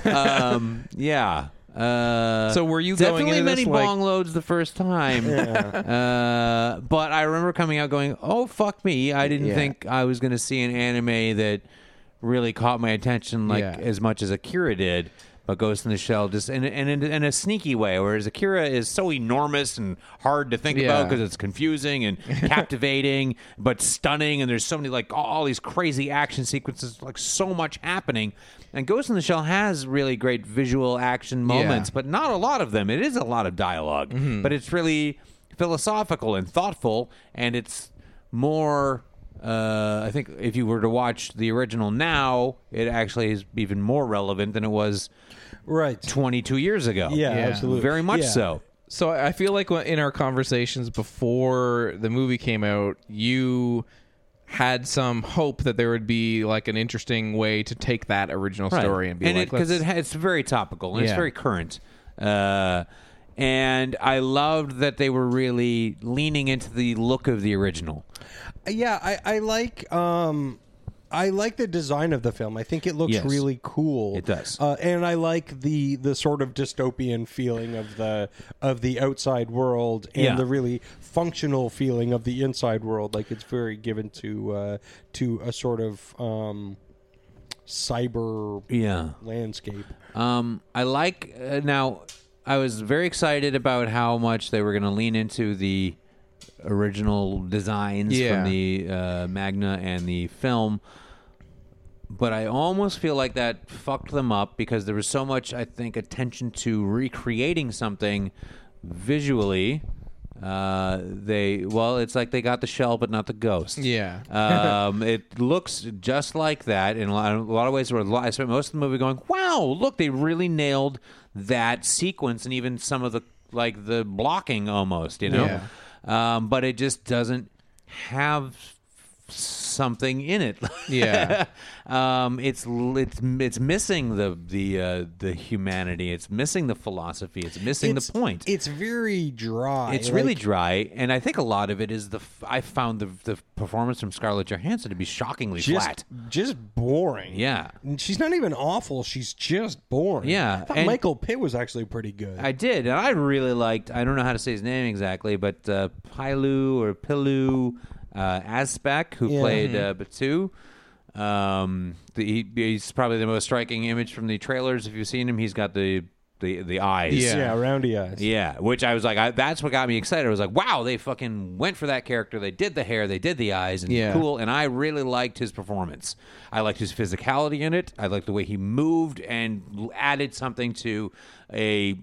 [SPEAKER 3] um, yeah. Uh,
[SPEAKER 1] So were you
[SPEAKER 3] definitely
[SPEAKER 1] going into
[SPEAKER 3] many
[SPEAKER 1] this, like-
[SPEAKER 3] bong loads the first time? uh, but I remember coming out going, "Oh fuck me! I didn't
[SPEAKER 1] Yeah.
[SPEAKER 3] think I was going to see an anime that really caught my attention like
[SPEAKER 1] Yeah.
[SPEAKER 3] as much as Akira did." But a Ghost in the Shell, just in, in, in, in a sneaky way. Whereas Akira is so enormous and hard to think
[SPEAKER 1] Yeah.
[SPEAKER 3] about because it's confusing and captivating, but stunning. And there's so many like all, all these crazy action sequences, like so much happening. And Ghost in the Shell has really great visual action moments, but not a lot of them. It is a lot of dialog but it's really philosophical and thoughtful, and it's more. Uh, I think if you were to watch the original now, it actually is even more relevant than it was
[SPEAKER 2] Right.
[SPEAKER 3] 22 years ago.
[SPEAKER 2] Yeah, Yeah. absolutely.
[SPEAKER 3] Very much
[SPEAKER 2] Yeah.
[SPEAKER 3] so.
[SPEAKER 1] So I I feel like when- in our conversations before the movie came out, you had some hope that there would be like an interesting way to take that original story and be like,
[SPEAKER 3] because
[SPEAKER 1] let's-
[SPEAKER 3] it, ha it's very topical and it's
[SPEAKER 1] Yeah.
[SPEAKER 3] very current. Uh, and I loved that they were really leaning into the look of the original.
[SPEAKER 2] yeah i i like um I like the design of the film. I think it looks
[SPEAKER 3] Yes.
[SPEAKER 2] really cool.
[SPEAKER 3] It does.
[SPEAKER 2] uh, and I like the the sort of dystopian feeling of the of the outside world and
[SPEAKER 3] Yeah.
[SPEAKER 2] the really functional feeling of the inside world. Like it's very given to uh, to a sort of um, cyber
[SPEAKER 3] Yeah.
[SPEAKER 2] landscape.
[SPEAKER 3] Um, I like uh, now. I was very excited about how much they were going to lean into the original designs
[SPEAKER 1] Yeah.
[SPEAKER 3] from the uh, Magna and the film, but I almost feel like that fucked them up because there was so much, I think, attention to recreating something visually. Uh, they well, it's like they got the shell but not the ghost
[SPEAKER 1] yeah,
[SPEAKER 3] um, it looks just like that in a lot, a lot of ways. Where a lot- I spent most of the movie going, "Wow, look, they really nailed that sequence and even some of the like the blocking almost," you know. Um, but it just doesn't have something in it.
[SPEAKER 1] Yeah.
[SPEAKER 3] um, it's l- it's it's missing the the uh, the humanity. It's missing the philosophy. It's missing
[SPEAKER 2] It's-
[SPEAKER 3] the point.
[SPEAKER 2] It's very dry.
[SPEAKER 3] It's really
[SPEAKER 2] Like,
[SPEAKER 3] dry, and I think a lot of it is the. F- I found the the performance from Scarlett Johansson to be shockingly
[SPEAKER 2] just
[SPEAKER 3] flat.
[SPEAKER 2] just boring.
[SPEAKER 3] Yeah.
[SPEAKER 2] And she's not even awful. She's just boring.
[SPEAKER 3] Yeah,
[SPEAKER 2] I thought
[SPEAKER 3] and-
[SPEAKER 2] Michael Pitt was actually pretty good.
[SPEAKER 3] I did, and I really liked. I don't know how to say his name exactly, but uh, Pilu or Pilu uh, Aspect, who
[SPEAKER 2] Yeah.
[SPEAKER 3] played uh, Batu. Um, the, he, he's probably the most striking image from the trailers. If you've seen him, he's got the the, the eyes.
[SPEAKER 1] Yeah.
[SPEAKER 2] yeah, roundy eyes.
[SPEAKER 3] Yeah, which I was like, I, that's what got me excited. I was like, wow, they fucking went for that character. They did the hair, they did the eyes, and
[SPEAKER 1] Yeah.
[SPEAKER 3] cool. And I really liked his performance. I liked his physicality in it. I liked the way he moved and l- added something to a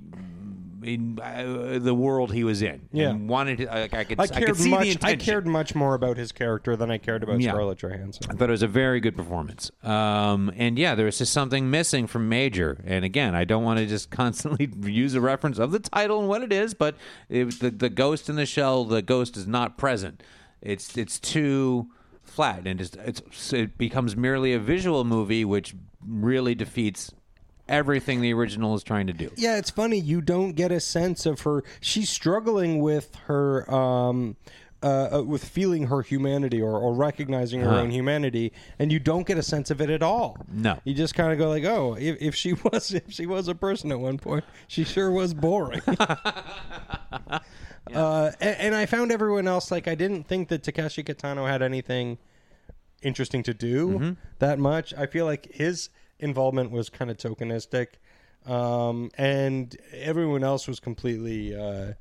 [SPEAKER 3] in, uh, the world he was in.
[SPEAKER 2] Yeah.
[SPEAKER 3] and wanted to, like I could,
[SPEAKER 2] I
[SPEAKER 3] I could
[SPEAKER 2] cared
[SPEAKER 3] see the
[SPEAKER 2] much.
[SPEAKER 3] intention.
[SPEAKER 2] I cared much more about his character than I cared about
[SPEAKER 3] Yeah.
[SPEAKER 2] Scarlett Johansson.
[SPEAKER 3] I thought it was a very good performance. Um, and yeah, there was just something missing from Major. And again, I don't want to just constantly use a reference of the title and what it is, but it, the, the ghost in the shell, the ghost is not present. It's it's too flat, and just it's it becomes merely a visual movie, which really defeats everything the original is trying to do.
[SPEAKER 2] Yeah, it's funny. You don't get a sense of her. She's struggling with her, um, uh, uh, with feeling her humanity or, or recognizing her own humanity, and you don't get a sense of it at all.
[SPEAKER 3] No.
[SPEAKER 2] you just kind of go like, "Oh, if, if she was, if she was a person at one point, she sure was boring." uh, and, and I found everyone else like I didn't think that Takeshi Kitano had anything interesting to do
[SPEAKER 3] Mm-hmm.
[SPEAKER 2] that much. I feel like his involvement was kind of tokenistic, um, and everyone else was completely uh,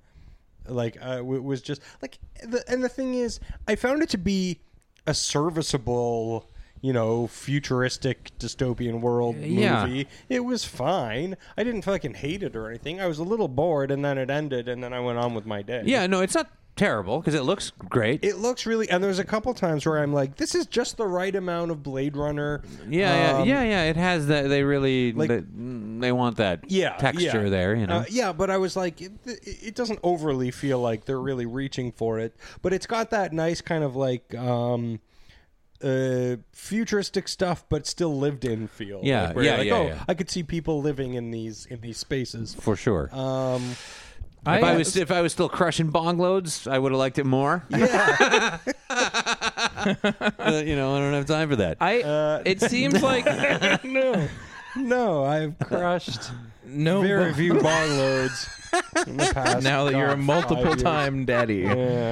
[SPEAKER 2] like uh, w- was just like. The, and the thing is, I found it to be a serviceable. You know, futuristic dystopian world
[SPEAKER 3] Yeah.
[SPEAKER 2] movie. It was fine. I didn't fucking hate it or anything. I was a little bored, and then it ended, and then I went on with my day.
[SPEAKER 3] Yeah, no, it's not terrible because it looks great.
[SPEAKER 2] It looks really, and there's a couple times where I'm like, this is just the right amount of Blade Runner.
[SPEAKER 3] yeah,
[SPEAKER 2] Um,
[SPEAKER 3] yeah, yeah, yeah. It has that. They really
[SPEAKER 2] Like-
[SPEAKER 3] they, they want that
[SPEAKER 2] yeah,
[SPEAKER 3] texture
[SPEAKER 2] yeah.
[SPEAKER 3] there. You know,
[SPEAKER 2] Uh, yeah, but I was like, it, it it doesn't overly feel like they're really reaching for it, but it's got that nice kind of like um, uh, futuristic stuff, but still lived in feel.
[SPEAKER 3] Yeah,
[SPEAKER 2] like, where you're
[SPEAKER 3] yeah,
[SPEAKER 2] like,
[SPEAKER 3] yeah,
[SPEAKER 2] oh,
[SPEAKER 3] yeah.
[SPEAKER 2] I could see people living in these in these spaces.
[SPEAKER 3] for sure.
[SPEAKER 2] Um,
[SPEAKER 3] if I was if I was still crushing bong loads, I would have liked it more. Uh, you know, I don't have time for that.
[SPEAKER 1] I.
[SPEAKER 3] uh,
[SPEAKER 1] it seems like
[SPEAKER 2] no, no, I've crushed
[SPEAKER 1] no.
[SPEAKER 2] very few bong loads in the past.
[SPEAKER 1] now that you're a
[SPEAKER 2] God,
[SPEAKER 1] multiple
[SPEAKER 2] five years.
[SPEAKER 1] time daddy.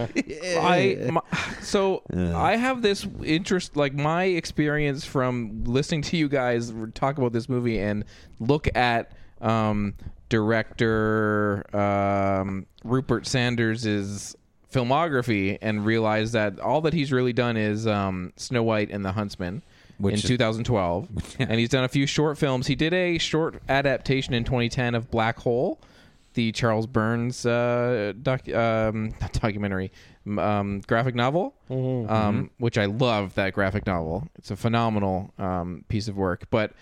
[SPEAKER 2] Yeah.
[SPEAKER 1] I my, so I have this interest, like my experience from listening to you guys talk about this movie and look at Um, director um, Rupert Sanders' filmography and realized that all that he's really done is um, Snow White and the Huntsman. in 2012, and he's done a few short films. He did a short adaptation in 2010 of Black Hole, the Charles Burns uh, doc, um, not documentary m- um, graphic novel, um, which I love that graphic novel. It's a phenomenal um, piece of work. But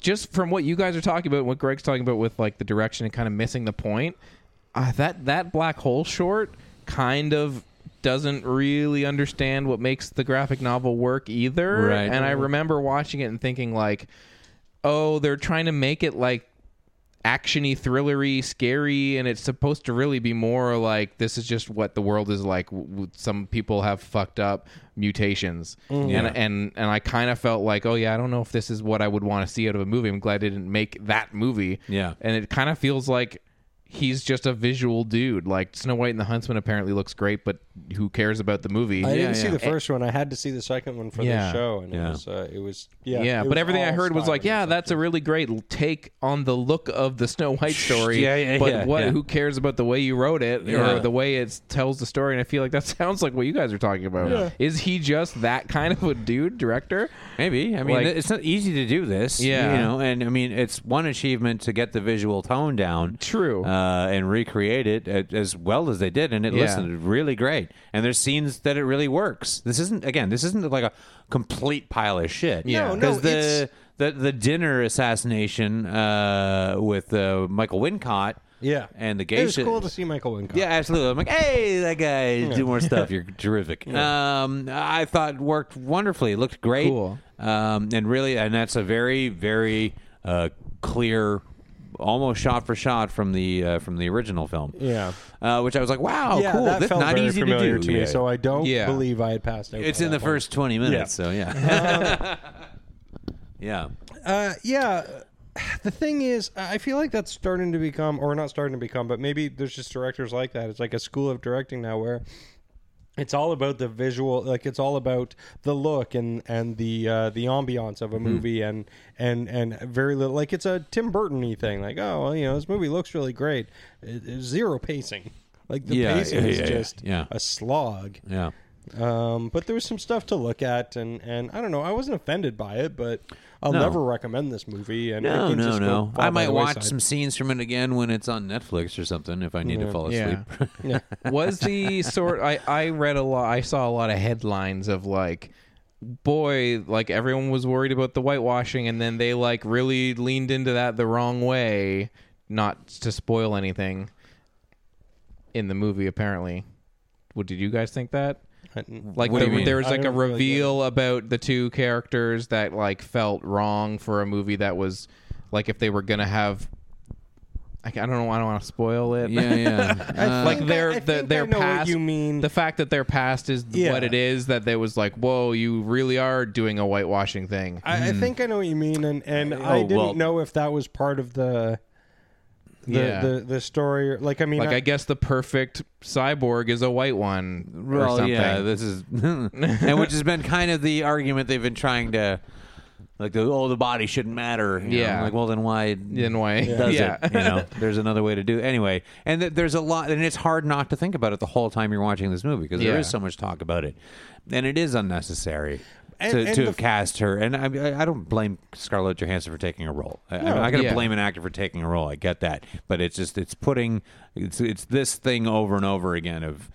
[SPEAKER 1] just from what you guys are talking about, what Greg's talking about with like the direction and kind of missing the point, uh, that that black hole short kind of doesn't really understand what makes the graphic novel work either.
[SPEAKER 3] Right.
[SPEAKER 1] And I remember watching it and thinking like, oh, they're trying to make it like actiony, thrillery, scary, and it's supposed to really be more like this is just what the world is like. W- w- Some people have fucked up mutations, and and and I kind of felt like, oh yeah, I don't know if this is what I would want to see out of a movie. I'm glad I didn't make that movie.
[SPEAKER 3] Yeah.
[SPEAKER 1] and it kind of feels like. He's just a visual dude. Like Snow White and the Huntsman apparently looks great, but who cares about the movie?
[SPEAKER 2] I didn't see the first one. I had to see the second one for
[SPEAKER 1] Yeah.
[SPEAKER 2] the show, and
[SPEAKER 3] Yeah.
[SPEAKER 2] it was uh, it was yeah.
[SPEAKER 1] yeah,
[SPEAKER 2] it
[SPEAKER 1] but
[SPEAKER 2] was
[SPEAKER 1] everything I
[SPEAKER 2] all
[SPEAKER 1] heard was
[SPEAKER 2] style
[SPEAKER 1] like, yeah, that's a really great l- take on the look of the Snow White story.
[SPEAKER 3] Yeah, yeah,
[SPEAKER 1] but
[SPEAKER 3] yeah,
[SPEAKER 1] what?
[SPEAKER 3] yeah.
[SPEAKER 1] Who cares about the way you wrote it
[SPEAKER 3] Yeah.
[SPEAKER 1] or the way it tells the story? And I feel like that sounds like what you guys are talking about. Is he just that kind of a dude director?
[SPEAKER 3] Maybe. I mean,
[SPEAKER 1] Like-
[SPEAKER 3] it's not easy to do this.
[SPEAKER 1] Yeah.
[SPEAKER 3] You know, and I mean, it's one achievement to get the visual tone down.
[SPEAKER 1] True.
[SPEAKER 3] Uh, and recreate it a- as well as they did. And it
[SPEAKER 1] Yeah.
[SPEAKER 3] listened really great. And there's scenes that it really works. This isn't, again, this isn't like a complete pile of shit.
[SPEAKER 1] Yeah. No, no,
[SPEAKER 3] Because the, the, the dinner assassination uh, with uh, Michael Wincott.
[SPEAKER 2] Yeah,
[SPEAKER 3] And the
[SPEAKER 2] It was
[SPEAKER 3] geisha.
[SPEAKER 2] cool to see Michael Wincott.
[SPEAKER 3] Yeah, absolutely. I'm like, hey, that guy, do more stuff. You're terrific. Um, I thought it worked wonderfully. It looked great.
[SPEAKER 1] Cool.
[SPEAKER 3] Um, and really, and that's a very, very uh, clear, almost shot for shot from the uh, from the original film.
[SPEAKER 2] Yeah.
[SPEAKER 3] Uh, which I was like, wow,
[SPEAKER 2] yeah,
[SPEAKER 3] cool.
[SPEAKER 2] that
[SPEAKER 3] That's
[SPEAKER 2] felt
[SPEAKER 3] not
[SPEAKER 2] very
[SPEAKER 3] easy to
[SPEAKER 2] familiar
[SPEAKER 3] do.
[SPEAKER 2] to me.
[SPEAKER 3] Yeah.
[SPEAKER 2] So I don't
[SPEAKER 1] Yeah.
[SPEAKER 2] believe I had passed out.
[SPEAKER 3] it's
[SPEAKER 2] by
[SPEAKER 3] in
[SPEAKER 2] that
[SPEAKER 3] the first 20 minutes.
[SPEAKER 2] Yeah. Um,
[SPEAKER 3] So yeah. yeah.
[SPEAKER 2] Uh, yeah. The thing is, I feel like that's starting to become, or not starting to become, but maybe there's just directors like that. It's like a school of directing now where it's all about the visual, like it's all about the look and and the uh, the ambiance of a
[SPEAKER 3] Mm-hmm.
[SPEAKER 2] movie, and and and very little, like it's a Tim Burton-y thing. Like, oh, well, you know, this movie looks really great. It- it's zero pacing. Like the
[SPEAKER 3] Yeah,
[SPEAKER 2] pacing
[SPEAKER 3] yeah,
[SPEAKER 2] is
[SPEAKER 3] yeah, yeah,
[SPEAKER 2] just
[SPEAKER 3] yeah.
[SPEAKER 2] a slog.
[SPEAKER 3] Yeah.
[SPEAKER 2] Um, but there was some stuff to look at, and, and I don't know. I wasn't offended by it, but I'll
[SPEAKER 3] No.
[SPEAKER 2] never recommend this movie. And
[SPEAKER 3] No,
[SPEAKER 2] it can
[SPEAKER 3] no,
[SPEAKER 2] just go
[SPEAKER 3] no.
[SPEAKER 2] fall
[SPEAKER 3] I
[SPEAKER 2] by
[SPEAKER 3] might
[SPEAKER 2] the
[SPEAKER 3] watch
[SPEAKER 2] wayside.
[SPEAKER 3] some scenes from it again when it's on Netflix or something if I need to fall asleep.
[SPEAKER 1] Yeah. Was the sort I I read a lot I saw a lot of headlines of like boy like everyone was worried about the whitewashing and then they like really leaned into that the wrong way not to spoil anything in the movie apparently. What did you guys think that? Like
[SPEAKER 3] What do
[SPEAKER 1] the,
[SPEAKER 3] you mean?
[SPEAKER 1] there was
[SPEAKER 2] I
[SPEAKER 1] like a
[SPEAKER 2] don't really get
[SPEAKER 1] reveal about the two characters that like felt wrong for a movie that was like if they were gonna have I, I don't know I don't want to spoil it
[SPEAKER 3] Yeah, yeah. Uh,
[SPEAKER 1] like their
[SPEAKER 2] I
[SPEAKER 1] the,
[SPEAKER 2] think
[SPEAKER 1] their
[SPEAKER 2] I know what
[SPEAKER 1] past.
[SPEAKER 2] you mean.
[SPEAKER 1] the fact that their past is
[SPEAKER 2] Yeah.
[SPEAKER 1] what it is? That there was like, whoa, you really are doing a whitewashing thing.
[SPEAKER 2] I, I think I know what you mean, and and I
[SPEAKER 3] Hmm. Oh,
[SPEAKER 2] didn't
[SPEAKER 3] well-
[SPEAKER 2] know if that was part of the the
[SPEAKER 1] Yeah.
[SPEAKER 2] the, the story. or- Like I mean,
[SPEAKER 1] like,
[SPEAKER 2] I,
[SPEAKER 1] I guess the perfect cyborg is a white one or
[SPEAKER 3] Well,
[SPEAKER 1] something.
[SPEAKER 3] yeah, this is, and which has been kind of the argument they've been trying to, like, the, oh, the body shouldn't matter. you know?
[SPEAKER 1] Yeah.
[SPEAKER 3] like, well, then why?
[SPEAKER 1] Then why-
[SPEAKER 3] Does
[SPEAKER 1] Yeah.
[SPEAKER 3] it? You know, there's another way to do anyway. And th- there's a lot, and it's hard not to think about it the whole time you're watching this movie because there
[SPEAKER 1] Yeah.
[SPEAKER 3] is so much talk about it, and it is unnecessary.
[SPEAKER 2] And-
[SPEAKER 3] to,
[SPEAKER 2] and
[SPEAKER 3] to
[SPEAKER 2] the
[SPEAKER 3] have
[SPEAKER 2] f-
[SPEAKER 3] cast her, and I, I- I don't blame Scarlett Johansson for taking a role. I, I'm not going to
[SPEAKER 1] Yeah.
[SPEAKER 3] blame an actor for taking a role. I get that, but it's just it's putting it's it's this thing over and over again of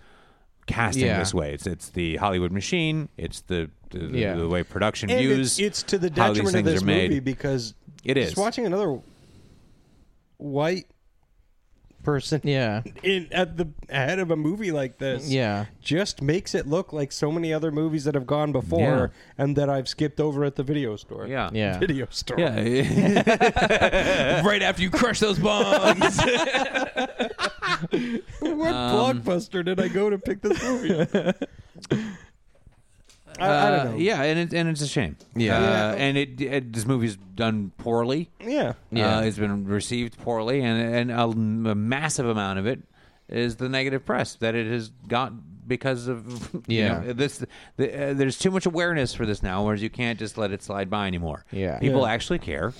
[SPEAKER 3] casting
[SPEAKER 1] Yeah.
[SPEAKER 3] this way. It's it's the Hollywood machine. It's the the, the-
[SPEAKER 1] Yeah.
[SPEAKER 3] the way production
[SPEAKER 2] and
[SPEAKER 3] views.
[SPEAKER 2] it's, it's to the
[SPEAKER 3] how these
[SPEAKER 2] detriment of
[SPEAKER 3] things
[SPEAKER 2] this
[SPEAKER 3] are made.
[SPEAKER 2] movie because
[SPEAKER 3] It
[SPEAKER 2] just
[SPEAKER 3] is.
[SPEAKER 2] watching another white person
[SPEAKER 1] yeah,
[SPEAKER 2] in at the head of a movie like this
[SPEAKER 1] Yeah.
[SPEAKER 2] just makes it look like so many other movies that have gone before
[SPEAKER 3] Yeah.
[SPEAKER 2] and that I've skipped over at the video store.
[SPEAKER 3] yeah.
[SPEAKER 1] yeah.
[SPEAKER 2] Video store.
[SPEAKER 3] Yeah.
[SPEAKER 1] right after you crush those bombs.
[SPEAKER 2] What
[SPEAKER 3] Um,
[SPEAKER 2] blockbuster did I go to pick this movie? up? I, I
[SPEAKER 3] Uh,
[SPEAKER 2] don't know.
[SPEAKER 3] yeah, and it, and it's a shame.
[SPEAKER 1] Yeah.
[SPEAKER 3] Uh,
[SPEAKER 2] Yeah.
[SPEAKER 3] and it, it this movie's done poorly.
[SPEAKER 2] Yeah.
[SPEAKER 3] Yeah, uh, it's been received poorly, and and a, a massive amount of it is the negative press that it has got because of you
[SPEAKER 1] Yeah.
[SPEAKER 3] know, this. The, uh, there's too much awareness for this now, whereas you can't just let it slide by anymore.
[SPEAKER 1] Yeah.
[SPEAKER 3] people
[SPEAKER 2] Yeah.
[SPEAKER 3] actually care.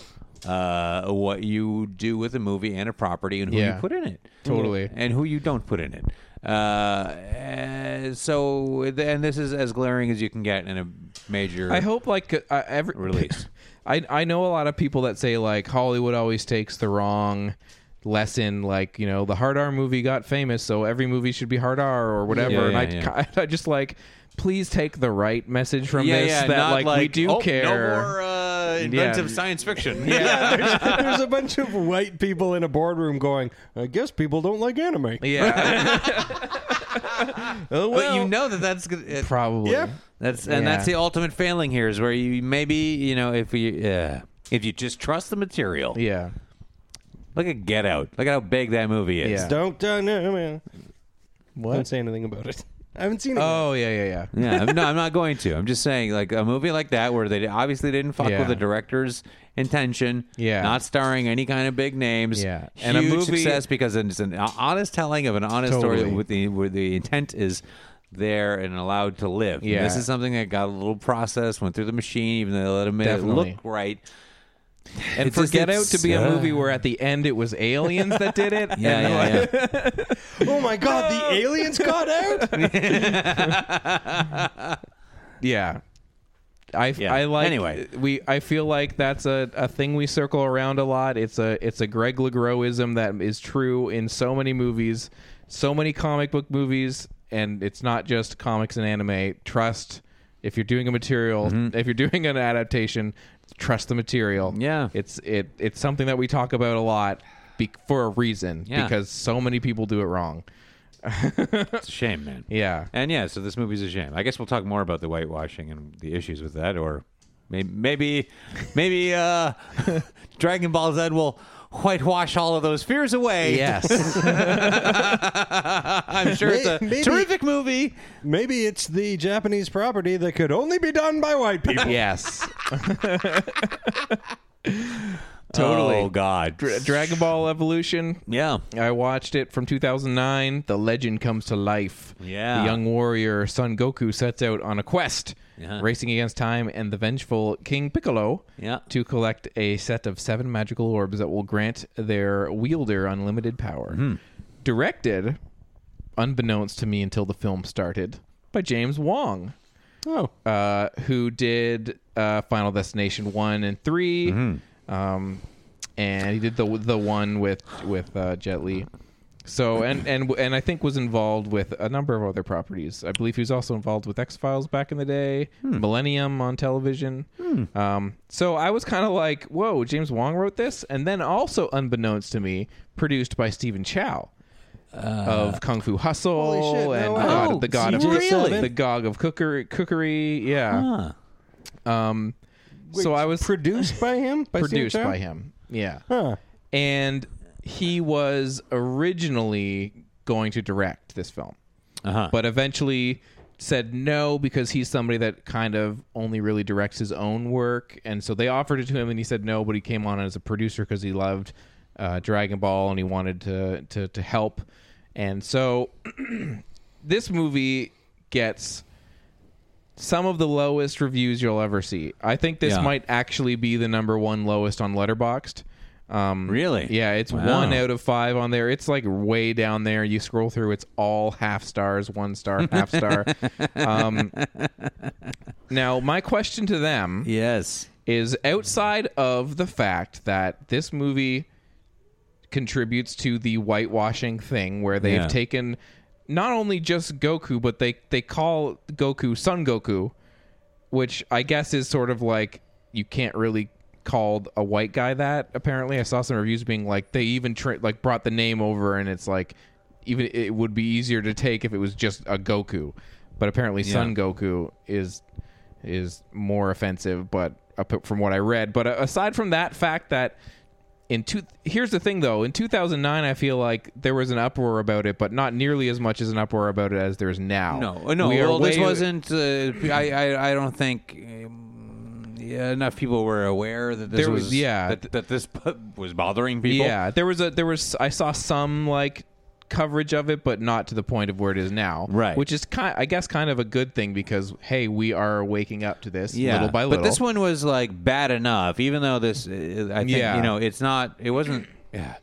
[SPEAKER 3] uh, what you do with a movie and a property and who
[SPEAKER 1] Yeah.
[SPEAKER 3] you put in it. Mm-hmm.
[SPEAKER 1] Totally.
[SPEAKER 3] And who you don't put in it. Uh, and so, and this is as glaring as you can get in a major.
[SPEAKER 1] I hope like uh, every
[SPEAKER 3] Release.
[SPEAKER 1] I I know a lot of people that say like Hollywood always takes the wrong lesson. Like you know the hard R movie got famous, so every movie should be hard R or whatever.
[SPEAKER 3] Yeah,
[SPEAKER 1] and
[SPEAKER 3] yeah,
[SPEAKER 1] I
[SPEAKER 3] yeah.
[SPEAKER 1] I just like please take the right message from
[SPEAKER 3] yeah,
[SPEAKER 1] this
[SPEAKER 3] yeah,
[SPEAKER 1] that
[SPEAKER 3] not
[SPEAKER 1] like, we do
[SPEAKER 3] oh,
[SPEAKER 1] care.
[SPEAKER 3] No more uh, inventive science fiction.
[SPEAKER 2] There's a bunch of white people in a boardroom going, I guess people don't like anime.
[SPEAKER 1] yeah,
[SPEAKER 2] Oh,
[SPEAKER 3] but you know that that's good. it-
[SPEAKER 1] probably.
[SPEAKER 2] Yeah.
[SPEAKER 3] That's and that's
[SPEAKER 1] Yeah.
[SPEAKER 3] the ultimate failing here is where you maybe you know if you yeah if you just trust the material.
[SPEAKER 1] Yeah.
[SPEAKER 3] Look at Get Out. Look at how big that movie is.
[SPEAKER 1] Yeah.
[SPEAKER 2] Don't, uh, no, man. Don't
[SPEAKER 1] What?
[SPEAKER 2] say anything about it. I haven't seen it.
[SPEAKER 1] Oh yeah, yeah, yeah.
[SPEAKER 3] Yeah, I'm, no, I'm not going to. I'm just saying, like a movie like that, where they obviously didn't fuck
[SPEAKER 1] Yeah.
[SPEAKER 3] with the director's intention.
[SPEAKER 1] Yeah.
[SPEAKER 3] not starring any kind of big names.
[SPEAKER 1] Yeah.
[SPEAKER 3] and
[SPEAKER 1] And a
[SPEAKER 3] huge
[SPEAKER 1] movie-
[SPEAKER 3] success because it's an honest telling of an honest story
[SPEAKER 1] Totally.
[SPEAKER 3] with the where the intent is there and allowed to live. And
[SPEAKER 1] Yeah.
[SPEAKER 3] this is something that got a little processed, went through the machine, even though they let it made it
[SPEAKER 1] Definitely.
[SPEAKER 3] look right. And
[SPEAKER 1] For Get Out to be a movie where at the end it was aliens that did it.
[SPEAKER 3] Yeah,
[SPEAKER 1] and
[SPEAKER 3] yeah,
[SPEAKER 1] like-
[SPEAKER 3] yeah.
[SPEAKER 2] Oh my god, the aliens got out?
[SPEAKER 1] Yeah. I,
[SPEAKER 3] Yeah.
[SPEAKER 1] I like
[SPEAKER 3] Anyway.
[SPEAKER 1] we I feel like that's a, a thing we circle around a lot. It's a it's a Greg Lagroism that is true in so many movies, so many comic book movies, and it's not just comics and anime. Trust if you're doing a material,
[SPEAKER 3] Mm-hmm.
[SPEAKER 1] if you're doing an adaptation, trust the material.
[SPEAKER 3] Yeah.
[SPEAKER 1] it's it it's something that we talk about a lot be, for a reason
[SPEAKER 3] Yeah.
[SPEAKER 1] because so many people do it wrong.
[SPEAKER 3] It's a shame, man.
[SPEAKER 1] Yeah.
[SPEAKER 3] And yeah, so this movie's a shame. I guess we'll talk more about the whitewashing and the issues with that, or maybe maybe maybe uh, Dragon Ball Z will whitewash all of those fears away.
[SPEAKER 1] Yes.
[SPEAKER 3] I'm sure it's a
[SPEAKER 2] Maybe-
[SPEAKER 3] terrific movie.
[SPEAKER 2] Maybe it's the Japanese property that could only be done by white people.
[SPEAKER 1] yes.
[SPEAKER 3] Totally. Oh God.
[SPEAKER 1] Dragon Ball Evolution.
[SPEAKER 3] yeah.
[SPEAKER 1] I watched it from 2009. The legend comes to life.
[SPEAKER 3] Yeah.
[SPEAKER 1] The young warrior Son Goku sets out on a quest,
[SPEAKER 3] Yeah.
[SPEAKER 1] racing against time and the vengeful King Piccolo
[SPEAKER 3] Uh-huh. Yeah.
[SPEAKER 1] to collect a set of seven magical orbs that will grant their wielder unlimited power.
[SPEAKER 3] Hmm.
[SPEAKER 1] Directed, unbeknownst to me until the film started, by James Wong
[SPEAKER 2] Oh.
[SPEAKER 1] uh, who did uh, Final Destination one and 3
[SPEAKER 3] Hmm.
[SPEAKER 1] um, and he did the the one with with uh, Jet Li. So and and and I think was involved with a number of other properties. I believe he was also involved with X Files back in the day,
[SPEAKER 2] Hmm.
[SPEAKER 1] Millennium on television. Um, so I was kind of like, "Whoa, James Wong wrote this," and then also unbeknownst to me, produced by Stephen Chow of Kung Fu Hustle
[SPEAKER 2] Uh, Holy shit, no
[SPEAKER 1] and
[SPEAKER 2] way.
[SPEAKER 1] the God,
[SPEAKER 3] Oh,
[SPEAKER 1] the God of
[SPEAKER 3] really?
[SPEAKER 1] Cookery- the Gog of Cookery. Cookery, yeah.
[SPEAKER 3] Huh.
[SPEAKER 1] Um, so I was
[SPEAKER 2] produced by him? By Steve
[SPEAKER 1] produced
[SPEAKER 2] Chow?
[SPEAKER 1] by him, yeah,
[SPEAKER 2] Huh.
[SPEAKER 1] and he was originally going to direct this film,
[SPEAKER 3] Uh-huh.
[SPEAKER 1] but eventually said no because he's somebody that kind of only really directs his own work, and so they offered it to him, and he said no, but he came on as a producer because he loved uh, Dragon Ball and he wanted to to to help, and so this movie gets some of the lowest reviews you'll ever see. I think this
[SPEAKER 3] Yeah.
[SPEAKER 1] might actually be the number one lowest on Letterboxd. Um,
[SPEAKER 3] Really?
[SPEAKER 1] Yeah, it's
[SPEAKER 3] Wow.
[SPEAKER 1] one out of five on there. It's like way down there. You scroll through, it's all half stars, one star, half star. um, now, my question to them
[SPEAKER 3] Yes.
[SPEAKER 1] is outside of the fact that this movie contributes to the whitewashing thing where they've
[SPEAKER 3] Yeah.
[SPEAKER 1] taken not only just Goku but they they call Goku Son Goku which I guess is sort of like you can't really call a white guy that apparently I saw some reviews being like they even tra- like brought the name over and it's like even it would be easier to take if it was just a Goku but apparently Son Goku is is more offensive, but up- from what I read. But uh, aside from that fact that in two, here's the thing though. In 2009, I feel like there was an uproar about it, but not nearly as much as an uproar about it as there is now.
[SPEAKER 3] No, no.
[SPEAKER 1] We are
[SPEAKER 3] well, this
[SPEAKER 1] way-
[SPEAKER 3] wasn't. Uh, I, I, I don't think um, yeah, enough people were aware that this
[SPEAKER 1] There was-
[SPEAKER 3] was,
[SPEAKER 1] yeah.
[SPEAKER 3] that, that this was bothering people.
[SPEAKER 1] Yeah, there was a there was I saw some like coverage of it, but not to the point of where it is now.
[SPEAKER 4] Right.
[SPEAKER 1] Which is kind, I guess, kind of a good thing because hey, we are waking up to this
[SPEAKER 4] yeah.
[SPEAKER 1] little by little.
[SPEAKER 4] But this one was like bad enough, even though this, uh, I think,
[SPEAKER 1] Yeah.
[SPEAKER 4] you know, it's not, it wasn't. Yeah,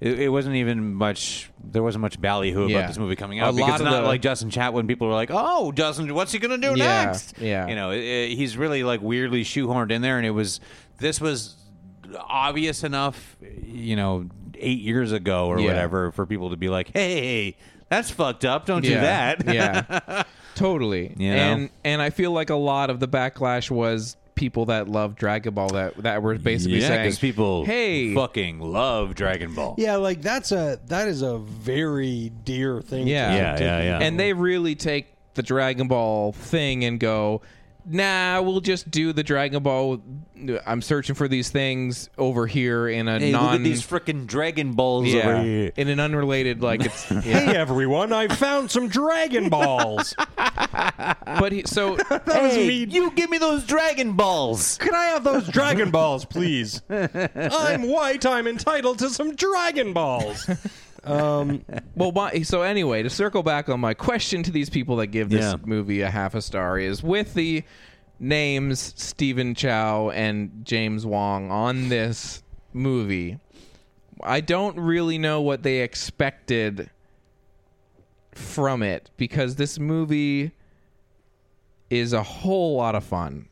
[SPEAKER 4] it, it wasn't even much. There wasn't much ballyhoo
[SPEAKER 1] Yeah.
[SPEAKER 4] about this movie coming
[SPEAKER 1] A
[SPEAKER 4] out because
[SPEAKER 1] lot
[SPEAKER 4] it's
[SPEAKER 1] of
[SPEAKER 4] not
[SPEAKER 1] the-
[SPEAKER 4] like Justin Chatwin. People were like, "Oh, Justin, what's he gonna do
[SPEAKER 1] Yeah,
[SPEAKER 4] next?"
[SPEAKER 1] yeah.
[SPEAKER 4] you know, it, it- he's really like weirdly shoehorned in there, and it was this was obvious enough, you know, eight years ago or
[SPEAKER 1] Yeah.
[SPEAKER 4] whatever, for people to be like, "Hey, that's fucked up. Don't do
[SPEAKER 1] yeah,
[SPEAKER 4] that."
[SPEAKER 1] yeah, totally.
[SPEAKER 4] You know?
[SPEAKER 1] And and I feel like a lot of the backlash was people that love Dragon Ball that that were basically
[SPEAKER 4] yeah,
[SPEAKER 1] saying
[SPEAKER 4] because people
[SPEAKER 1] hey,
[SPEAKER 4] fucking love Dragon Ball.
[SPEAKER 2] Yeah, like that's a that is a very dear thing.
[SPEAKER 1] Yeah.
[SPEAKER 2] to,
[SPEAKER 4] yeah, yeah, yeah.
[SPEAKER 1] and they really take the Dragon Ball thing and go, nah, we'll just do the Dragon Ball. I'm searching for these things over here in a
[SPEAKER 4] hey,
[SPEAKER 1] non
[SPEAKER 4] look at these freaking Dragon Balls
[SPEAKER 1] yeah,
[SPEAKER 4] over here.
[SPEAKER 1] in an unrelated like it's yeah.
[SPEAKER 2] Hey everyone, I found some Dragon Balls.
[SPEAKER 1] but he, so
[SPEAKER 4] Hey, you give me those Dragon Balls.
[SPEAKER 2] Can I have those Dragon Balls, please? I'm white. I'm entitled to some Dragon Balls.
[SPEAKER 1] well my, so anyway to circle back on my question to these people that give this
[SPEAKER 4] Yeah.
[SPEAKER 1] movie a half a star is with the names Stephen Chow and James Wong on this movie I don't really know what they expected from it because this movie is a whole lot of fun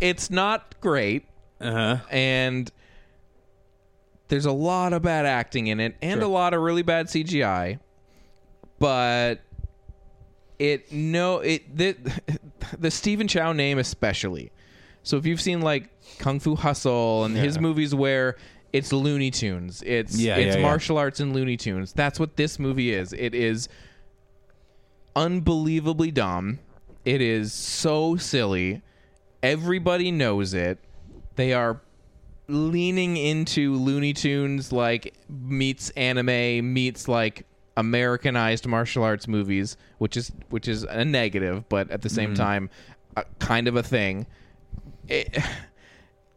[SPEAKER 1] it's not great and there's a lot of bad acting in it and a lot of really bad CGI, but it no it the, the Stephen Chow name especially. So if you've seen like Kung Fu Hustle and his movies where it's Looney Tunes, it's
[SPEAKER 4] Yeah, yeah,
[SPEAKER 1] it's
[SPEAKER 4] yeah.
[SPEAKER 1] martial arts and Looney Tunes. That's what this movie is. It is unbelievably dumb. It is so silly. Everybody knows it. They are leaning into Looney Tunes like meets anime meets like Americanized martial arts movies, which is which is a negative, but at the same time, a, kind of a thing. It,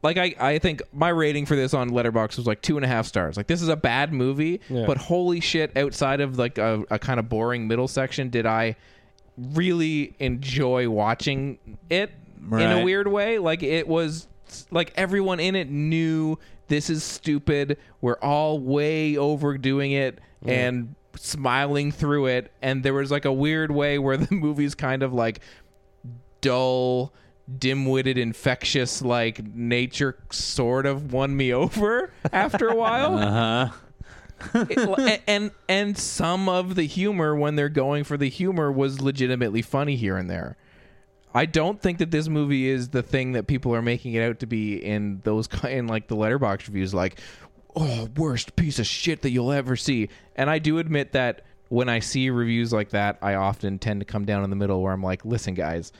[SPEAKER 1] like I, I think my rating for this on Letterbox was like two and a half stars. Like this is a bad movie, but holy shit! Outside of like a, a kind of boring middle section, did I really enjoy watching it in a
[SPEAKER 4] Right.
[SPEAKER 1] weird way? Like it was like everyone in it knew this is stupid. We're all way overdoing it and smiling through it. And there was like a weird way where the movie's kind of like dull, dim-witted, infectious like nature sort of won me over after a while. uh-huh. and, and and some of the humor when they're going for the humor was legitimately funny here and there. I don't think that this movie is the thing that people are making it out to be in those ki- in like the letterbox reviews like oh worst piece of shit that you'll ever see. And I do admit that when I see reviews like that, I often tend to come down in the middle where I'm like, listen guys,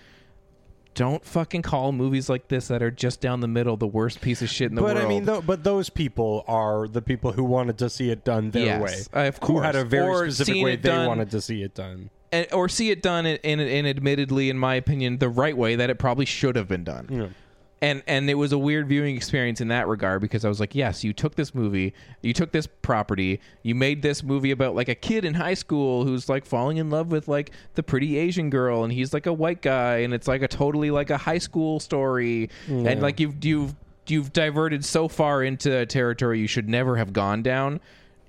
[SPEAKER 1] don't fucking call movies like this that are just down the middle the worst piece of shit in the
[SPEAKER 2] but
[SPEAKER 1] world.
[SPEAKER 2] I mean, tho- but those people are the people who wanted to see it done their
[SPEAKER 1] Yes,
[SPEAKER 2] way.
[SPEAKER 1] uh, of
[SPEAKER 2] Who had a
[SPEAKER 1] course.
[SPEAKER 2] very
[SPEAKER 1] Or
[SPEAKER 2] specific
[SPEAKER 1] seen
[SPEAKER 2] way
[SPEAKER 1] it
[SPEAKER 2] they
[SPEAKER 1] done-
[SPEAKER 2] wanted to see it done.
[SPEAKER 1] and, or see it done in, in, in admittedly in my opinion the right way that it probably should have been done and and it was a weird viewing experience in that regard because i was like yes you took this movie you took this property you made this movie about like a kid in high school who's like falling in love with like the pretty asian girl and he's like a white guy and it's like a totally like a high school story and like you've you've you've diverted so far into a territory you should never have gone down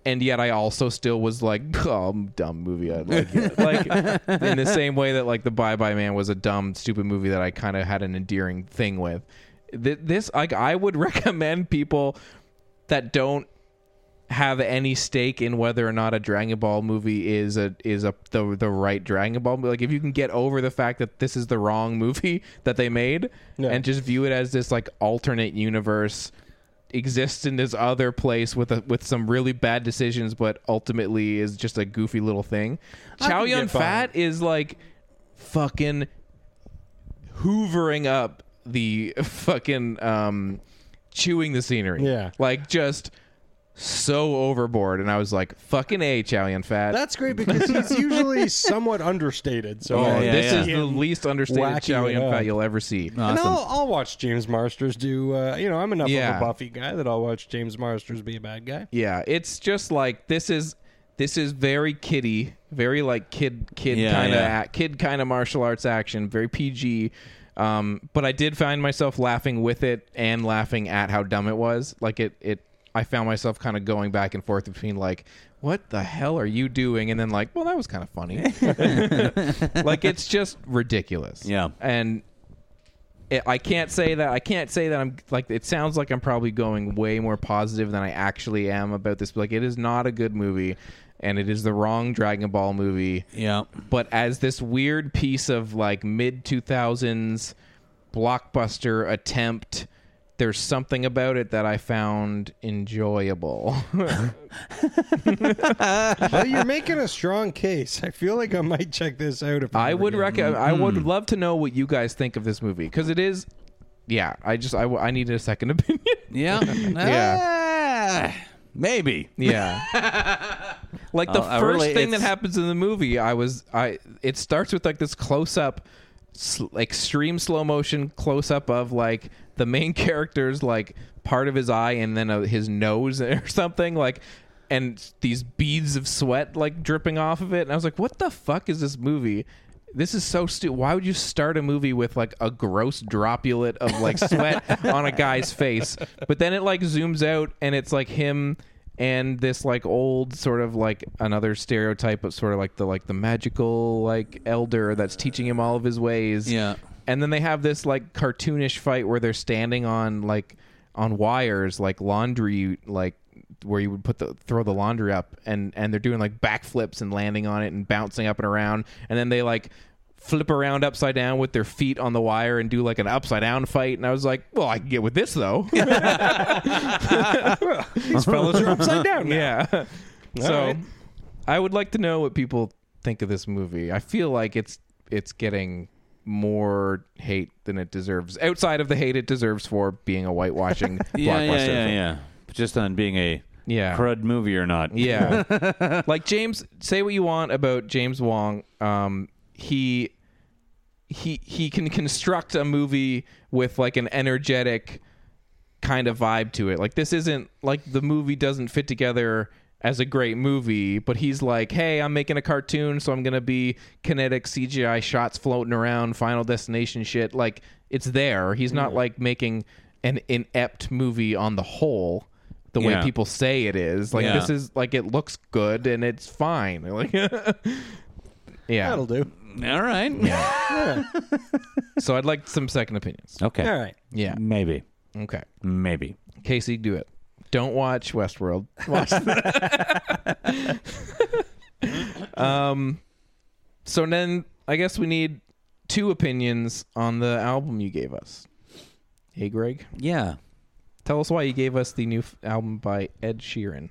[SPEAKER 1] and yet I also still was like, oh, dumb movie. I like it. like in the same way that like the Bye Bye Man was a dumb, stupid movie that I kind of had an endearing thing with. Th- this like I would recommend people that don't have any stake in whether or not a Dragon Ball movie is a is a the the right Dragon Ball movie. Like if you can get over the fact that this is the wrong movie that they made and just view it as this like alternate universe exists in this other place with a, with some really bad decisions but ultimately is just a goofy little thing. Chow
[SPEAKER 2] can get
[SPEAKER 1] Yun Fat is like fucking hoovering up the fucking um chewing the scenery.
[SPEAKER 2] Yeah.
[SPEAKER 1] Like just so overboard and I was like fucking A Chow Yun Fat.
[SPEAKER 2] That's great because he's usually somewhat understated. So
[SPEAKER 1] oh,
[SPEAKER 2] I-
[SPEAKER 4] yeah,
[SPEAKER 1] this
[SPEAKER 4] yeah.
[SPEAKER 1] is the least understated
[SPEAKER 2] Whacking
[SPEAKER 1] Chow
[SPEAKER 2] it
[SPEAKER 1] Yun
[SPEAKER 2] up.
[SPEAKER 1] Fat you'll ever see.
[SPEAKER 2] And I'll, I'll watch James Marsters do. Uh, you know, I'm enough
[SPEAKER 1] Yeah.
[SPEAKER 2] of a Buffy guy that I'll watch James Marsters be a bad guy.
[SPEAKER 1] Yeah, it's just like this is This is very kiddie, very like kid kid
[SPEAKER 4] Yeah,
[SPEAKER 1] kind of
[SPEAKER 4] yeah.
[SPEAKER 1] kid kind of martial arts action, very PG. Um, but I did find myself laughing with it and laughing at how dumb it was. Like it, it. I found myself kind of going back and forth between like, what the hell are you doing? And then like, well, that was kind of funny. like it's just ridiculous.
[SPEAKER 4] Yeah.
[SPEAKER 1] And it, I can't say that I can't say that I'm like it sounds like I'm probably going way more positive than I actually am about this. But like it is not a good movie, and it is the wrong Dragon Ball movie.
[SPEAKER 4] Yeah.
[SPEAKER 1] But as this weird piece of like mid two thousands blockbuster attempt. There's something about it that I found enjoyable.
[SPEAKER 2] well, you're making a strong case. I feel like I might check this out if
[SPEAKER 1] I
[SPEAKER 2] ever
[SPEAKER 1] would
[SPEAKER 2] get-
[SPEAKER 1] recommend. I would love to know what you guys think of this movie because it is. Yeah, I just I, w- I needed a second opinion.
[SPEAKER 4] Yeah. yeah. Maybe.
[SPEAKER 1] Yeah. like the
[SPEAKER 4] Uh, I
[SPEAKER 1] first
[SPEAKER 4] really-
[SPEAKER 1] thing that
[SPEAKER 4] it's-
[SPEAKER 1] happens in the movie, I was I it starts with like this close up sl- extreme slow motion close up of like the main character's like part of his eye and then uh, his nose or something like and these beads of sweat like dripping off of it and I was like what the fuck is this movie? This is so stupid. Why would you start a movie with like a gross droplet of like sweat on a guy's face? But then it like zooms out and it's like him and this like old sort of like another stereotype of sort of like the like the magical like elder that's teaching him all of his ways.
[SPEAKER 4] Yeah.
[SPEAKER 1] And then they have this like cartoonish fight where they're standing on like on wires like laundry like where you would put the throw the laundry up and and they're doing like backflips and landing on it and bouncing up and around and then they like flip around upside down with their feet on the wire and do like an upside down fight and I was like, well, I can get with this though.
[SPEAKER 2] These fellas are upside down. now.
[SPEAKER 1] Yeah. so
[SPEAKER 2] right.
[SPEAKER 1] I would like to know what people think of this movie. I feel like it's it's getting more hate than it deserves. Outside of the hate it deserves for being a whitewashing
[SPEAKER 4] Yeah,
[SPEAKER 1] blockbuster
[SPEAKER 4] yeah, yeah,
[SPEAKER 1] film.
[SPEAKER 4] yeah. Just on being a
[SPEAKER 1] Yeah.
[SPEAKER 4] crud movie or not.
[SPEAKER 1] Yeah. like James, say what you want about James Wong. Um, he he he can construct a movie with like an energetic kind of vibe to it. Like this isn't like the movie doesn't fit together as a great movie, but he's like, "Hey, I'm making a cartoon, so I'm going to be kinetic CGI shots floating around, final destination shit." Like it's there. He's not like making an inept movie on the whole the way
[SPEAKER 4] Yeah.
[SPEAKER 1] people say it is. Like
[SPEAKER 4] Yeah.
[SPEAKER 1] this is like it looks good and it's fine. Like Yeah.
[SPEAKER 2] That'll do.
[SPEAKER 4] All right.
[SPEAKER 1] So I'd like some second opinions.
[SPEAKER 4] Okay.
[SPEAKER 2] All right.
[SPEAKER 1] Yeah.
[SPEAKER 4] Maybe.
[SPEAKER 1] Okay.
[SPEAKER 4] Maybe.
[SPEAKER 1] Casey, do it. Don't watch Westworld. Watch that. um, so then I guess we need two opinions on the album you gave us. Hey, Greg,
[SPEAKER 4] Yeah.
[SPEAKER 1] tell us why you gave us the new f- album by Ed Sheeran.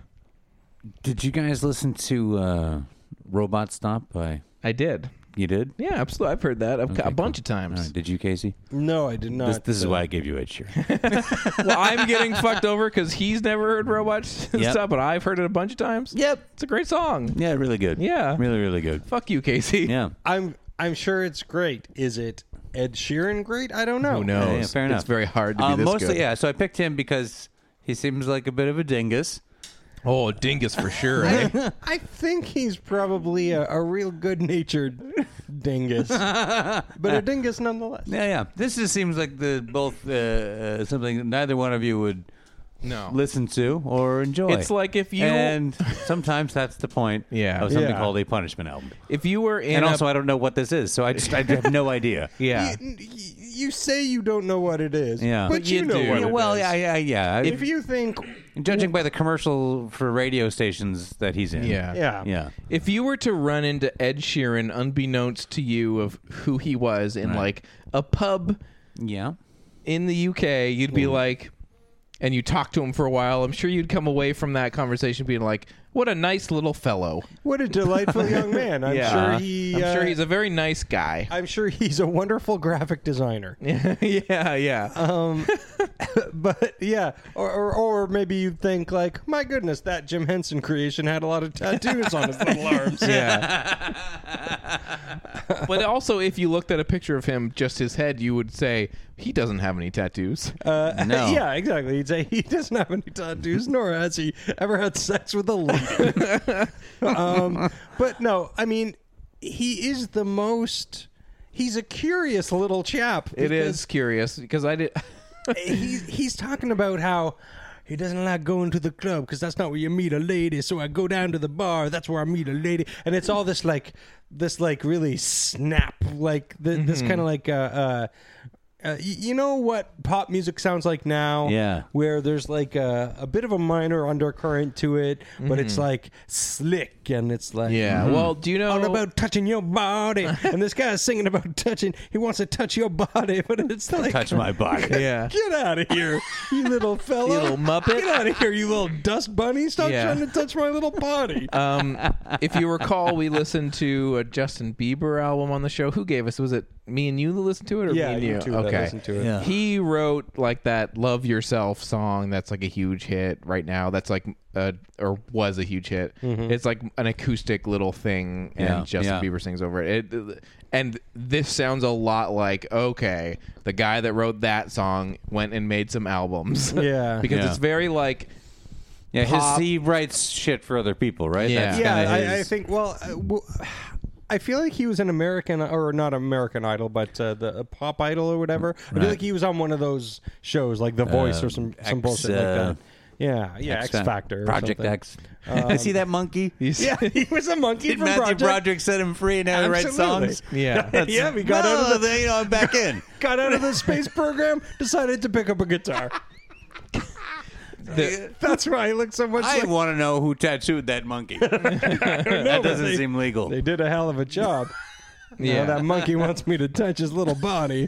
[SPEAKER 4] Did you guys listen to uh, Robot Stop by.
[SPEAKER 1] I did.
[SPEAKER 4] You did?
[SPEAKER 1] Yeah, absolutely. I've heard that a, a bunch of
[SPEAKER 4] All
[SPEAKER 1] times.
[SPEAKER 4] right. Did you, Casey?
[SPEAKER 2] No, I did not.
[SPEAKER 4] This, this is why I gave you Ed Sheeran.
[SPEAKER 1] well, I'm getting fucked over because he's never heard Robot
[SPEAKER 4] Yep.
[SPEAKER 1] stuff, but I've heard it a bunch of times.
[SPEAKER 4] Yep.
[SPEAKER 1] It's a great song.
[SPEAKER 4] Yeah, really good.
[SPEAKER 1] Yeah.
[SPEAKER 4] Really, really good.
[SPEAKER 1] Fuck you, Casey.
[SPEAKER 4] Yeah.
[SPEAKER 2] I'm I'm sure it's great. Is it Ed Sheeran great? I don't know.
[SPEAKER 1] Who
[SPEAKER 4] Yeah,
[SPEAKER 1] knows?
[SPEAKER 4] yeah, fair enough.
[SPEAKER 1] It's very hard to
[SPEAKER 4] Uh,
[SPEAKER 1] be this
[SPEAKER 4] mostly,
[SPEAKER 1] good.
[SPEAKER 4] yeah. So I picked him because he seems like a bit of a dingus.
[SPEAKER 1] Oh, dingus for sure. eh?
[SPEAKER 2] I think he's probably a, a real good-natured dingus, but a dingus nonetheless.
[SPEAKER 4] Yeah, yeah. This just seems like the both uh, uh, something that neither one of you would
[SPEAKER 1] no.
[SPEAKER 4] listen to or enjoy.
[SPEAKER 1] It's like if you-
[SPEAKER 4] and sometimes that's the point.
[SPEAKER 1] Yeah.
[SPEAKER 4] of something
[SPEAKER 2] Yeah.
[SPEAKER 4] called a punishment album.
[SPEAKER 1] If you were in
[SPEAKER 4] and
[SPEAKER 1] a-
[SPEAKER 4] also, I don't know what this is, so I just I have no idea.
[SPEAKER 1] yeah.
[SPEAKER 2] You, you say you don't know what it is,
[SPEAKER 4] Yeah.
[SPEAKER 2] but,
[SPEAKER 4] But
[SPEAKER 2] you,
[SPEAKER 1] you
[SPEAKER 2] know
[SPEAKER 1] do.
[SPEAKER 2] what
[SPEAKER 4] Yeah,
[SPEAKER 2] it
[SPEAKER 4] well,
[SPEAKER 2] is.
[SPEAKER 4] yeah, yeah, yeah.
[SPEAKER 2] If you think,
[SPEAKER 4] Judging by the commercial for radio stations that he's in,
[SPEAKER 1] Yeah.
[SPEAKER 2] yeah,
[SPEAKER 4] yeah.
[SPEAKER 1] If you were to run into Ed Sheeran unbeknownst to you of who he was in like a pub
[SPEAKER 4] Yeah.
[SPEAKER 1] in the UK, you'd be like and you talk to him for a while, I'm sure you'd come away from that conversation being like, "What a nice little fellow."
[SPEAKER 2] what a delightful young man. I'm sure he.
[SPEAKER 1] I'm sure
[SPEAKER 2] uh,
[SPEAKER 1] he's a very nice guy.
[SPEAKER 2] I'm sure he's a wonderful graphic designer.
[SPEAKER 1] yeah, yeah.
[SPEAKER 2] but yeah, or, or or maybe you think like, my goodness, that Jim Henson creation had a lot of tattoos on his little arms.
[SPEAKER 1] Yeah. but also, if you looked at a picture of him, just his head, you would say he doesn't have any tattoos.
[SPEAKER 2] Uh, yeah, exactly. He'd say he doesn't have any tattoos, nor has he ever had sex with a lady. um, but no, I mean, he is the most. He's a curious little chap.
[SPEAKER 1] it
[SPEAKER 2] because
[SPEAKER 1] is curious because I did.
[SPEAKER 2] he's he's talking about how he doesn't like going to the club because that's not where you meet a lady. So I go down to the bar. That's where I meet a lady, and it's all this like this like really snap like th- this kind of like uh, uh, uh, y- you know what pop music sounds like now?
[SPEAKER 4] Yeah.
[SPEAKER 2] where there's like a, a bit of a minor undercurrent to it, but it's like slick and it's like
[SPEAKER 1] yeah. Well, do you know
[SPEAKER 2] all about touching your body, and this guy's singing about touching. He wants to touch your body, but it's like
[SPEAKER 4] Touch my body.
[SPEAKER 1] Yeah.
[SPEAKER 2] Get out of here, you little fella.
[SPEAKER 1] You little muppet.
[SPEAKER 2] Get out of here, you little dust bunny. Stop
[SPEAKER 1] Yeah.
[SPEAKER 2] trying to touch my little body.
[SPEAKER 1] Um, if you recall, we listened to a Justin Bieber album on the show. Who gave us? Was it me and you that listened to it, or
[SPEAKER 2] Yeah,
[SPEAKER 1] me and
[SPEAKER 2] you
[SPEAKER 1] you?
[SPEAKER 2] two that
[SPEAKER 1] okay,
[SPEAKER 2] listened to it. Yeah.
[SPEAKER 1] he wrote like that "Love Yourself" song that's like a huge hit right now. That's like uh, or was a huge hit. It's like an acoustic little thing, and
[SPEAKER 4] Yeah, yeah.
[SPEAKER 1] Justin Bieber sings over it. it. And this sounds a lot like okay, the guy that wrote that song went and made some albums.
[SPEAKER 2] Yeah.
[SPEAKER 1] because
[SPEAKER 4] Yeah.
[SPEAKER 1] it's very like
[SPEAKER 4] Yeah, his,
[SPEAKER 1] Pop.
[SPEAKER 4] he writes shit for other people, right?
[SPEAKER 1] Yeah.
[SPEAKER 4] That's
[SPEAKER 2] yeah,
[SPEAKER 4] kinda
[SPEAKER 2] I, I
[SPEAKER 4] his-
[SPEAKER 2] think. Well, uh, well, I feel like he was an American, or not American Idol, but uh, the uh, Pop Idol or whatever. I feel like he was on one of those shows, like The Voice or some some
[SPEAKER 4] X,
[SPEAKER 2] bullshit like
[SPEAKER 4] uh,
[SPEAKER 2] that. Yeah, yeah, X,
[SPEAKER 3] uh,
[SPEAKER 4] Fac-
[SPEAKER 2] Factor, or
[SPEAKER 4] Project
[SPEAKER 2] something. Um,
[SPEAKER 4] X. I see that monkey.
[SPEAKER 2] Yeah, he was a monkey
[SPEAKER 4] Did
[SPEAKER 2] from
[SPEAKER 4] Matthew
[SPEAKER 2] Project.
[SPEAKER 4] Broderick set him free and now he writes
[SPEAKER 2] Absolutely.
[SPEAKER 4] songs?
[SPEAKER 1] Yeah.
[SPEAKER 4] That's-
[SPEAKER 2] Yeah, we got out of the-
[SPEAKER 4] No, they- you know, I'm back in.
[SPEAKER 2] Got out of the space program, decided to pick up a guitar.
[SPEAKER 1] the,
[SPEAKER 2] That's why he looked so much
[SPEAKER 4] I
[SPEAKER 2] like
[SPEAKER 4] want to know who tattooed that monkey. that doesn't seem legal.
[SPEAKER 2] They did a hell of a job.
[SPEAKER 1] yeah.
[SPEAKER 2] Now that monkey wants me to touch his little body.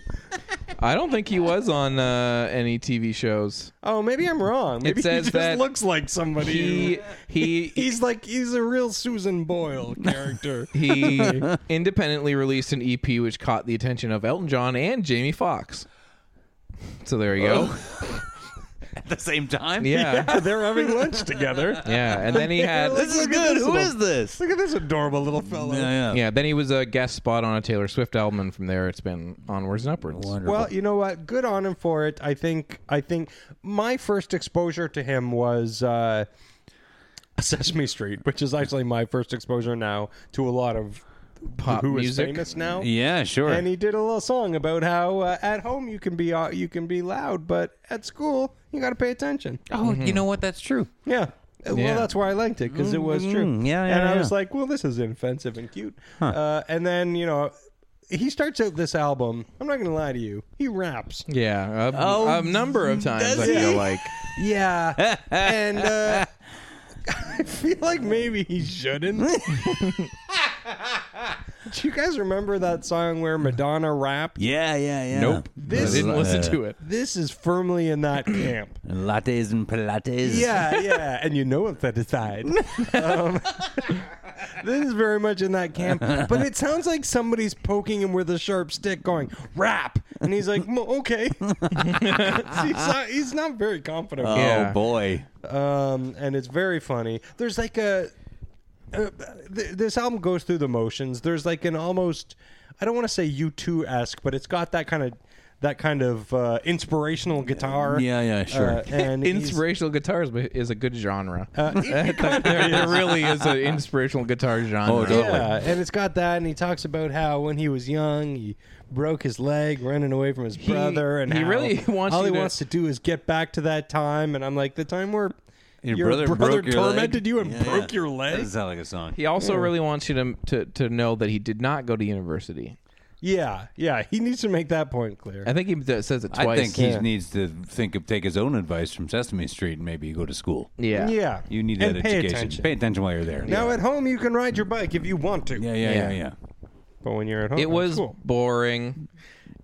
[SPEAKER 1] I don't think he was on uh, any TV shows.
[SPEAKER 2] Oh, maybe I'm wrong. Maybe
[SPEAKER 1] says
[SPEAKER 2] he just
[SPEAKER 1] that
[SPEAKER 2] looks like somebody.
[SPEAKER 1] He he
[SPEAKER 2] he's like he's a real Susan Boyle character.
[SPEAKER 1] he independently released an EP which caught the attention of Elton John and Jamie Foxx. So there you go.
[SPEAKER 4] Oh. At the same time?
[SPEAKER 1] Yeah.
[SPEAKER 2] They're having lunch together.
[SPEAKER 1] Yeah, and then he had
[SPEAKER 4] This is
[SPEAKER 2] Look at
[SPEAKER 4] good.
[SPEAKER 2] this
[SPEAKER 4] Who
[SPEAKER 2] little-
[SPEAKER 4] is this?
[SPEAKER 2] Look at this adorable little fellow.
[SPEAKER 4] Yeah,
[SPEAKER 1] yeah, then he was a guest spot on a Taylor Swift album and from there it's been onwards and upwards.
[SPEAKER 2] Well, you know what? Good on him for it. I think. I think my first exposure to him was uh, Sesame Street, which is actually my first exposure now to a lot of
[SPEAKER 1] Pop
[SPEAKER 2] who is
[SPEAKER 1] music.
[SPEAKER 2] famous now.
[SPEAKER 4] Yeah, sure.
[SPEAKER 2] And he did a little song about how uh, at home you can be uh, you can be loud, but at school you got to pay attention.
[SPEAKER 3] Oh,
[SPEAKER 4] Mm-hmm.
[SPEAKER 3] you know what? That's true.
[SPEAKER 2] Yeah. Uh, Well,
[SPEAKER 1] Yeah.
[SPEAKER 2] that's why I liked it because it was true.
[SPEAKER 4] Mm, yeah, yeah,
[SPEAKER 2] And I
[SPEAKER 4] yeah.
[SPEAKER 2] was like, well, this is inoffensive and cute. Uh, and then you know, he starts out this album. I'm not gonna lie to you. He raps.
[SPEAKER 1] Yeah, a,
[SPEAKER 4] Oh,
[SPEAKER 1] a number of times I
[SPEAKER 4] does
[SPEAKER 1] feel
[SPEAKER 4] he?
[SPEAKER 1] like
[SPEAKER 2] Yeah. and uh, I feel like maybe he shouldn't. Do you guys remember that song where Madonna rapped?
[SPEAKER 4] yeah, yeah, yeah.
[SPEAKER 1] nope. I didn't listen to it.
[SPEAKER 2] This is firmly in that camp.
[SPEAKER 4] And lattes and pilates.
[SPEAKER 2] Yeah, yeah, and you know what that aside. Um, this is very much in that camp, but it sounds like somebody's poking him with a sharp stick, going "rap," and he's like, "Mm, "Okay." he's, not, he's not very confident,
[SPEAKER 4] Oh,
[SPEAKER 1] Yeah.
[SPEAKER 4] boy.
[SPEAKER 2] um, and it's very funny. There's like a uh, th- this album goes through the motions. There's like an almost I don't want to say U two esque, but it's got that kind of that kind of uh, inspirational guitar.
[SPEAKER 4] Yeah, yeah, sure.
[SPEAKER 2] Uh, and he's-
[SPEAKER 1] Inspirational guitars is a good genre.
[SPEAKER 4] Uh,
[SPEAKER 2] it
[SPEAKER 1] there, there really is an inspirational guitar genre.
[SPEAKER 4] Oh, totally.
[SPEAKER 2] Yeah, and it's got that, and he talks about how when he was young, he broke his leg running away from his brother, and
[SPEAKER 1] he
[SPEAKER 2] how
[SPEAKER 1] really wants
[SPEAKER 2] all
[SPEAKER 1] you
[SPEAKER 2] he
[SPEAKER 1] to-
[SPEAKER 2] wants to do is get back to that time. And I'm like, the time where
[SPEAKER 4] Your, brother, broke your
[SPEAKER 2] tormented
[SPEAKER 4] leg.
[SPEAKER 2] you and
[SPEAKER 4] Yeah,
[SPEAKER 2] broke
[SPEAKER 4] yeah.
[SPEAKER 2] your leg.
[SPEAKER 4] Doesn't sound like a song.
[SPEAKER 1] He also really wants you to, to to know that he did not go to university.
[SPEAKER 2] Yeah, yeah, he needs to make that point clear.
[SPEAKER 1] I think he d- says it twice.
[SPEAKER 4] I think
[SPEAKER 2] Yeah.
[SPEAKER 4] he needs to think of take his own advice from Sesame Street and maybe go to school.
[SPEAKER 1] yeah.
[SPEAKER 2] yeah,
[SPEAKER 4] You need
[SPEAKER 2] and
[SPEAKER 4] that
[SPEAKER 2] pay
[SPEAKER 4] education.
[SPEAKER 2] Attention.
[SPEAKER 4] Pay attention while you're there.
[SPEAKER 2] now at home, you can ride your bike if you want to.
[SPEAKER 4] yeah, yeah, yeah,
[SPEAKER 1] Yeah.
[SPEAKER 4] yeah.
[SPEAKER 2] But when you're at home,
[SPEAKER 1] It was
[SPEAKER 2] cool.
[SPEAKER 1] boring.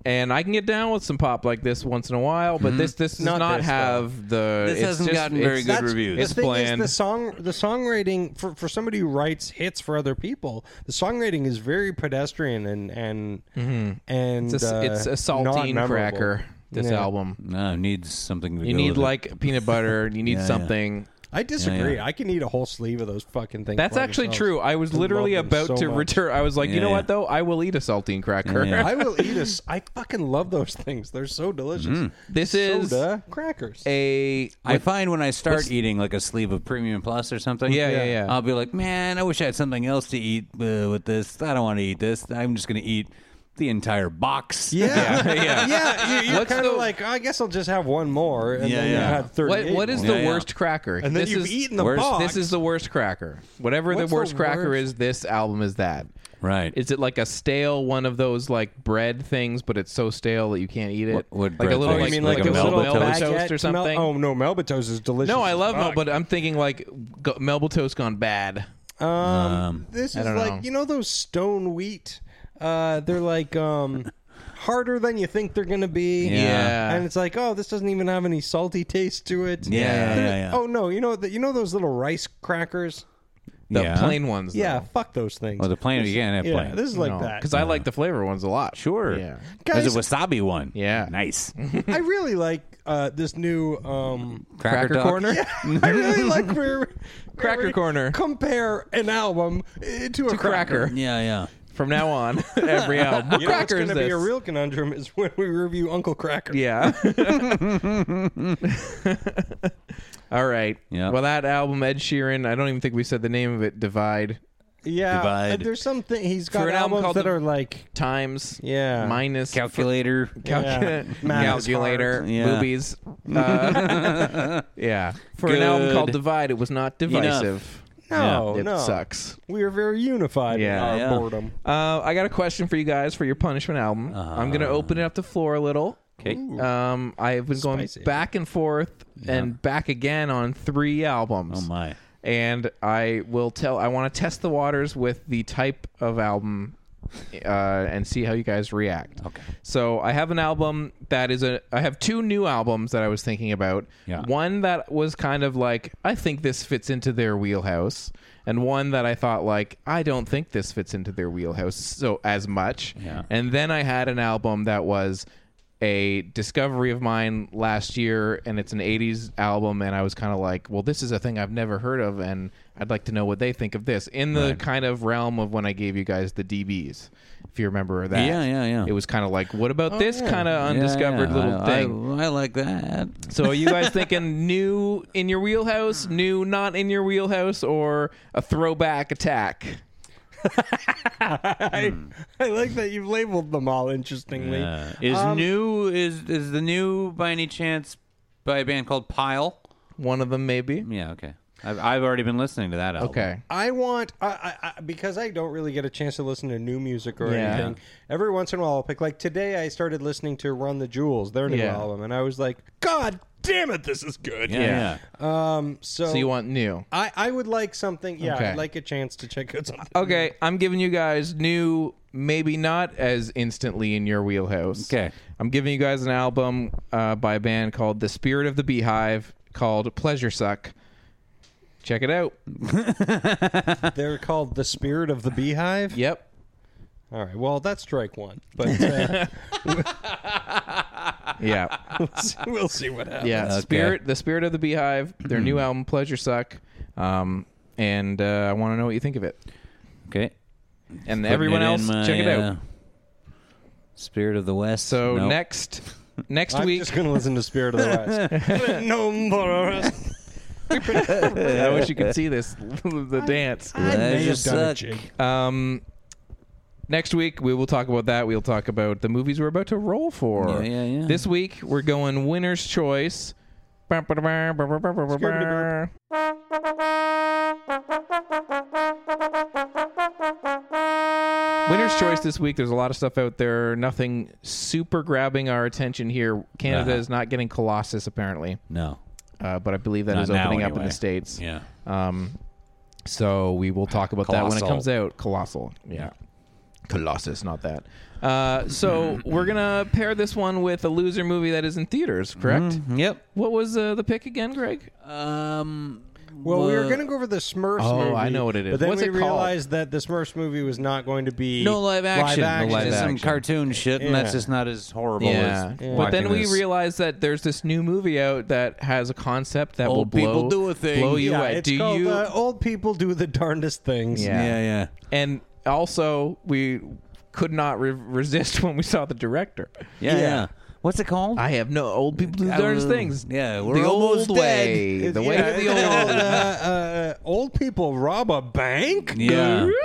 [SPEAKER 1] And I can get down with some pop like this once in a while, but this this does
[SPEAKER 2] Not
[SPEAKER 1] not,
[SPEAKER 2] this,
[SPEAKER 1] have the.
[SPEAKER 4] This
[SPEAKER 1] it's
[SPEAKER 4] hasn't
[SPEAKER 1] just-
[SPEAKER 4] gotten
[SPEAKER 1] it's-
[SPEAKER 4] very good
[SPEAKER 1] that's-
[SPEAKER 4] reviews.
[SPEAKER 1] It's
[SPEAKER 2] the thing
[SPEAKER 1] bland.
[SPEAKER 2] is the song the songwriting for, for somebody who writes hits for other people the songwriting is very pedestrian and and and
[SPEAKER 1] it's, a,
[SPEAKER 2] uh,
[SPEAKER 1] Mm-hmm. it's a
[SPEAKER 2] not
[SPEAKER 1] saltine
[SPEAKER 2] memorable.
[SPEAKER 1] cracker. this
[SPEAKER 2] Yeah.
[SPEAKER 1] album.
[SPEAKER 4] No, needs something. To
[SPEAKER 1] You
[SPEAKER 4] go
[SPEAKER 1] need
[SPEAKER 4] with it.
[SPEAKER 1] like peanut butter. You need
[SPEAKER 4] Yeah, yeah.
[SPEAKER 1] something.
[SPEAKER 2] I disagree.
[SPEAKER 4] yeah.
[SPEAKER 2] I can eat a whole sleeve of those fucking things.
[SPEAKER 1] That's
[SPEAKER 2] by
[SPEAKER 1] actually
[SPEAKER 2] themselves.
[SPEAKER 1] true. I was
[SPEAKER 2] love
[SPEAKER 1] literally
[SPEAKER 2] them
[SPEAKER 1] about
[SPEAKER 2] so
[SPEAKER 1] to
[SPEAKER 2] much.
[SPEAKER 1] return. I was like, you
[SPEAKER 4] Yeah,
[SPEAKER 1] know
[SPEAKER 4] yeah.
[SPEAKER 1] what though? I will eat a saltine cracker.
[SPEAKER 4] Yeah, yeah.
[SPEAKER 2] I will eat a. s- I fucking love those things. They're so delicious.
[SPEAKER 4] Mm-hmm.
[SPEAKER 1] This is Eh,
[SPEAKER 2] Soda crackers.
[SPEAKER 1] a
[SPEAKER 4] I find when I start eating like a sleeve of Premium Plus or something,
[SPEAKER 1] Yeah, yeah, yeah.
[SPEAKER 4] I'll be like, man, I wish I had something else to eat uh, with this. I don't want to eat this. I'm just gonna eat the entire box.
[SPEAKER 1] yeah, yeah.
[SPEAKER 2] yeah, you, you're
[SPEAKER 1] What's
[SPEAKER 2] kind of
[SPEAKER 1] the-
[SPEAKER 2] like, "Oh, I guess I'll just have one more, and
[SPEAKER 4] Yeah,
[SPEAKER 2] then
[SPEAKER 4] yeah.
[SPEAKER 2] you had thirty.
[SPEAKER 1] What what is
[SPEAKER 4] more.
[SPEAKER 1] the
[SPEAKER 4] Yeah, yeah.
[SPEAKER 1] worst cracker?
[SPEAKER 2] And then
[SPEAKER 1] this
[SPEAKER 2] you've
[SPEAKER 1] is,
[SPEAKER 2] eaten the
[SPEAKER 4] worst-
[SPEAKER 2] box.
[SPEAKER 1] This is the worst cracker. Whatever
[SPEAKER 2] What's
[SPEAKER 1] the
[SPEAKER 2] the
[SPEAKER 1] worst cracker
[SPEAKER 2] worst?
[SPEAKER 1] is, this album is that.
[SPEAKER 4] Right.
[SPEAKER 1] Is it like a stale one of those like bread things, but it's so stale that you can't eat it?
[SPEAKER 4] What- what
[SPEAKER 1] like a
[SPEAKER 4] bread
[SPEAKER 1] little
[SPEAKER 4] thing?
[SPEAKER 1] like,
[SPEAKER 4] You mean
[SPEAKER 1] like,
[SPEAKER 4] like
[SPEAKER 1] a,
[SPEAKER 4] a
[SPEAKER 1] little
[SPEAKER 4] Melba
[SPEAKER 1] Melba
[SPEAKER 4] toast?
[SPEAKER 1] toast or something?
[SPEAKER 2] oh no, Melba toast is delicious.
[SPEAKER 1] no, I love
[SPEAKER 2] as
[SPEAKER 1] Melba,
[SPEAKER 2] fuck.
[SPEAKER 1] but I'm thinking like g- Melba toast gone bad.
[SPEAKER 2] Um, this is
[SPEAKER 1] don't
[SPEAKER 2] like
[SPEAKER 1] know.
[SPEAKER 2] you know those stone wheat. Uh, they're like um, harder than you think they're gonna be.
[SPEAKER 1] Yeah.
[SPEAKER 2] and it's like, oh, this doesn't even have any salty taste to it.
[SPEAKER 4] Yeah, yeah,
[SPEAKER 2] They're-
[SPEAKER 4] yeah, yeah.
[SPEAKER 2] Oh no, you know that you know those little rice crackers.
[SPEAKER 1] The
[SPEAKER 4] Yeah.
[SPEAKER 1] plain ones.
[SPEAKER 2] Yeah,
[SPEAKER 1] though.
[SPEAKER 2] fuck those things.
[SPEAKER 4] Oh, the plain. You can't have
[SPEAKER 2] yeah,
[SPEAKER 4] plain.
[SPEAKER 2] this is like that.
[SPEAKER 1] because I like the flavor ones a lot.
[SPEAKER 4] sure.
[SPEAKER 1] Yeah.
[SPEAKER 4] There's
[SPEAKER 2] Guys-
[SPEAKER 4] a wasabi one.
[SPEAKER 1] Yeah.
[SPEAKER 4] Nice.
[SPEAKER 2] I really like uh, this new. Um,
[SPEAKER 1] Cracker
[SPEAKER 4] Duck.
[SPEAKER 1] corner.
[SPEAKER 2] I really like where
[SPEAKER 1] Cracker
[SPEAKER 2] where we
[SPEAKER 1] Corner.
[SPEAKER 2] Compare an album uh, to a
[SPEAKER 1] To cracker.
[SPEAKER 4] Yeah, yeah.
[SPEAKER 1] From now on, every album.
[SPEAKER 2] You know what's
[SPEAKER 1] cracker is
[SPEAKER 2] going to be
[SPEAKER 1] this.
[SPEAKER 2] a real conundrum is when we review Uncle Cracker.
[SPEAKER 1] Yeah. All right.
[SPEAKER 4] Yeah.
[SPEAKER 1] Well, that album, Ed Sheeran. I don't even think we said the name of it. Divide
[SPEAKER 2] yeah.
[SPEAKER 4] Divide.
[SPEAKER 2] uh, There's something he's got
[SPEAKER 1] For an album
[SPEAKER 2] albums
[SPEAKER 1] called
[SPEAKER 2] that
[SPEAKER 1] the-
[SPEAKER 2] are like
[SPEAKER 1] times.
[SPEAKER 2] Yeah.
[SPEAKER 1] Minus
[SPEAKER 4] Calculator.
[SPEAKER 2] Yeah.
[SPEAKER 1] Calc-
[SPEAKER 2] Math is
[SPEAKER 1] calculator.
[SPEAKER 2] hard.
[SPEAKER 4] Yeah.
[SPEAKER 1] Boobies. Uh, yeah. For an album
[SPEAKER 4] Good.
[SPEAKER 1] called Divide, it was not divisive.
[SPEAKER 2] no,
[SPEAKER 1] It
[SPEAKER 2] no.
[SPEAKER 1] sucks.
[SPEAKER 2] We are very unified
[SPEAKER 1] Yeah.
[SPEAKER 2] in our
[SPEAKER 4] Yeah.
[SPEAKER 2] boredom.
[SPEAKER 1] Uh, I got a question for you guys for your punishment album. I'm gonna open it up the floor a little.
[SPEAKER 4] Uh-huh. Okay.
[SPEAKER 1] Um, I've been going
[SPEAKER 2] Spicy.
[SPEAKER 1] back and forth and back again on three albums.
[SPEAKER 4] Oh my.
[SPEAKER 1] And I will tell. I want to test the waters with the type of album, uh, and see how you guys react. Okay. So I have an album that is a. I have two new albums that I was thinking about.
[SPEAKER 4] Yeah.
[SPEAKER 1] One that was kind of like I think this fits into their wheelhouse, and one that I thought like I don't think this fits into their wheelhouse so as much.
[SPEAKER 4] Yeah.
[SPEAKER 1] And then I had an album that was a discovery of mine last year, and it's an 80s album. And I was kind of like, well, this is a thing I've never heard of, and I'd like to know what they think of this in the kind of realm of when I gave you guys the DBs, if you remember that.
[SPEAKER 4] Yeah, yeah, yeah. Oh,
[SPEAKER 1] It was kind of like, what about this kind of undiscovered
[SPEAKER 4] Yeah,
[SPEAKER 1] little
[SPEAKER 4] I-
[SPEAKER 1] thing?
[SPEAKER 4] I, I like that.
[SPEAKER 1] so, are you guys thinking new in your wheelhouse, new not in your wheelhouse, or a throwback attack?
[SPEAKER 2] I like that you've labeled them all interestingly.
[SPEAKER 4] Uh, is new is is the new by any chance by a band called Pile?
[SPEAKER 1] One of them, maybe.
[SPEAKER 4] Yeah, okay. I've, I've already been listening to that album.
[SPEAKER 1] Okay.
[SPEAKER 2] I want I, I, I because I don't really get a chance to listen to new music or
[SPEAKER 1] Yeah.
[SPEAKER 2] anything. Every once in a while, I'll pick like today. I started listening to Run the Jewels, their new
[SPEAKER 1] Yeah.
[SPEAKER 2] album, and I was like, God damn it, this is good.
[SPEAKER 4] Yeah. yeah.
[SPEAKER 2] Um. So,
[SPEAKER 1] So you want new?
[SPEAKER 2] I I would like something. Yeah,
[SPEAKER 1] Okay.
[SPEAKER 2] I'd like a chance to check out something.
[SPEAKER 1] Okay, I'm giving you guys new, maybe not as instantly in your wheelhouse.
[SPEAKER 4] Okay.
[SPEAKER 1] I'm giving you guys an album uh, by a band called The Spirit of the Beehive called Pleasure Suck. Check it out.
[SPEAKER 2] They're called the Spirit of the Beehive.
[SPEAKER 1] Yep.
[SPEAKER 2] All right. Well, that's strike one, but uh,
[SPEAKER 1] Yeah.
[SPEAKER 2] we'll see what happens.
[SPEAKER 1] Yeah. Spirit The Spirit of the Beehive, their new album Pleasure Suck. Um and uh, I want to know what you think of it.
[SPEAKER 4] Okay.
[SPEAKER 1] And
[SPEAKER 4] Putting
[SPEAKER 1] everyone
[SPEAKER 4] it in
[SPEAKER 1] else,
[SPEAKER 4] my,
[SPEAKER 1] check it
[SPEAKER 4] uh,
[SPEAKER 1] out.
[SPEAKER 4] Spirit of the West.
[SPEAKER 1] So
[SPEAKER 4] Nope.
[SPEAKER 1] next next
[SPEAKER 2] I'm
[SPEAKER 1] week
[SPEAKER 2] just gonna listen to Spirit of the West. no more.
[SPEAKER 1] I wish you could see this the dance.
[SPEAKER 2] I may have
[SPEAKER 4] Pleasure
[SPEAKER 2] done a
[SPEAKER 4] suck.
[SPEAKER 2] jig.
[SPEAKER 1] Um, next week we will talk about that. We'll talk about the movies we're about to roll for.
[SPEAKER 4] Yeah, yeah, yeah.
[SPEAKER 1] This week we're going winner's choice. Winner's choice this week. There's a lot of stuff out there. Nothing super grabbing our attention here. Canada
[SPEAKER 4] Uh-huh.
[SPEAKER 1] is not getting Colossus apparently,
[SPEAKER 4] No.
[SPEAKER 1] uh, but I believe that
[SPEAKER 4] Not
[SPEAKER 1] is
[SPEAKER 4] now,
[SPEAKER 1] opening up in
[SPEAKER 4] anyway.
[SPEAKER 1] the states.
[SPEAKER 4] Yeah.
[SPEAKER 1] Um, so we will talk about that when
[SPEAKER 4] Colossal.
[SPEAKER 1] it comes out. Colossal, yeah, Colossus, not that. Uh, so we're gonna pair this one with a loser
[SPEAKER 3] Mm-hmm.
[SPEAKER 1] movie that is in theaters. Correct.
[SPEAKER 4] Yep.
[SPEAKER 1] What was uh, the pick again, Greg?
[SPEAKER 4] Um.
[SPEAKER 2] Well, we were going to go over the Smurfs
[SPEAKER 1] Oh,
[SPEAKER 2] movie.
[SPEAKER 1] I know what it is.
[SPEAKER 2] But then
[SPEAKER 1] What's
[SPEAKER 2] we
[SPEAKER 1] it called?
[SPEAKER 2] realized that the Smurfs movie was not going to be
[SPEAKER 3] no live action.
[SPEAKER 2] action.
[SPEAKER 3] It's just some
[SPEAKER 1] action.
[SPEAKER 3] cartoon shit, and
[SPEAKER 2] Yeah.
[SPEAKER 3] that's just not as horrible.
[SPEAKER 1] Yeah.
[SPEAKER 3] as
[SPEAKER 1] But then
[SPEAKER 3] watching
[SPEAKER 1] we
[SPEAKER 3] this.
[SPEAKER 1] realized that there's this new movie out that has a concept that
[SPEAKER 3] Old
[SPEAKER 1] will blow,
[SPEAKER 3] people do a thing.
[SPEAKER 1] blow you
[SPEAKER 2] Yeah,
[SPEAKER 1] away.
[SPEAKER 2] it's
[SPEAKER 1] do
[SPEAKER 2] called
[SPEAKER 1] you?
[SPEAKER 2] uh, Old People Do the Darndest Things.
[SPEAKER 1] Yeah.
[SPEAKER 3] Yeah, yeah.
[SPEAKER 1] and also, we could not re- resist when we saw the director.
[SPEAKER 3] Yeah,
[SPEAKER 2] Yeah.
[SPEAKER 3] yeah. What's it called?
[SPEAKER 1] I have no old people do darndest
[SPEAKER 3] Uh,
[SPEAKER 1] things.
[SPEAKER 3] yeah, we're
[SPEAKER 1] the
[SPEAKER 3] almost
[SPEAKER 1] old
[SPEAKER 3] dead.
[SPEAKER 1] way. The
[SPEAKER 2] It's-
[SPEAKER 1] way
[SPEAKER 2] yeah,
[SPEAKER 1] of the
[SPEAKER 2] it's
[SPEAKER 1] old.
[SPEAKER 2] called, uh, uh, old People Rob a Bank?
[SPEAKER 3] yeah. I like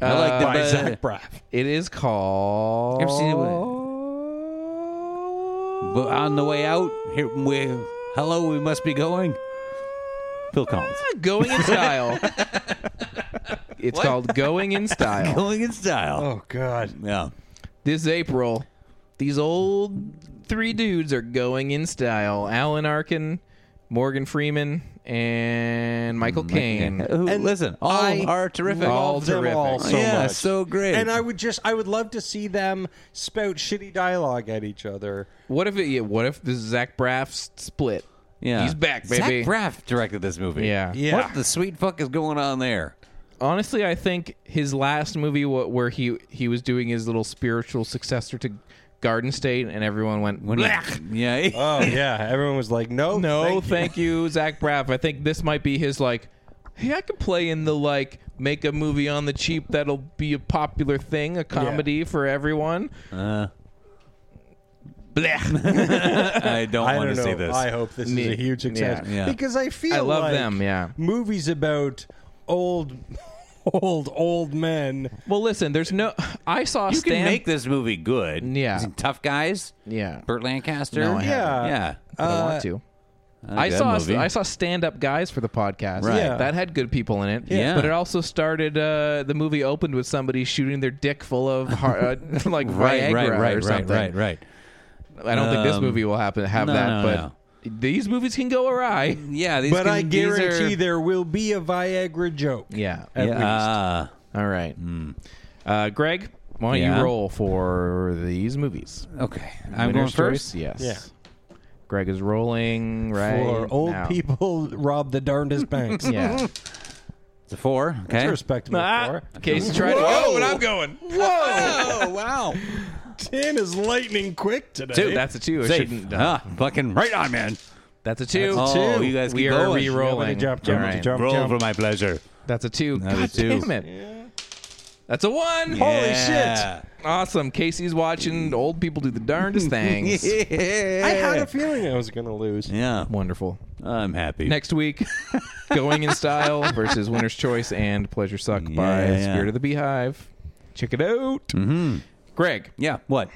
[SPEAKER 3] the
[SPEAKER 2] Uh, By
[SPEAKER 3] best-
[SPEAKER 2] Zach Braff.
[SPEAKER 1] It is called.
[SPEAKER 3] You ever seen it with- But on the way out, here we hello, we must be going. Phil Collins.
[SPEAKER 1] Going in Style. it's called Going in Style.
[SPEAKER 3] Going in style.
[SPEAKER 2] Oh, God.
[SPEAKER 3] Yeah.
[SPEAKER 1] this April, these old three dudes are going in style. Alan Arkin, Morgan Freeman, and Michael
[SPEAKER 3] Mm,
[SPEAKER 1] Caine.
[SPEAKER 3] Uh, Who- listen, all
[SPEAKER 2] I
[SPEAKER 3] are terrific.
[SPEAKER 1] All
[SPEAKER 2] Love them
[SPEAKER 1] terrific.
[SPEAKER 2] all so
[SPEAKER 3] yeah,
[SPEAKER 2] much.
[SPEAKER 3] so great.
[SPEAKER 2] And I would just, I would love to see them spout shitty dialogue at each other.
[SPEAKER 1] What if it? Yeah, what if this is Zach Braff's split?
[SPEAKER 3] yeah.
[SPEAKER 1] he's back, baby.
[SPEAKER 3] Zach Braff directed this movie.
[SPEAKER 1] Yeah.
[SPEAKER 2] Yeah.
[SPEAKER 3] What the sweet fuck is going on there?
[SPEAKER 1] Honestly, I think his last movie, wh- where he he was doing his little spiritual successor to Garden State, and everyone went, "Blech."
[SPEAKER 3] Yeah.
[SPEAKER 2] Oh, yeah. Everyone was like, no,
[SPEAKER 1] No,
[SPEAKER 2] thank
[SPEAKER 1] thank, you. Zach Braff. I think this might be his like. Hey, I could play in the like make a movie on the cheap that'll be a popular thing, a comedy for everyone.
[SPEAKER 3] I don't
[SPEAKER 2] I
[SPEAKER 3] want
[SPEAKER 2] don't
[SPEAKER 3] to
[SPEAKER 2] know.
[SPEAKER 3] see this.
[SPEAKER 2] I hope this is a huge success
[SPEAKER 3] Yeah. Yeah.
[SPEAKER 2] because I feel
[SPEAKER 1] I love
[SPEAKER 2] like
[SPEAKER 1] them, yeah.
[SPEAKER 2] movies about old, old, old men.
[SPEAKER 1] Well, listen, there's no. I saw
[SPEAKER 3] you
[SPEAKER 1] Stan.
[SPEAKER 3] can make this movie good.
[SPEAKER 1] Yeah.
[SPEAKER 3] Some Tough guys.
[SPEAKER 1] Yeah.
[SPEAKER 3] Burt Lancaster.
[SPEAKER 1] No, I Uh,
[SPEAKER 2] haven't.
[SPEAKER 3] Yeah.
[SPEAKER 1] I don't
[SPEAKER 3] Uh,
[SPEAKER 1] want to. I
[SPEAKER 3] that
[SPEAKER 1] saw
[SPEAKER 3] movie.
[SPEAKER 1] I saw stand up guys for the podcast.
[SPEAKER 3] Right.
[SPEAKER 2] Yeah.
[SPEAKER 1] That had good people in it.
[SPEAKER 3] Yeah.
[SPEAKER 1] But it also started uh, the movie opened with somebody shooting their dick full of har- uh, like Viagra
[SPEAKER 3] Right, right,
[SPEAKER 1] or
[SPEAKER 3] right, right,
[SPEAKER 1] something.
[SPEAKER 3] right, right.
[SPEAKER 1] I don't think this
[SPEAKER 3] Um,
[SPEAKER 1] movie will happen have
[SPEAKER 3] no,
[SPEAKER 1] that,
[SPEAKER 3] no,
[SPEAKER 1] but
[SPEAKER 3] no.
[SPEAKER 1] these movies can go awry.
[SPEAKER 3] Yeah, these
[SPEAKER 2] But
[SPEAKER 3] can-
[SPEAKER 2] I
[SPEAKER 3] these are-
[SPEAKER 2] guarantee there will be a Viagra joke.
[SPEAKER 1] Yeah.
[SPEAKER 2] at
[SPEAKER 3] yeah,
[SPEAKER 2] least.
[SPEAKER 3] ah.
[SPEAKER 1] All right. Uh, Greg, why don't
[SPEAKER 3] Yeah.
[SPEAKER 1] you roll for these movies?
[SPEAKER 3] okay. I'm going
[SPEAKER 1] Winner's
[SPEAKER 3] first.
[SPEAKER 1] choice? Yes.
[SPEAKER 2] Yeah.
[SPEAKER 1] Greg is rolling right
[SPEAKER 2] For old
[SPEAKER 1] now.
[SPEAKER 2] people rob the darndest banks.
[SPEAKER 1] Yeah.
[SPEAKER 3] It's a four. Okay.
[SPEAKER 2] It's respectable
[SPEAKER 1] ah,
[SPEAKER 2] for.
[SPEAKER 1] Casey tried to go, and I'm going.
[SPEAKER 3] Oh wow.
[SPEAKER 2] Ten is lightning quick today.
[SPEAKER 1] Two. That's a two. I
[SPEAKER 3] Safe.
[SPEAKER 1] shouldn't. uh,
[SPEAKER 3] Ah, fucking right on, man.
[SPEAKER 1] That's a two.
[SPEAKER 3] That's a Oh, two. you guys
[SPEAKER 1] we
[SPEAKER 3] keep
[SPEAKER 1] are
[SPEAKER 3] going.
[SPEAKER 2] Nobody
[SPEAKER 1] re-rolling.
[SPEAKER 2] jump,
[SPEAKER 1] All
[SPEAKER 2] jump,
[SPEAKER 1] right.
[SPEAKER 2] jump,
[SPEAKER 3] Roll
[SPEAKER 2] jump.
[SPEAKER 3] for my pleasure.
[SPEAKER 1] That's a two.
[SPEAKER 3] That
[SPEAKER 1] God
[SPEAKER 3] is two.
[SPEAKER 1] damn it. That's a one.
[SPEAKER 3] Yeah.
[SPEAKER 1] Awesome. Casey's watching old people do the darndest things.
[SPEAKER 2] I had a feeling I was going to lose.
[SPEAKER 3] Yeah.
[SPEAKER 1] Wonderful.
[SPEAKER 3] I'm happy.
[SPEAKER 1] Next week, Going in Style versus Winner's Choice and Pleasure Suck by
[SPEAKER 3] Yeah, yeah.
[SPEAKER 1] Spirit of the Beehive. Check it out. Greg,
[SPEAKER 3] Yeah. What?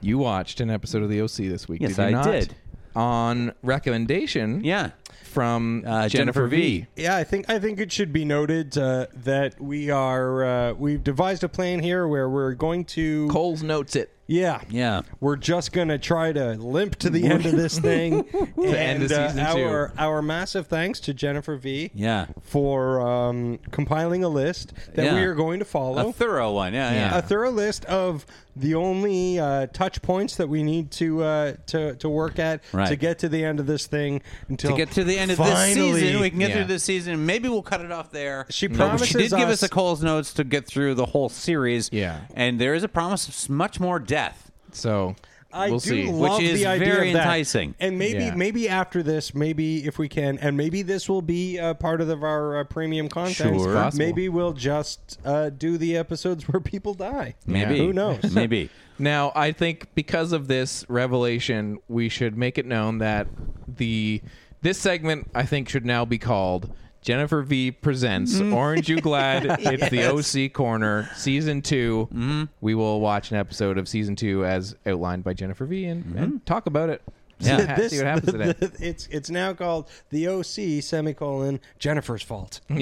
[SPEAKER 1] you watched an episode of The OC this week.
[SPEAKER 3] Yes,
[SPEAKER 1] did you
[SPEAKER 3] I
[SPEAKER 1] not?
[SPEAKER 3] did.
[SPEAKER 1] On recommendation
[SPEAKER 3] Yeah.
[SPEAKER 1] from
[SPEAKER 3] Uh,
[SPEAKER 1] Jennifer,
[SPEAKER 3] Jennifer
[SPEAKER 1] V.
[SPEAKER 3] V.
[SPEAKER 2] Yeah, I think I think it should be noted uh, that we are uh, we've devised a plan here where we're going to
[SPEAKER 1] Coles notes it.
[SPEAKER 2] yeah
[SPEAKER 3] Yeah.
[SPEAKER 2] we're just going to try to limp to the end of this thing. and
[SPEAKER 1] end of season
[SPEAKER 2] uh,
[SPEAKER 1] two.
[SPEAKER 2] our our massive thanks to Jennifer V.
[SPEAKER 3] Yeah.
[SPEAKER 2] for um, compiling a list that
[SPEAKER 3] Yeah.
[SPEAKER 2] we are going to follow.
[SPEAKER 3] A thorough one. Yeah. Yeah.
[SPEAKER 2] a thorough list of the only uh, touch points that we need to uh, to to work at
[SPEAKER 3] Right.
[SPEAKER 2] to get to the end of this thing until
[SPEAKER 3] to get to the end of
[SPEAKER 2] finally-
[SPEAKER 3] this season, we can get
[SPEAKER 1] Yeah.
[SPEAKER 3] through this season. Maybe we'll cut it off there.
[SPEAKER 2] She
[SPEAKER 3] But
[SPEAKER 2] promises
[SPEAKER 3] she did give
[SPEAKER 2] us-
[SPEAKER 3] us a Cole's notes to get through the whole series.
[SPEAKER 1] Yeah.
[SPEAKER 3] and there is a promise of s- much more death.
[SPEAKER 1] So
[SPEAKER 2] I
[SPEAKER 1] we'll
[SPEAKER 2] do
[SPEAKER 1] see.
[SPEAKER 2] love
[SPEAKER 3] Which is
[SPEAKER 2] the idea
[SPEAKER 3] very
[SPEAKER 2] of that.
[SPEAKER 3] enticing.
[SPEAKER 2] and maybe
[SPEAKER 1] Yeah.
[SPEAKER 2] maybe after this, maybe if we can, and maybe this will be uh, part of our uh, premium content.
[SPEAKER 1] Sure. It's possible.
[SPEAKER 2] Maybe we'll just uh, do the episodes where people die.
[SPEAKER 3] Maybe
[SPEAKER 2] who knows?
[SPEAKER 3] Maybe
[SPEAKER 1] Now, I think because of this revelation, we should make it known that the this segment I think should now be called Jennifer V presents
[SPEAKER 3] Mm-hmm.
[SPEAKER 1] Orange You Glad It's the OC Corner Season 2.
[SPEAKER 3] Mm-hmm.
[SPEAKER 1] We will watch an episode of Season 2 as outlined by Jennifer V and, and talk about it. See,
[SPEAKER 3] Mm-hmm. Yeah.
[SPEAKER 1] ha- see what happens today.
[SPEAKER 2] it's it's now called the OC semicolon Jennifer's fault.
[SPEAKER 3] Um,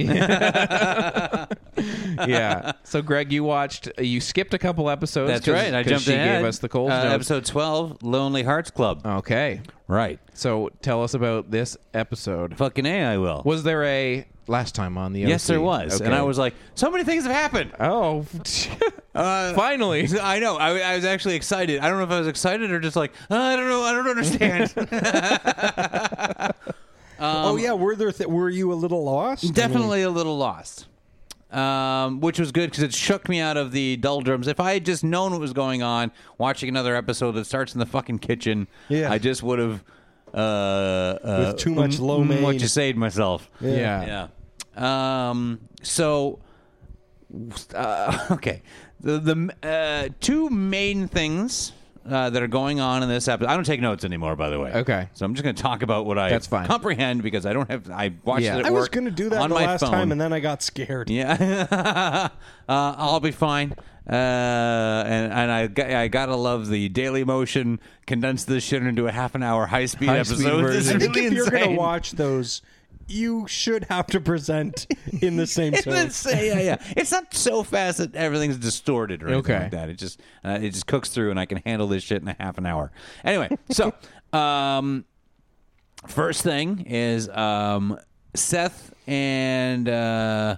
[SPEAKER 1] yeah. So Greg, you watched you skipped a couple episodes
[SPEAKER 3] that's
[SPEAKER 1] 'cause-
[SPEAKER 3] right. I
[SPEAKER 1] 'cause
[SPEAKER 3] jumped
[SPEAKER 1] she
[SPEAKER 3] ahead.
[SPEAKER 1] gave us the Oh. cold
[SPEAKER 3] Uh, episode twelve, Lonely Hearts Club.
[SPEAKER 1] Okay.
[SPEAKER 3] Right,
[SPEAKER 1] So tell us about this episode.
[SPEAKER 3] fucking a, I will.
[SPEAKER 1] Was there a last time on the OC?
[SPEAKER 3] yes, there was, and
[SPEAKER 1] Okay.
[SPEAKER 3] I was like, so many things have happened.
[SPEAKER 1] oh,
[SPEAKER 3] Uh,
[SPEAKER 1] finally.
[SPEAKER 3] I know. I, I was actually excited. I don't know if I was excited or just like "Uh, I don't know. I don't understand.
[SPEAKER 2] oh yeah, were there? Th- were you a little lost? I mean,
[SPEAKER 3] Definitely a little lost. Um, which was good because it shook me out of the doldrums. If I had just known what was going on, watching another episode that starts in the fucking kitchen,
[SPEAKER 2] Yeah.
[SPEAKER 3] I just would have uh, uh,
[SPEAKER 2] With too much low
[SPEAKER 3] mm, What
[SPEAKER 2] main.
[SPEAKER 3] you say to myself?
[SPEAKER 1] Yeah.
[SPEAKER 3] Yeah. Um, so, uh, okay, the the uh, two main things uh, that are going on in this episode. I don't take notes anymore, by the way.
[SPEAKER 1] Okay.
[SPEAKER 3] So I'm just going to talk about what I
[SPEAKER 1] That's fine.
[SPEAKER 3] comprehend because I don't have. I watched
[SPEAKER 1] Yeah.
[SPEAKER 3] it. At
[SPEAKER 2] I was
[SPEAKER 3] work
[SPEAKER 2] going to do that
[SPEAKER 3] on
[SPEAKER 2] the
[SPEAKER 3] my
[SPEAKER 2] last
[SPEAKER 3] phone.
[SPEAKER 2] time, and then I got scared.
[SPEAKER 3] Yeah, uh, I'll be fine. Uh, and and I got, I gotta love the Daily Motion condensed this shit into a half an hour high speed
[SPEAKER 1] High-speed
[SPEAKER 3] episode. It's
[SPEAKER 1] version.
[SPEAKER 2] I think
[SPEAKER 3] really
[SPEAKER 2] if you're going
[SPEAKER 3] insane.
[SPEAKER 2] to watch those, you should have to present in the same
[SPEAKER 3] It's
[SPEAKER 2] tone.
[SPEAKER 3] insane. Yeah, yeah. It's not so fast that everything's distorted or anything
[SPEAKER 1] Okay.
[SPEAKER 3] like that. It just uh, it just cooks through, and I can handle this shit in a half an hour. Anyway, so um, first thing is um, Seth and uh,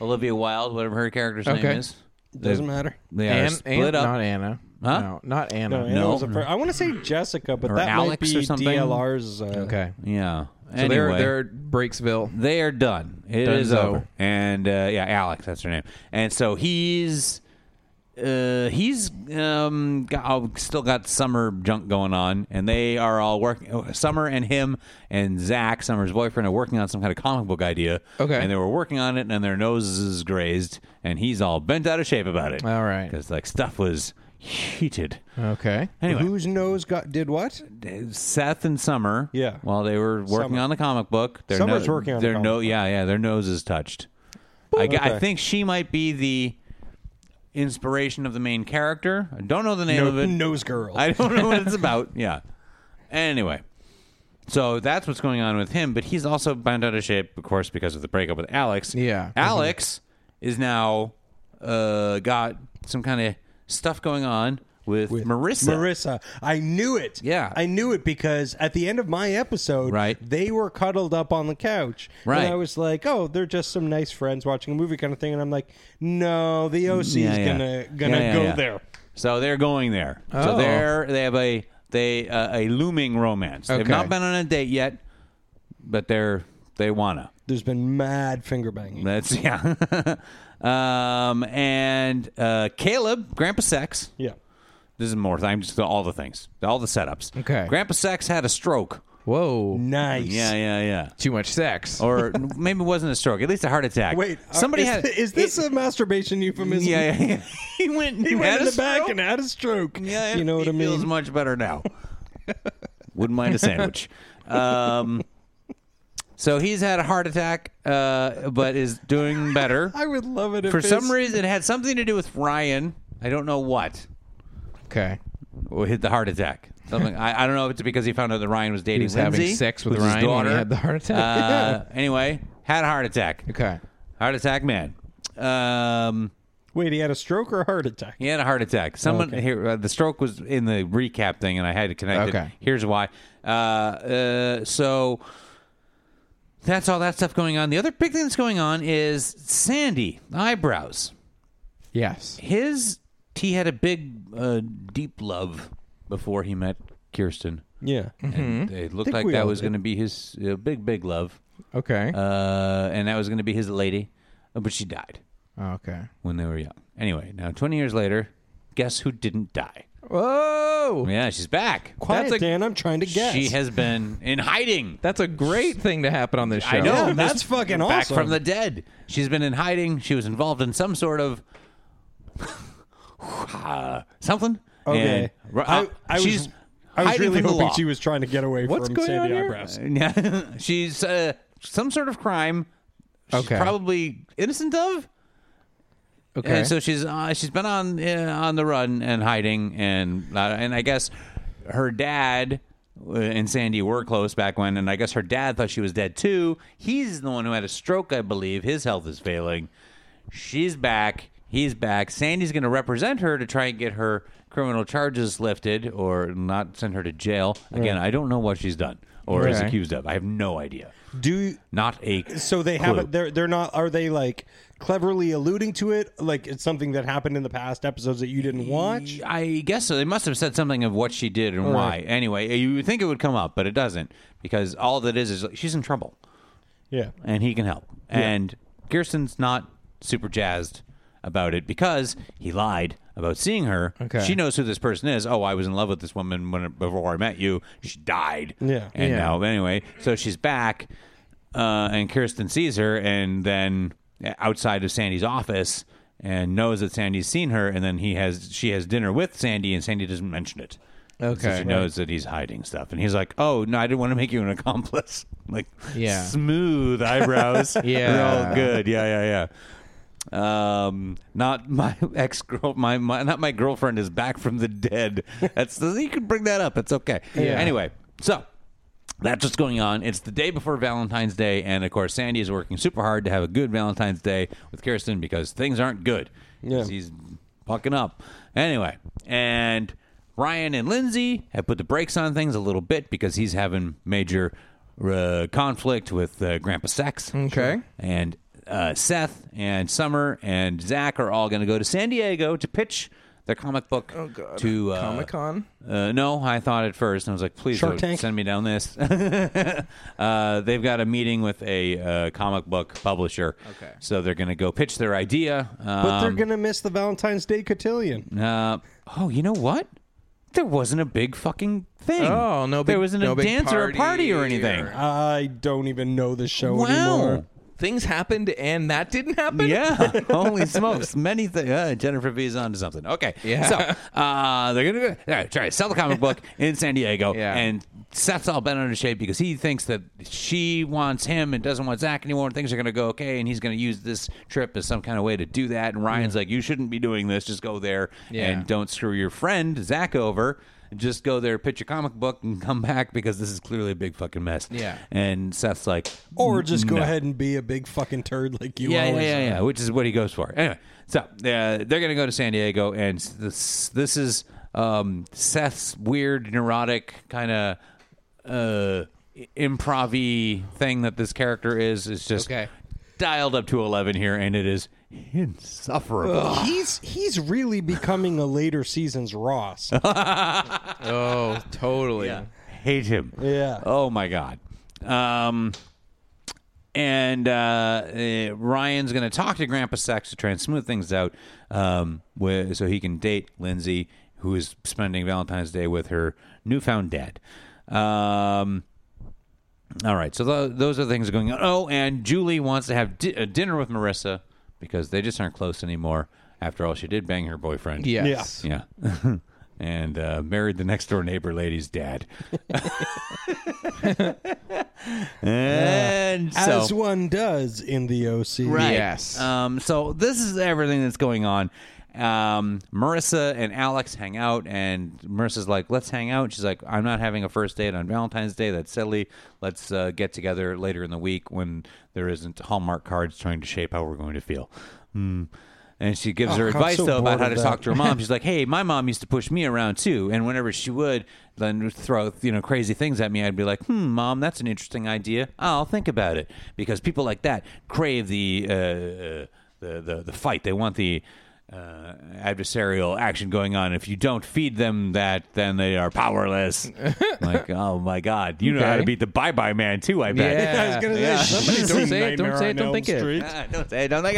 [SPEAKER 3] Olivia Wilde, whatever her character's
[SPEAKER 1] Okay.
[SPEAKER 3] name is.
[SPEAKER 2] Doesn't
[SPEAKER 3] They-
[SPEAKER 2] matter.
[SPEAKER 3] They are
[SPEAKER 1] Ann- Ann-
[SPEAKER 3] split up.
[SPEAKER 1] Not Anna.
[SPEAKER 3] Huh?
[SPEAKER 1] No, not Anna.
[SPEAKER 2] Anna was a fir- I want to say Jessica, but
[SPEAKER 3] Or
[SPEAKER 2] that
[SPEAKER 3] Alex
[SPEAKER 2] might
[SPEAKER 3] or
[SPEAKER 2] be
[SPEAKER 3] something.
[SPEAKER 2] DLR's. Uh,
[SPEAKER 1] Okay.
[SPEAKER 3] yeah.
[SPEAKER 1] So
[SPEAKER 3] anyway.
[SPEAKER 1] they're they're Breaksville.
[SPEAKER 3] They are done. It is
[SPEAKER 1] Dunzo.
[SPEAKER 3] over. And uh, yeah, Alex, that's her name. And so he's uh, he's um, got, oh, still got summer junk going on, and they are all working. oh, Summer and him and Zach, Summer's boyfriend, are working on some kind of comic book idea.
[SPEAKER 1] Okay.
[SPEAKER 3] and they were working on it, and their noses grazed, and he's all bent out of shape about it.
[SPEAKER 1] All right.
[SPEAKER 3] because like stuff was heated.
[SPEAKER 1] Okay.
[SPEAKER 3] Anyway,
[SPEAKER 2] Whose nose got did what?
[SPEAKER 3] Seth and Summer,
[SPEAKER 2] Yeah.
[SPEAKER 3] while they were working
[SPEAKER 2] Summer.
[SPEAKER 3] on the comic book, their
[SPEAKER 2] Summer's working on the
[SPEAKER 3] their
[SPEAKER 2] comic
[SPEAKER 3] no,
[SPEAKER 2] book.
[SPEAKER 3] yeah, yeah, their nose is touched. I, g- I
[SPEAKER 2] Okay.
[SPEAKER 3] think she might be the inspiration of the main character. I don't know the name of it.
[SPEAKER 2] Nose girl.
[SPEAKER 3] I don't know what it's about. Yeah. Anyway, so that's what's going on with him, but he's also bound out of shape, of course, because of the breakup with Alex.
[SPEAKER 1] Yeah.
[SPEAKER 2] uh-huh.
[SPEAKER 3] Alex is now uh, got some kind of stuff going on with, Marissa.
[SPEAKER 2] Marissa. I knew it.
[SPEAKER 3] Yeah.
[SPEAKER 2] I knew it because at the end of my episode,
[SPEAKER 3] Right.
[SPEAKER 2] they were cuddled up on the couch.
[SPEAKER 3] Right.
[SPEAKER 2] And I was like, oh, they're just some nice friends watching a movie kind of thing. And I'm like, no, the OC's
[SPEAKER 3] Yeah, yeah.
[SPEAKER 2] gonna gonna
[SPEAKER 3] Yeah, yeah,
[SPEAKER 2] go
[SPEAKER 3] yeah.
[SPEAKER 2] there.
[SPEAKER 3] So they're going there. So
[SPEAKER 1] Oh.
[SPEAKER 3] they're they have a they uh, a looming romance. They've
[SPEAKER 1] Okay.
[SPEAKER 3] not been on a date yet, but they're they wanna.
[SPEAKER 2] There's been mad finger banging.
[SPEAKER 3] That's yeah. um, and uh, Caleb, Grandpa Sex.
[SPEAKER 2] Yeah.
[SPEAKER 3] This is more. I'm just all the things, all the setups.
[SPEAKER 1] Okay.
[SPEAKER 3] Grandpa Sex had a stroke.
[SPEAKER 1] Whoa.
[SPEAKER 2] Nice.
[SPEAKER 3] Yeah, yeah, yeah.
[SPEAKER 1] Too much sex.
[SPEAKER 3] Or maybe it wasn't a stroke. At least a heart attack.
[SPEAKER 2] Wait, uh,
[SPEAKER 3] somebody
[SPEAKER 2] is,
[SPEAKER 3] had.
[SPEAKER 2] is this a masturbation euphemism?
[SPEAKER 3] yeah, yeah, yeah. he went. and
[SPEAKER 2] He went
[SPEAKER 3] had
[SPEAKER 2] in
[SPEAKER 3] a
[SPEAKER 2] the back
[SPEAKER 3] stroke?
[SPEAKER 2] and had a stroke.
[SPEAKER 3] Yeah,
[SPEAKER 2] you know what
[SPEAKER 3] he
[SPEAKER 2] I mean.
[SPEAKER 3] Feels much better now. Wouldn't mind a sandwich. Um, so he's had a heart attack, uh, but is doing better.
[SPEAKER 2] I would love it if
[SPEAKER 3] For
[SPEAKER 2] his-
[SPEAKER 3] some reason, it had something to do with Ryan. I don't know what.
[SPEAKER 1] Okay.
[SPEAKER 3] Or hit the heart attack. Something. I, I don't know if it's because he found out that Ryan was dating
[SPEAKER 1] He was having
[SPEAKER 3] Lindsay,
[SPEAKER 1] sex with
[SPEAKER 3] who's his
[SPEAKER 1] Ryan when he
[SPEAKER 3] daughter.
[SPEAKER 1] had the heart attack.
[SPEAKER 3] Uh, Anyway, had a heart attack.
[SPEAKER 1] Okay.
[SPEAKER 3] Heart attack, man. Um,
[SPEAKER 2] Wait, he had a stroke or a heart attack?
[SPEAKER 3] He had a heart attack. Someone here, uh, the stroke was in the recap thing, and I had to connect it.
[SPEAKER 1] Okay.
[SPEAKER 3] Here's why. Uh, uh, so that's all that stuff going on. The other big thing that's going on is Sandy eyebrows.
[SPEAKER 1] Yes.
[SPEAKER 3] His he had a big, uh, deep love before he met Kirsten,
[SPEAKER 2] Yeah.
[SPEAKER 3] and it looked
[SPEAKER 2] Hmm. Think
[SPEAKER 3] like
[SPEAKER 2] we
[SPEAKER 3] that
[SPEAKER 2] all
[SPEAKER 3] was
[SPEAKER 2] did.
[SPEAKER 3] going to be his uh, big, big love,
[SPEAKER 1] Okay.
[SPEAKER 3] uh, and that was going to be his lady, uh, but she died
[SPEAKER 1] okay.
[SPEAKER 3] when they were young. Anyway, now twenty years later, guess who didn't die?
[SPEAKER 1] Whoa.
[SPEAKER 3] Yeah, she's back.
[SPEAKER 2] Quiet,
[SPEAKER 3] That's a-
[SPEAKER 2] Dan. I'm trying to guess.
[SPEAKER 3] She has been in hiding.
[SPEAKER 1] That's a great thing to happen on this show.
[SPEAKER 3] I know.
[SPEAKER 2] Yeah, that's fucking
[SPEAKER 3] back
[SPEAKER 2] awesome.
[SPEAKER 3] from the dead. She's been in hiding. She was involved in some sort of something.
[SPEAKER 2] Okay.
[SPEAKER 3] And, uh,
[SPEAKER 2] I, I
[SPEAKER 3] she's
[SPEAKER 2] was, I was
[SPEAKER 3] hiding
[SPEAKER 2] really
[SPEAKER 3] from the
[SPEAKER 2] hoping
[SPEAKER 3] law.
[SPEAKER 2] she was trying to get away
[SPEAKER 1] What's
[SPEAKER 2] from
[SPEAKER 1] going
[SPEAKER 2] Sandy
[SPEAKER 1] on here?
[SPEAKER 2] Eyebrows.
[SPEAKER 3] Yeah, she's uh, some sort of crime. She's
[SPEAKER 1] Okay.
[SPEAKER 3] probably innocent of.
[SPEAKER 1] Okay.
[SPEAKER 3] And so she's uh, she's been on uh, on the run and hiding and uh, and I guess her dad uh, and Sandy were close back when and I guess her dad thought she was dead too. He's the one who had a stroke, I believe. His health is failing. She's back. He's back. Sandy's going to represent her to try and get her criminal charges lifted or not send her to jail. Again, I don't know what she's done or is
[SPEAKER 1] Okay.
[SPEAKER 3] accused of. I have no idea.
[SPEAKER 2] Do
[SPEAKER 3] Not a
[SPEAKER 2] so they haven't.
[SPEAKER 3] clue.
[SPEAKER 2] They're they're not. Are they like cleverly alluding to it? Like it's something that happened in the past episodes that you didn't watch.
[SPEAKER 3] I guess so. They must have said something of what she did and why. Anyway, you would think it would come up, but it doesn't because all that is is like, she's in trouble
[SPEAKER 2] Yeah.
[SPEAKER 3] and he can help. And Kirsten's not super jazzed about it because he lied about seeing her.
[SPEAKER 1] Okay.
[SPEAKER 3] She knows who this person is. Oh, I was in love with this woman when before I met you. She died.
[SPEAKER 2] Yeah.
[SPEAKER 3] And
[SPEAKER 2] Yeah.
[SPEAKER 3] now anyway, so she's back uh, and Kirsten sees her and then uh, outside of Sandy's office and knows that Sandy's seen her and then he has she has dinner with Sandy and Sandy doesn't mention it. So
[SPEAKER 1] Okay.
[SPEAKER 3] she knows that he's hiding stuff, and he's like, "Oh no, I didn't want to make you an accomplice." Like,
[SPEAKER 1] Yeah.
[SPEAKER 3] smooth eyebrows,
[SPEAKER 1] Yeah.
[SPEAKER 3] real good, yeah, yeah, yeah. Um, not my ex girl, my, my not my girlfriend is back from the dead. That's you can bring that up. It's okay.
[SPEAKER 1] Yeah.
[SPEAKER 3] Anyway, so that's what's going on. It's the day before Valentine's Day, and of course, Sandy is working super hard to have a good Valentine's Day with Kirsten because things aren't good.
[SPEAKER 2] Yeah.
[SPEAKER 3] He's fucking up. Anyway, and Ryan and Lindsay have put the brakes on things a little bit because he's having major uh, conflict with uh, Grandpa Sex.
[SPEAKER 1] Okay.
[SPEAKER 3] And uh, Seth and Summer and Zach are all going to go to San Diego to pitch their comic book to uh,
[SPEAKER 1] Oh, Comic-Con?
[SPEAKER 3] Uh, no, I thought at first, and I was like, please
[SPEAKER 2] Shark
[SPEAKER 3] don't
[SPEAKER 2] Tank?
[SPEAKER 3] send me down this. uh, they've got a meeting with a uh, comic book publisher. Okay. So they're going to go pitch their idea. Um,
[SPEAKER 2] But they're gonna miss the Valentine's Day cotillion.
[SPEAKER 3] uh, oh, you know what? There wasn't a big fucking thing.
[SPEAKER 1] Oh, no big-
[SPEAKER 3] there wasn't
[SPEAKER 1] no
[SPEAKER 3] a
[SPEAKER 1] big
[SPEAKER 3] dance or a party or
[SPEAKER 1] party
[SPEAKER 3] anything.
[SPEAKER 1] or-
[SPEAKER 2] I don't even know the show
[SPEAKER 3] wow.
[SPEAKER 2] anymore.
[SPEAKER 1] Things happened and that didn't happen?
[SPEAKER 3] Yeah, holy smokes! Many things. Uh, Jennifer V is onto something. Okay,
[SPEAKER 1] Yeah.
[SPEAKER 3] So uh, they're gonna go, all right, try to sell the comic book in San Diego,
[SPEAKER 1] Yeah.
[SPEAKER 3] and Seth's all bent out of shape because he thinks that she wants him and doesn't want Zach anymore, and things are gonna go okay, and he's gonna use this trip as some kind of way to do that. And Ryan's like, "You shouldn't be doing this. Just go there
[SPEAKER 1] Yeah.
[SPEAKER 3] and don't screw your friend Zach over." Just go there, pitch your comic book, and come back because this is clearly a big fucking mess.
[SPEAKER 1] Yeah.
[SPEAKER 3] And Seth's like,
[SPEAKER 2] Or just go
[SPEAKER 3] "No."
[SPEAKER 2] ahead and be a big fucking turd like you
[SPEAKER 3] yeah, yeah,
[SPEAKER 2] always
[SPEAKER 3] yeah,
[SPEAKER 2] are.
[SPEAKER 3] yeah, which is what he goes for. Anyway, so uh, they're going to go to San Diego, and this this is um, Seth's weird, neurotic kind of uh, improv thing that this character is. Is just
[SPEAKER 1] Okay.
[SPEAKER 3] dialed up to eleven here, and it is insufferable.
[SPEAKER 2] He's he's really becoming a later season's Ross.
[SPEAKER 1] Oh, totally.
[SPEAKER 3] Hate him.
[SPEAKER 2] Yeah.
[SPEAKER 3] Oh my god. Um, and uh, uh, Ryan's going to talk to Grandpa Sachs to try and smooth things out, um, with, so he can date Lindsay, who is spending Valentine's Day with her newfound dad. Um, all right, so tho- those are things going on. Oh, and Julie wants to have di- uh, dinner with Marissa because they just aren't close anymore. After all, she did bang her boyfriend.
[SPEAKER 1] Yes.
[SPEAKER 3] Yeah. and uh, married the next door neighbor lady's dad. and so.
[SPEAKER 2] As one does in the OC.
[SPEAKER 3] Right.
[SPEAKER 1] Yes.
[SPEAKER 3] Um, so this is everything that's going on. Um, Marissa and Alex hang out, and Marissa's like, "Let's hang out." She's like, "I'm not having a first date on Valentine's Day. That's silly. Let's uh, get together later in the week when there isn't Hallmark cards trying to shape how we're going to feel." Hmm. And she gives her
[SPEAKER 2] I'm
[SPEAKER 3] advice
[SPEAKER 2] so
[SPEAKER 3] though about
[SPEAKER 2] bored
[SPEAKER 3] how
[SPEAKER 2] of
[SPEAKER 3] to
[SPEAKER 2] that.
[SPEAKER 3] talk to her mom. She's like, "Hey, my mom used to push me around too, and whenever she would, then throw you know crazy things at me, I'd be like, "Hmm, mom, that's an interesting idea. I'll think about it." Because people like that crave the uh, uh, the, the the fight. They want the uh, adversarial action going on. If you don't feed them that, then they are powerless. like, oh my god, you know how to
[SPEAKER 1] Okay.
[SPEAKER 3] beat the Bye Bye Man too, I bet.
[SPEAKER 1] Yeah.
[SPEAKER 2] I was gonna say,
[SPEAKER 1] Yeah.
[SPEAKER 2] somebody
[SPEAKER 1] Don't
[SPEAKER 2] sing
[SPEAKER 1] say it, don't
[SPEAKER 2] Nightmare
[SPEAKER 1] say it,
[SPEAKER 2] on
[SPEAKER 1] don't
[SPEAKER 2] Elm
[SPEAKER 1] think it.
[SPEAKER 2] Street.
[SPEAKER 3] Ah, don't say it, don't like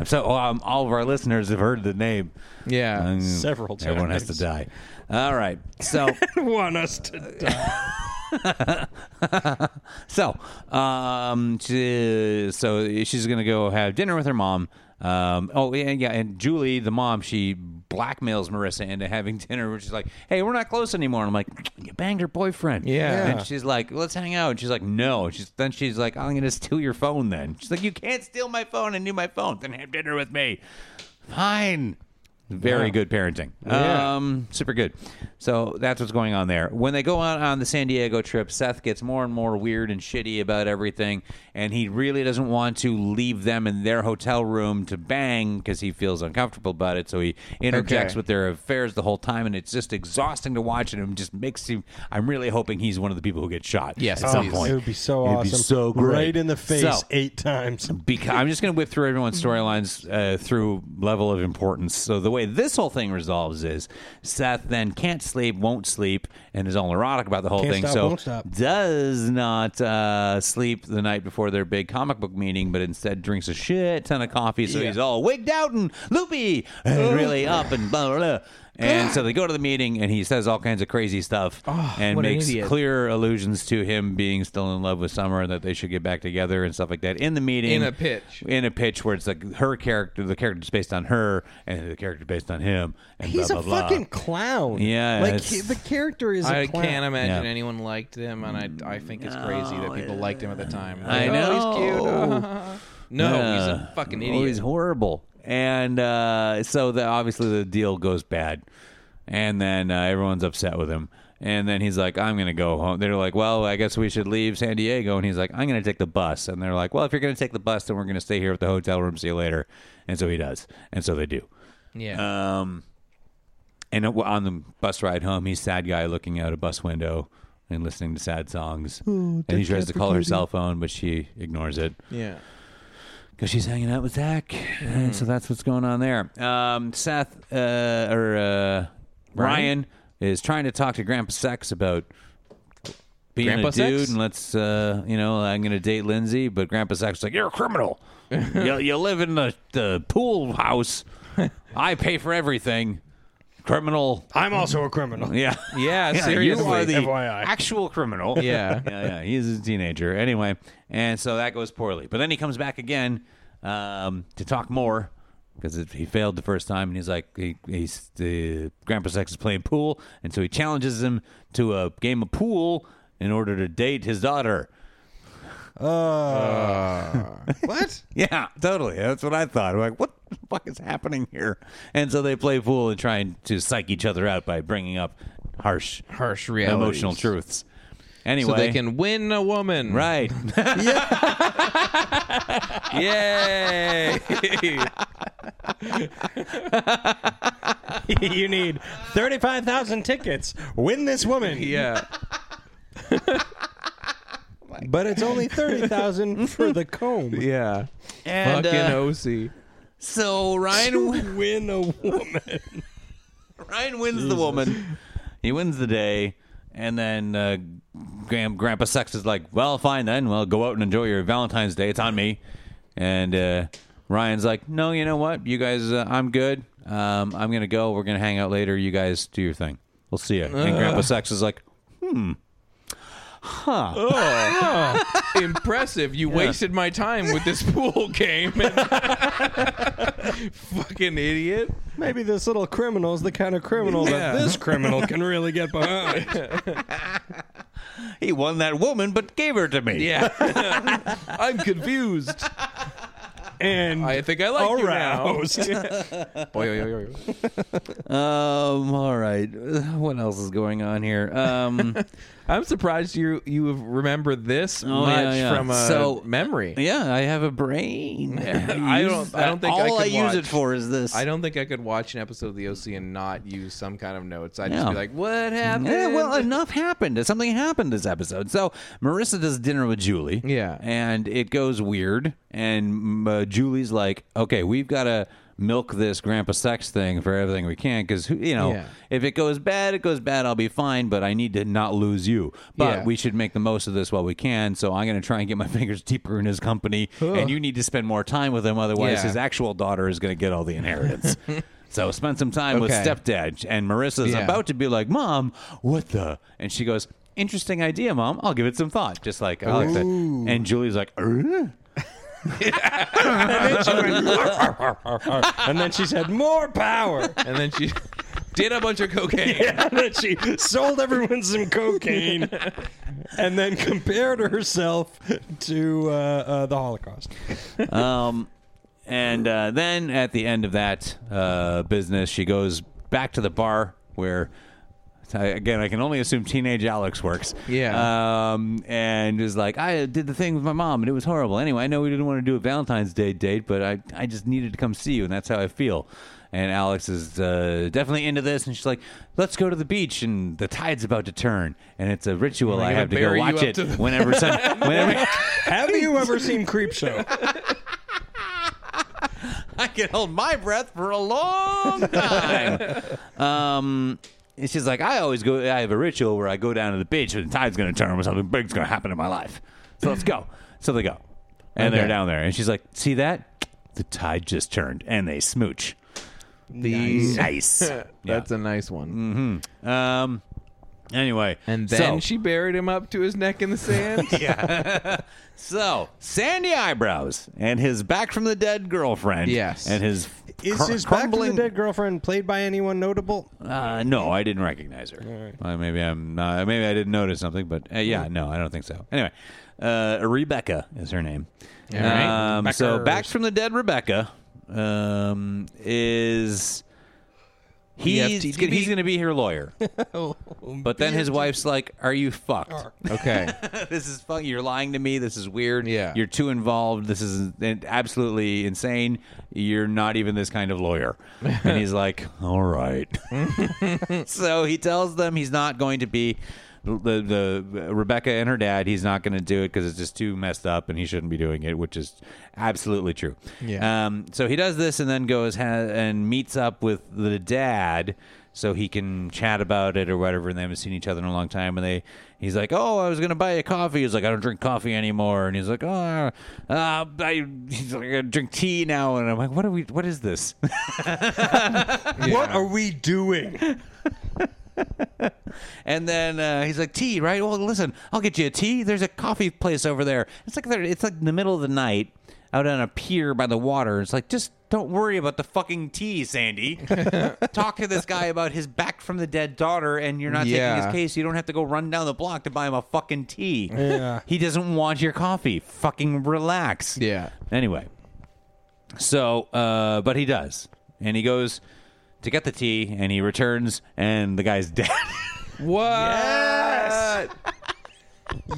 [SPEAKER 3] it. so um, all of our listeners have heard the name.
[SPEAKER 1] Yeah.
[SPEAKER 3] Um,
[SPEAKER 2] Uh, Several
[SPEAKER 3] Everyone has
[SPEAKER 2] times.
[SPEAKER 3] to die. All right. So
[SPEAKER 2] Want us to
[SPEAKER 3] so um she- so she's gonna go have dinner with her mom. Um, oh yeah, yeah, and Julie, the mom, she blackmails Marissa into having dinner. Where she's like, "Hey, we're not close anymore." And I'm like, "You banged her boyfriend."
[SPEAKER 1] Yeah.
[SPEAKER 3] And she's like, "Let's hang out." And she's like, "No." She's then she's like, "I'm gonna steal your phone." Then she's like, "You can't steal my phone and do my phone. Then have dinner with me." Fine. Very good parenting. Um, super good. So that's what's going on there. When they go out on the San Diego trip, Seth gets more and more weird and shitty about everything, and he really doesn't want to leave them in their hotel room to bang because he feels uncomfortable about it. So he interjects
[SPEAKER 1] Okay.
[SPEAKER 3] with their affairs the whole time, and it's just exhausting to watch, and it just makes him. I'm really hoping he's one of the people who get shot.
[SPEAKER 1] Yes,
[SPEAKER 3] at some
[SPEAKER 1] please.
[SPEAKER 3] point.
[SPEAKER 2] It would be so awesome.
[SPEAKER 3] It'd be so great.
[SPEAKER 2] Right in the face
[SPEAKER 3] So-
[SPEAKER 2] eight times.
[SPEAKER 3] because I'm just going to whip through everyone's
[SPEAKER 2] Mm-hmm.
[SPEAKER 3] storylines uh, through level of importance. So the way this whole thing resolves is Seth then can't sleep, won't sleep, and is all neurotic about the whole
[SPEAKER 2] Can't
[SPEAKER 3] thing.
[SPEAKER 2] stop,
[SPEAKER 3] so
[SPEAKER 2] won't stop.
[SPEAKER 3] does not uh, sleep the night before their big comic book meeting, but instead drinks a shit ton of coffee. So he's all wigged out and loopy
[SPEAKER 2] Oh.
[SPEAKER 3] and really up and blah blah. blah.
[SPEAKER 2] Ah.
[SPEAKER 3] And so they go to the meeting, and he says all kinds of crazy stuff and
[SPEAKER 1] what an
[SPEAKER 3] makes
[SPEAKER 1] idiot.
[SPEAKER 3] clear allusions to him being still in love with Summer and that they should get back together and stuff like that in the meeting
[SPEAKER 1] In a pitch.
[SPEAKER 3] in a pitch where it's like her character, the character's based on her, and the character's based on him, and
[SPEAKER 2] He's
[SPEAKER 3] blah
[SPEAKER 2] a
[SPEAKER 3] blah blah.
[SPEAKER 2] fucking clown.
[SPEAKER 3] Yeah,
[SPEAKER 2] like
[SPEAKER 3] it's-
[SPEAKER 2] he- the character is. I
[SPEAKER 1] I
[SPEAKER 2] clown.
[SPEAKER 1] can't imagine
[SPEAKER 3] Yeah. Mm,
[SPEAKER 1] anyone liked him, and I I think it's crazy that people liked him at the time.
[SPEAKER 3] I
[SPEAKER 1] Like,
[SPEAKER 3] know.
[SPEAKER 1] Oh, he's cute. no, he's a
[SPEAKER 3] Yeah.
[SPEAKER 1] fucking
[SPEAKER 3] Oh, he's
[SPEAKER 1] idiot.
[SPEAKER 3] horrible. And uh, so the, obviously the deal goes bad, and then uh, everyone's upset with him. And then he's like, "I'm gonna go home." They're like, "Well, I guess we should leave San Diego." And he's like, "I'm gonna take the bus." And they're like, "Well, if you're gonna take the bus, then we're gonna stay here at the hotel room. See you later." And so he does, and so they do.
[SPEAKER 1] yeah.
[SPEAKER 3] Um, and it- on the bus ride home, he's sad guy looking out a bus window and listening to sad songs. and he tries to call her cell phone, but she ignores it
[SPEAKER 1] yeah.
[SPEAKER 3] because she's hanging out with Zach. And
[SPEAKER 1] Mm.
[SPEAKER 3] so that's what's going on there. Um, Seth uh, or uh, Ryan? is trying to talk to Grandpa Sex about being
[SPEAKER 1] Grandpa
[SPEAKER 3] a dude
[SPEAKER 1] Sex?
[SPEAKER 3] and let's uh, you know I'm gonna date Lindsay, but Grandpa Sex is like you're a criminal. you, you live in the, the pool house. I pay for everything. Criminal.
[SPEAKER 2] I'm also a criminal.
[SPEAKER 3] Yeah.
[SPEAKER 1] Yeah,
[SPEAKER 3] You are
[SPEAKER 1] seriously,
[SPEAKER 3] the
[SPEAKER 2] FYI.
[SPEAKER 3] actual criminal.
[SPEAKER 1] Yeah.
[SPEAKER 3] yeah, yeah. He's a teenager. Anyway, and so that goes poorly. But then he comes back again um, to talk more because he failed the first time, and he's like, he, he's the Grandpa Sex is playing pool, and so he challenges him to a game of pool in order to date his daughter.
[SPEAKER 1] Uh,
[SPEAKER 2] What?
[SPEAKER 3] Yeah, totally. That's what I thought. I'm like, what the fuck is happening here? And so they play pool and try and to psych each other out by bringing up harsh,
[SPEAKER 1] Harsh realities.
[SPEAKER 3] emotional truths. Anyway,
[SPEAKER 1] So they can win a woman.
[SPEAKER 3] Right.
[SPEAKER 1] Yay.
[SPEAKER 2] you need thirty-five thousand tickets. Win this woman.
[SPEAKER 1] yeah.
[SPEAKER 2] But it's only thirty thousand for the comb.
[SPEAKER 1] Yeah.
[SPEAKER 3] And,
[SPEAKER 1] fucking
[SPEAKER 3] uh,
[SPEAKER 1] OC.
[SPEAKER 3] so Ryan
[SPEAKER 2] To win a woman.
[SPEAKER 3] Ryan wins the woman. He wins the day. And then uh, Gram- Grandpa Sex is like, well, fine then. Well, go out and enjoy your Valentine's Day. It's on me. And uh, Ryan's like, no, you know what? You guys, uh, I'm good. Um, I'm going to go. We're going to hang out later. You guys do your thing. We'll see you. And Grandpa Sex is like,
[SPEAKER 1] Impressive. You wasted my time with this pool game. fucking idiot.
[SPEAKER 2] Maybe this little criminal is the kind of criminal
[SPEAKER 1] Yeah.
[SPEAKER 2] that this criminal can really get behind.
[SPEAKER 3] he won that woman, but gave her to me.
[SPEAKER 1] Yeah. I'm confused.
[SPEAKER 2] And
[SPEAKER 1] I think I like
[SPEAKER 2] aroused.
[SPEAKER 1] you now.
[SPEAKER 3] Um, all right. What else is going on here? Um,
[SPEAKER 1] I'm surprised you you have remembered this much
[SPEAKER 3] Oh, yeah, yeah.
[SPEAKER 1] from a
[SPEAKER 3] So-
[SPEAKER 1] memory.
[SPEAKER 3] yeah, I have a brain.
[SPEAKER 1] I don't- I don't think I
[SPEAKER 3] all I,
[SPEAKER 1] could
[SPEAKER 3] use it
[SPEAKER 1] watch-
[SPEAKER 3] for is this.
[SPEAKER 1] I don't think I could watch an episode of the OC and not use some kind of notes. I'd
[SPEAKER 3] Yeah.
[SPEAKER 1] just be like, "What happened?"
[SPEAKER 3] Yeah, well, enough happened. Something happened this episode. So Marissa does dinner with Julie.
[SPEAKER 1] Yeah.
[SPEAKER 3] and it goes weird. And mm, uh, Julie's like, "Okay, we've got to milk this grandpa sex thing for everything we can because you know
[SPEAKER 1] Yeah.
[SPEAKER 3] if it goes bad, it goes bad. I'll be fine, but I need to not lose you. But
[SPEAKER 1] Yeah.
[SPEAKER 3] we should make the most of this while we can. So I'm going to try and get my fingers deeper in his company, and you need to spend more time with him. Otherwise,
[SPEAKER 1] Yeah.
[SPEAKER 3] his actual daughter is going to get all the inheritance." So spend some time with
[SPEAKER 1] Okay.
[SPEAKER 3] stepdad, and Marissa's
[SPEAKER 1] Yeah.
[SPEAKER 3] about to be like, "Mom, what the?" And she goes, "Interesting idea, Mom. I'll give it some thought." Just like Alexa. And Julie's like, "Er?"
[SPEAKER 2] and then she said, "More power."
[SPEAKER 1] and then she did a bunch of cocaine.
[SPEAKER 2] and then she sold everyone some cocaine and then compared herself to uh, uh, the Holocaust.
[SPEAKER 3] um, And uh, then at the end of that uh, business, she goes back to the bar where, I- again, I can only assume teenage Alex works.
[SPEAKER 1] Yeah.
[SPEAKER 3] Um, and is like, I did the thing with my mom and it was horrible. Anyway, I know we didn't want to do a Valentine's Day date, but I, I just needed to come see you and that's how I feel. And Alex is uh, definitely into this, and she's like, "Let's go to the beach, and the tide's about to turn, and it's a ritual I
[SPEAKER 1] gonna
[SPEAKER 3] have to go
[SPEAKER 1] bury you
[SPEAKER 3] watch
[SPEAKER 1] up
[SPEAKER 3] it
[SPEAKER 1] to the-
[SPEAKER 3] whenever, sun- whenever
[SPEAKER 2] Have you ever seen Creepshow?
[SPEAKER 3] I can hold my breath for a long time. um, and she's like, I always go. I have a ritual where I go down to the beach when the tide's going to turn or something big's going to happen in my life. So let's go. So they go, and they're
[SPEAKER 1] Okay.
[SPEAKER 3] down there, and she's like, See that? The tide just turned, and they smooch.
[SPEAKER 1] The-
[SPEAKER 3] Nice.
[SPEAKER 1] That's a nice one.
[SPEAKER 3] um. Anyway,
[SPEAKER 1] And then
[SPEAKER 3] so-
[SPEAKER 1] she buried him up to his neck in the sand.
[SPEAKER 3] so Sandy eyebrows and his back from the dead girlfriend.
[SPEAKER 1] Yes.
[SPEAKER 3] and his
[SPEAKER 2] Is
[SPEAKER 3] cr-
[SPEAKER 2] his back to the
[SPEAKER 3] crumbling-
[SPEAKER 2] dead girlfriend played by anyone notable?
[SPEAKER 3] Uh, no, I didn't recognize her. Uh, maybe I'm not, maybe I didn't notice something, but uh, yeah, no, I don't think so. Anyway, uh, Rebecca is her name.
[SPEAKER 1] All right.
[SPEAKER 3] Um, so back from the dead, Rebecca um, is he's
[SPEAKER 1] BFTB.
[SPEAKER 3] he's going to be her lawyer,
[SPEAKER 1] Oh,
[SPEAKER 3] but then his wife's like, "Are you fucked?
[SPEAKER 1] Okay.
[SPEAKER 3] this is fuck. You're lying to me. This is weird.
[SPEAKER 1] Yeah.
[SPEAKER 3] You're too involved. This is in- absolutely insane. You're not even this kind of lawyer. and he's like, all right. so he tells them he's not going to be the the Rebecca and her dad. He's not going to do it because it's just too messed up, and he shouldn't be doing it, which is absolutely true.
[SPEAKER 1] Yeah.
[SPEAKER 3] Um. So he does this, and then goes ha- and meets up with the dad. So he can chat about it or whatever, and they haven't seen each other in a long time. And they, he's like, "Oh, I was gonna buy you coffee." He's like, "I don't drink coffee anymore." And he's like, "Oh, uh, I, he's like, I drink tea now." And I'm like, "What are we? What is this?"
[SPEAKER 2] What are we doing?
[SPEAKER 3] And then uh, he's like, "Tea, right? Well, listen, I'll get you a tea. There's a coffee place over there. It's like they're- it's like in the middle of the night, out on a pier by the water. It's like just don't worry about the fucking tea, Sandy. Talk to this guy about his back from the dead daughter, and you're not taking
[SPEAKER 1] Yeah.
[SPEAKER 3] his case. You don't have to go run down the block to buy him a fucking tea. He doesn't want your coffee. Fucking relax.
[SPEAKER 1] Yeah.
[SPEAKER 3] Anyway, so, uh, but he does, and he goes to get the tea, and he returns, and the guy's dead.
[SPEAKER 1] What?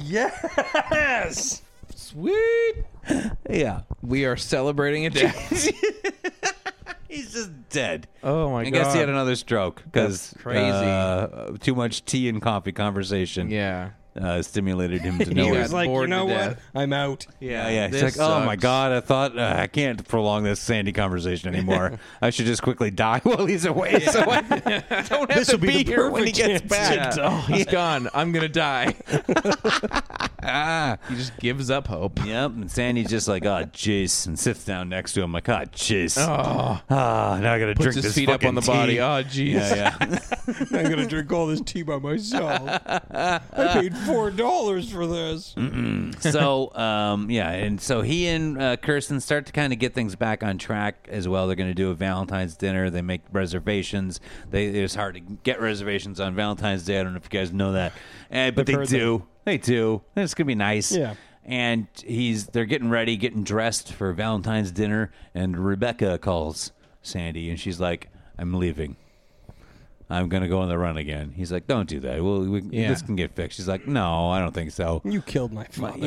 [SPEAKER 2] Yes.
[SPEAKER 1] Sweet.
[SPEAKER 3] yeah.
[SPEAKER 1] We are celebrating a death.
[SPEAKER 3] He's just dead.
[SPEAKER 1] Oh, my
[SPEAKER 3] I guess
[SPEAKER 1] God.
[SPEAKER 3] he had another stroke because
[SPEAKER 1] That's crazy.
[SPEAKER 3] too much tea and coffee conversation.
[SPEAKER 1] yeah.
[SPEAKER 3] uh, stimulated him to
[SPEAKER 1] He
[SPEAKER 3] know.
[SPEAKER 2] He
[SPEAKER 3] it.
[SPEAKER 2] was
[SPEAKER 1] got
[SPEAKER 2] like, you
[SPEAKER 1] bored to
[SPEAKER 2] know what?
[SPEAKER 1] death.
[SPEAKER 2] I'm out.
[SPEAKER 3] yeah, yeah. He's
[SPEAKER 1] This
[SPEAKER 3] like, oh my
[SPEAKER 1] sucks."
[SPEAKER 3] god, I thought uh, I can't prolong this Sandy conversation anymore. I should just quickly die while he's away, so I don't have to
[SPEAKER 2] be the
[SPEAKER 3] here when he
[SPEAKER 2] perfect
[SPEAKER 3] gets
[SPEAKER 2] chance
[SPEAKER 3] back.
[SPEAKER 2] to
[SPEAKER 1] Oh, he's gone. I'm gonna die. he just gives up hope.
[SPEAKER 3] Yep, and Sandy's just like, oh, jeez, and sits down next to him like, oh, jeez. Oh, now I gotta
[SPEAKER 1] Puts
[SPEAKER 3] drink
[SPEAKER 1] his
[SPEAKER 3] this
[SPEAKER 1] feet up on
[SPEAKER 3] fucking
[SPEAKER 1] the
[SPEAKER 3] tea.
[SPEAKER 1] body. Oh, jeez.
[SPEAKER 3] Yeah, yeah.
[SPEAKER 2] I'm gonna drink all this tea by myself. I paid four dollars for this.
[SPEAKER 3] so um, yeah, and so he and uh, Kirsten start to kind of get things back on track as well. They're going to do a Valentine's dinner. They make reservations. They it's hard to get reservations on Valentine's Day. I don't know if you guys know that, Eh, but they
[SPEAKER 2] heard
[SPEAKER 3] do. They do. And it's going to be nice.
[SPEAKER 2] Yeah.
[SPEAKER 3] And he's they're getting ready, getting dressed for Valentine's dinner, and Rebecca calls Sandy, and she's like, "I'm leaving." I'm gonna go on the run again. He's like, "Don't do that. Well, we,
[SPEAKER 1] Yeah.
[SPEAKER 3] this can get fixed." She's like, "No, I don't think so."
[SPEAKER 2] You killed my father.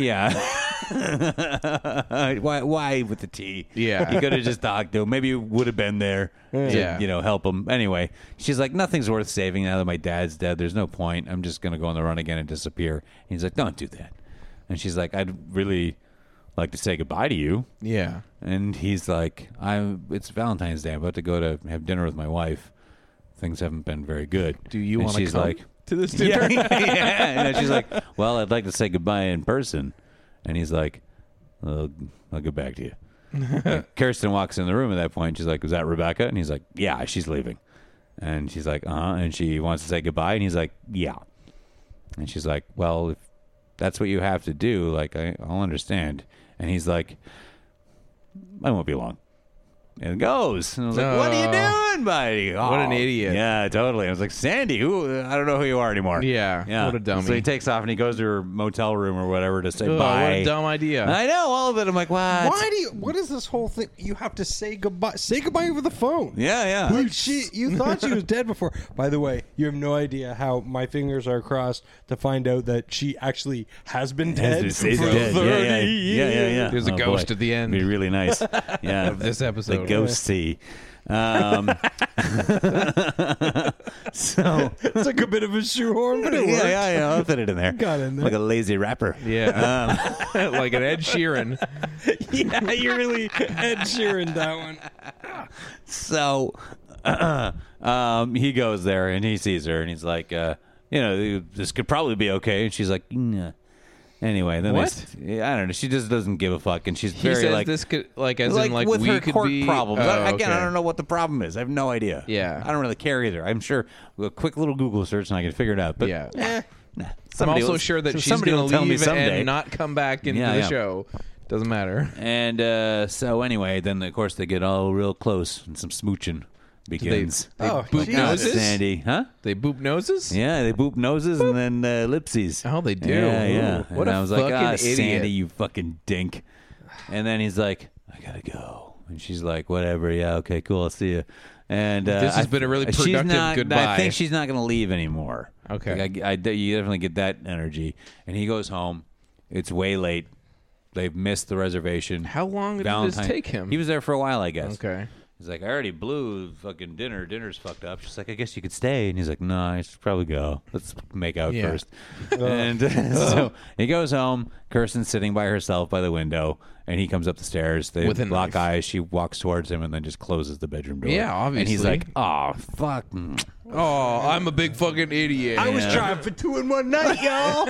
[SPEAKER 3] Yeah. why? Why with the tea?
[SPEAKER 1] Yeah.
[SPEAKER 3] You could have just talked to him. Maybe you would have been there. To,
[SPEAKER 1] Yeah.
[SPEAKER 3] You know, help him. Anyway, she's like, nothing's worth saving now that my dad's dead. There's no point. I'm just gonna go on the run again and disappear. And he's like, don't do that. And she's like, I'd really like to say goodbye to you.
[SPEAKER 1] Yeah.
[SPEAKER 3] And he's like, I'm. It's Valentine's Day. I'm about to go to have dinner with my wife. Things haven't been very good.
[SPEAKER 1] Do you
[SPEAKER 3] And
[SPEAKER 1] want to
[SPEAKER 3] She's
[SPEAKER 1] come
[SPEAKER 3] like,
[SPEAKER 1] to this dinner?
[SPEAKER 3] yeah. And then she's like, "Well, I'd like to say goodbye in person," and he's like, "I'll, I'll get back to you." And Kirsten walks in the room at that point. She's like, "Was that Rebecca?" And he's like, "Yeah, she's leaving." And she's like, "Uh," huh and she wants to say goodbye, and he's like, "Yeah." And she's like, "Well, if that's what you have to do, like I, I'll understand." And he's like, "I won't be long." it goes. And I was like, what are
[SPEAKER 1] Oh.
[SPEAKER 3] you doing, buddy?
[SPEAKER 1] What an
[SPEAKER 3] Oh,
[SPEAKER 1] idiot.
[SPEAKER 3] Yeah, totally. I was like, Sandy, who? I don't know who you are anymore.
[SPEAKER 1] Yeah, what a dummy.
[SPEAKER 3] So he takes off and he goes to her motel room or whatever to say
[SPEAKER 1] Ugh, Oh,
[SPEAKER 3] bye.
[SPEAKER 1] What a dumb idea.
[SPEAKER 3] I know all of it. I'm like, what?
[SPEAKER 2] Why do you? What is this whole thing? You have to say goodbye. Say goodbye over the phone.
[SPEAKER 3] Yeah, yeah.
[SPEAKER 2] Like she, you thought she was dead before. By the way, you have no idea how my fingers are crossed to find out that she actually has been dead
[SPEAKER 3] It's-
[SPEAKER 2] for
[SPEAKER 3] it's dead. Yeah, yeah,
[SPEAKER 2] 30
[SPEAKER 3] yeah, yeah, yeah.
[SPEAKER 1] There's a
[SPEAKER 3] Oh,
[SPEAKER 1] ghost
[SPEAKER 3] boy.
[SPEAKER 1] at the end.
[SPEAKER 3] Be really nice. Yeah, of
[SPEAKER 1] this episode.
[SPEAKER 3] The ghosty. Um, so
[SPEAKER 2] It's like a bit of a shoehorn, but it
[SPEAKER 3] yeah,
[SPEAKER 2] worked.
[SPEAKER 3] yeah, yeah. I'll fit it in there.
[SPEAKER 2] Got in there.
[SPEAKER 3] like a lazy rapper.
[SPEAKER 1] yeah, like an Ed Sheeran.
[SPEAKER 2] Yeah, you really Ed Sheeran that one.
[SPEAKER 3] so um, he goes there and he sees her and he's like, uh, you know, this could probably be okay. And she's like, nah. Anyway, then they
[SPEAKER 1] What?
[SPEAKER 3] s- yeah, I don't know. She just doesn't give a fuck, and she's
[SPEAKER 1] He
[SPEAKER 3] very
[SPEAKER 1] says
[SPEAKER 3] like
[SPEAKER 1] this could like as
[SPEAKER 3] like,
[SPEAKER 1] in like
[SPEAKER 3] with
[SPEAKER 1] we
[SPEAKER 3] her
[SPEAKER 1] could
[SPEAKER 3] court
[SPEAKER 1] be
[SPEAKER 3] problems.
[SPEAKER 1] Oh,
[SPEAKER 3] I- Again,
[SPEAKER 1] okay.
[SPEAKER 3] I don't know what the problem is. I have no idea.
[SPEAKER 1] Yeah.
[SPEAKER 3] I don't really care either. I'm sure a quick little Google search and I can figure it out. But
[SPEAKER 1] Yeah.
[SPEAKER 3] eh, nah.
[SPEAKER 1] I'm
[SPEAKER 3] Somebody
[SPEAKER 1] also
[SPEAKER 3] will-
[SPEAKER 1] sure that she's
[SPEAKER 3] somebody
[SPEAKER 1] going
[SPEAKER 3] will
[SPEAKER 1] to
[SPEAKER 3] tell me
[SPEAKER 1] leave
[SPEAKER 3] someday.
[SPEAKER 1] and not come back into
[SPEAKER 3] Yeah,
[SPEAKER 1] the
[SPEAKER 3] yeah.
[SPEAKER 1] show. Doesn't matter.
[SPEAKER 3] And uh, so anyway, then of course they get all real close and some smooching begins.
[SPEAKER 1] They
[SPEAKER 2] Oh,
[SPEAKER 1] boop
[SPEAKER 2] Jesus.
[SPEAKER 1] noses.
[SPEAKER 3] Sandy, huh?
[SPEAKER 1] They boop noses.
[SPEAKER 3] Yeah, they boop noses and then uh, lipsies.
[SPEAKER 1] Oh, they do.
[SPEAKER 3] Yeah, yeah.
[SPEAKER 1] Ooh, what
[SPEAKER 3] and
[SPEAKER 1] a
[SPEAKER 3] I was like,
[SPEAKER 1] fucking
[SPEAKER 3] ah,
[SPEAKER 1] idiot."
[SPEAKER 3] Sandy, you fucking dink. And then he's like, I gotta go. And she's like, whatever. Yeah, okay, cool. I'll see you. And uh,
[SPEAKER 1] This has
[SPEAKER 3] I-
[SPEAKER 1] been a really
[SPEAKER 3] she's
[SPEAKER 1] productive
[SPEAKER 3] not- I
[SPEAKER 1] goodbye.
[SPEAKER 3] think she's not gonna leave anymore.
[SPEAKER 1] Okay.
[SPEAKER 3] Like, I, I- you definitely get that energy. And he goes home. It's way late. They've missed the reservation.
[SPEAKER 1] How long did
[SPEAKER 3] Valentine.
[SPEAKER 1] this take him?
[SPEAKER 3] He was there for a while, I guess.
[SPEAKER 1] okay.
[SPEAKER 3] He's like, I already blew fucking dinner. Dinner's fucked up. She's like, I guess you could stay. And he's like, No, I should probably go. Let's make out
[SPEAKER 1] Yeah. Uh-huh.
[SPEAKER 3] first. and so he goes home. Kirsten's sitting by herself by the window, and he comes up the stairs. They
[SPEAKER 1] With a
[SPEAKER 3] lock
[SPEAKER 1] knife.
[SPEAKER 3] eyes. She walks towards him and then just closes the bedroom door.
[SPEAKER 1] Yeah,
[SPEAKER 3] And he's
[SPEAKER 1] obviously.
[SPEAKER 3] like, Oh fuck.
[SPEAKER 1] Oh, I'm a big fucking idiot. I was
[SPEAKER 2] Drive for two in one night, y'all.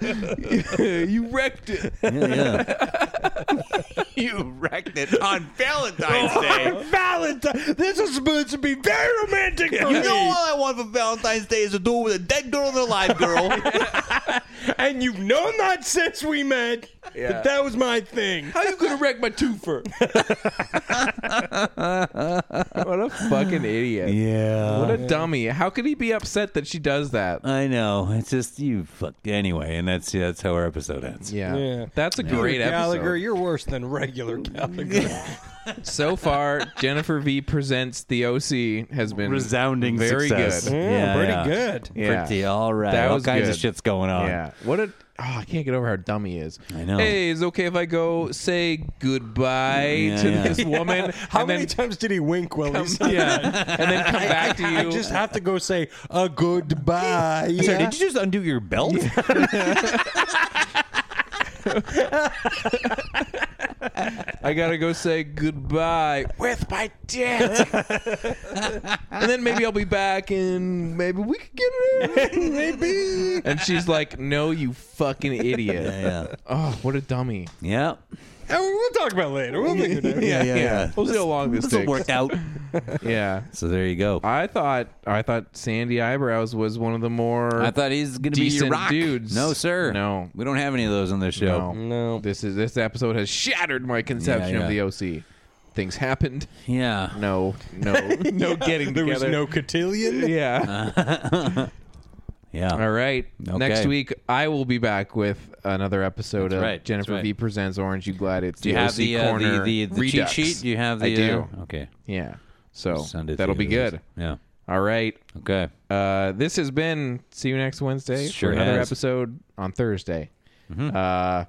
[SPEAKER 1] you wrecked it.
[SPEAKER 3] you wrecked it on Valentine's
[SPEAKER 1] Oh,
[SPEAKER 3] Day.
[SPEAKER 2] Valentine. This is supposed to be very romantic for
[SPEAKER 3] You
[SPEAKER 2] me.
[SPEAKER 3] know all I want for Valentine's Day is a duel with a dead girl and a live girl.
[SPEAKER 2] and you've known that since we met. That that was my thing.
[SPEAKER 1] How you gonna wreck my twofer? what a fucking idiot.
[SPEAKER 3] yeah.
[SPEAKER 1] What a dummy. How could he be upset that she does that?
[SPEAKER 3] I know. It's just you fucked anyway, and that's that's how our episode ends.
[SPEAKER 1] Yeah.
[SPEAKER 2] Yeah.
[SPEAKER 1] That's a great
[SPEAKER 2] Gallagher,
[SPEAKER 1] episode.
[SPEAKER 2] you're worse than regular Gallagher.
[SPEAKER 1] So far, Jennifer V presents the OC has been
[SPEAKER 3] Resounding
[SPEAKER 1] very
[SPEAKER 3] success.
[SPEAKER 1] good.
[SPEAKER 2] Yeah,
[SPEAKER 3] Yeah,
[SPEAKER 2] pretty
[SPEAKER 3] yeah.
[SPEAKER 2] good.
[SPEAKER 1] Yeah.
[SPEAKER 3] Pretty all right.
[SPEAKER 1] That
[SPEAKER 3] all
[SPEAKER 1] was
[SPEAKER 3] kinds of
[SPEAKER 1] good.
[SPEAKER 3] shit's going on.
[SPEAKER 1] Yeah. What a oh, I can't get over how dumb he is. I
[SPEAKER 3] know.
[SPEAKER 1] Hey, is it okay if I go say goodbye
[SPEAKER 3] Yeah,
[SPEAKER 1] to
[SPEAKER 3] yeah.
[SPEAKER 1] this woman?
[SPEAKER 2] How
[SPEAKER 1] and
[SPEAKER 2] many
[SPEAKER 1] then,
[SPEAKER 2] times did he wink while he said
[SPEAKER 1] Yeah. and then come back to you.
[SPEAKER 2] I just have to go say a goodbye.
[SPEAKER 3] Sir, did you just undo your belt?
[SPEAKER 1] I gotta go say goodbye with my dick. and then maybe I'll be back and maybe we could get it in. maybe. And she's like, no, you fucking idiot.
[SPEAKER 3] yeah.
[SPEAKER 1] Oh, what a dummy.
[SPEAKER 3] Yeah.
[SPEAKER 2] And we'll talk about it later. We'll figure it out.
[SPEAKER 3] Yeah, yeah,
[SPEAKER 1] We'll see how long this
[SPEAKER 3] This will
[SPEAKER 1] takes.
[SPEAKER 3] work out.
[SPEAKER 1] Yeah.
[SPEAKER 3] So there you go.
[SPEAKER 1] I thought I thought Sandy Eyebrows was one of the more
[SPEAKER 3] I thought he's gonna be your
[SPEAKER 1] decent
[SPEAKER 3] rock.
[SPEAKER 1] dudes.
[SPEAKER 3] No, sir.
[SPEAKER 1] No.
[SPEAKER 3] we don't have any of those on this show.
[SPEAKER 1] No. This is this episode has shattered my conception
[SPEAKER 3] Yeah, yeah.
[SPEAKER 1] of the OC. Things happened.
[SPEAKER 3] Yeah.
[SPEAKER 1] No, no, no getting
[SPEAKER 2] There was
[SPEAKER 1] together.
[SPEAKER 2] no cotillion.
[SPEAKER 1] yeah.
[SPEAKER 3] Uh-huh. Yeah.
[SPEAKER 1] All right.
[SPEAKER 3] Okay.
[SPEAKER 1] Next week, I will be back with another episode
[SPEAKER 3] That's
[SPEAKER 1] of
[SPEAKER 3] right, that's
[SPEAKER 1] Jennifer
[SPEAKER 3] right.
[SPEAKER 1] V presents Orange. You glad it's
[SPEAKER 3] Do you
[SPEAKER 1] the
[SPEAKER 3] have
[SPEAKER 1] OC
[SPEAKER 3] the, uh, the
[SPEAKER 1] corner
[SPEAKER 3] the the cheat
[SPEAKER 1] Redux.
[SPEAKER 3] sheet? Do you have the?
[SPEAKER 1] I do.
[SPEAKER 3] Uh, okay.
[SPEAKER 1] Yeah. So
[SPEAKER 3] Send it
[SPEAKER 1] Oh, that'll
[SPEAKER 3] to
[SPEAKER 1] be
[SPEAKER 3] you.
[SPEAKER 1] good.
[SPEAKER 3] Yeah.
[SPEAKER 1] All right.
[SPEAKER 3] Okay.
[SPEAKER 1] Uh, this has been. See you next Wednesday
[SPEAKER 3] Sure
[SPEAKER 1] for another
[SPEAKER 3] has. Mm-hmm.
[SPEAKER 1] episode on Thursday. Uh,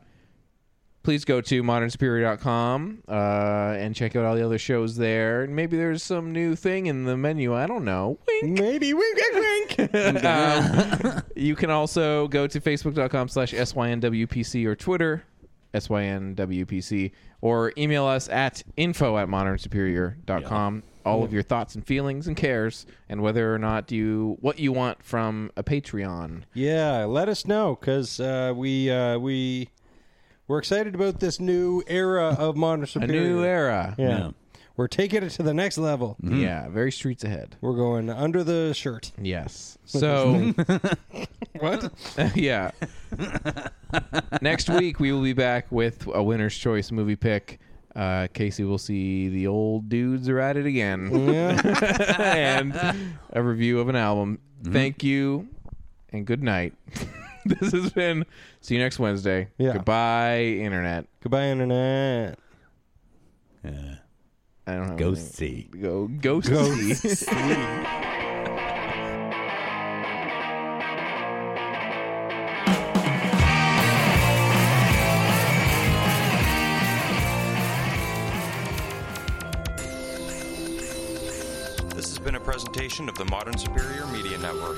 [SPEAKER 1] please go to modernsuperior.com uh, and check out all the other shows there. And maybe there's some new thing in the menu. I don't know. Wink.
[SPEAKER 2] Maybe wink, wink, wink.
[SPEAKER 1] Um, you can also go to facebook.com slash synwpc or twitter synwpc or email us at info at modernsuperior.com all of your thoughts and feelings and cares and whether or not you what you want from a patreon
[SPEAKER 2] Yeah, let us know because uh, we uh, we we're excited about this new era of modern
[SPEAKER 1] a
[SPEAKER 2] superior.
[SPEAKER 1] new era
[SPEAKER 2] Yeah. we're taking it to the next level.
[SPEAKER 1] Yeah, very streets ahead
[SPEAKER 2] We're going under the shirt.
[SPEAKER 1] yes so
[SPEAKER 2] What?
[SPEAKER 1] yeah Next week we will be back with a winner's choice movie pick. Uh, Casey will see the old dudes are at it again, and a review of an album. Thank you, and good night. this has been. See you next Wednesday.
[SPEAKER 2] Yeah.
[SPEAKER 1] Goodbye, internet.
[SPEAKER 2] Goodbye, internet.
[SPEAKER 1] I don't have
[SPEAKER 4] Go
[SPEAKER 1] anything.
[SPEAKER 4] see.
[SPEAKER 1] Go go see.
[SPEAKER 7] This has been a presentation of the Modern Superior Media Network.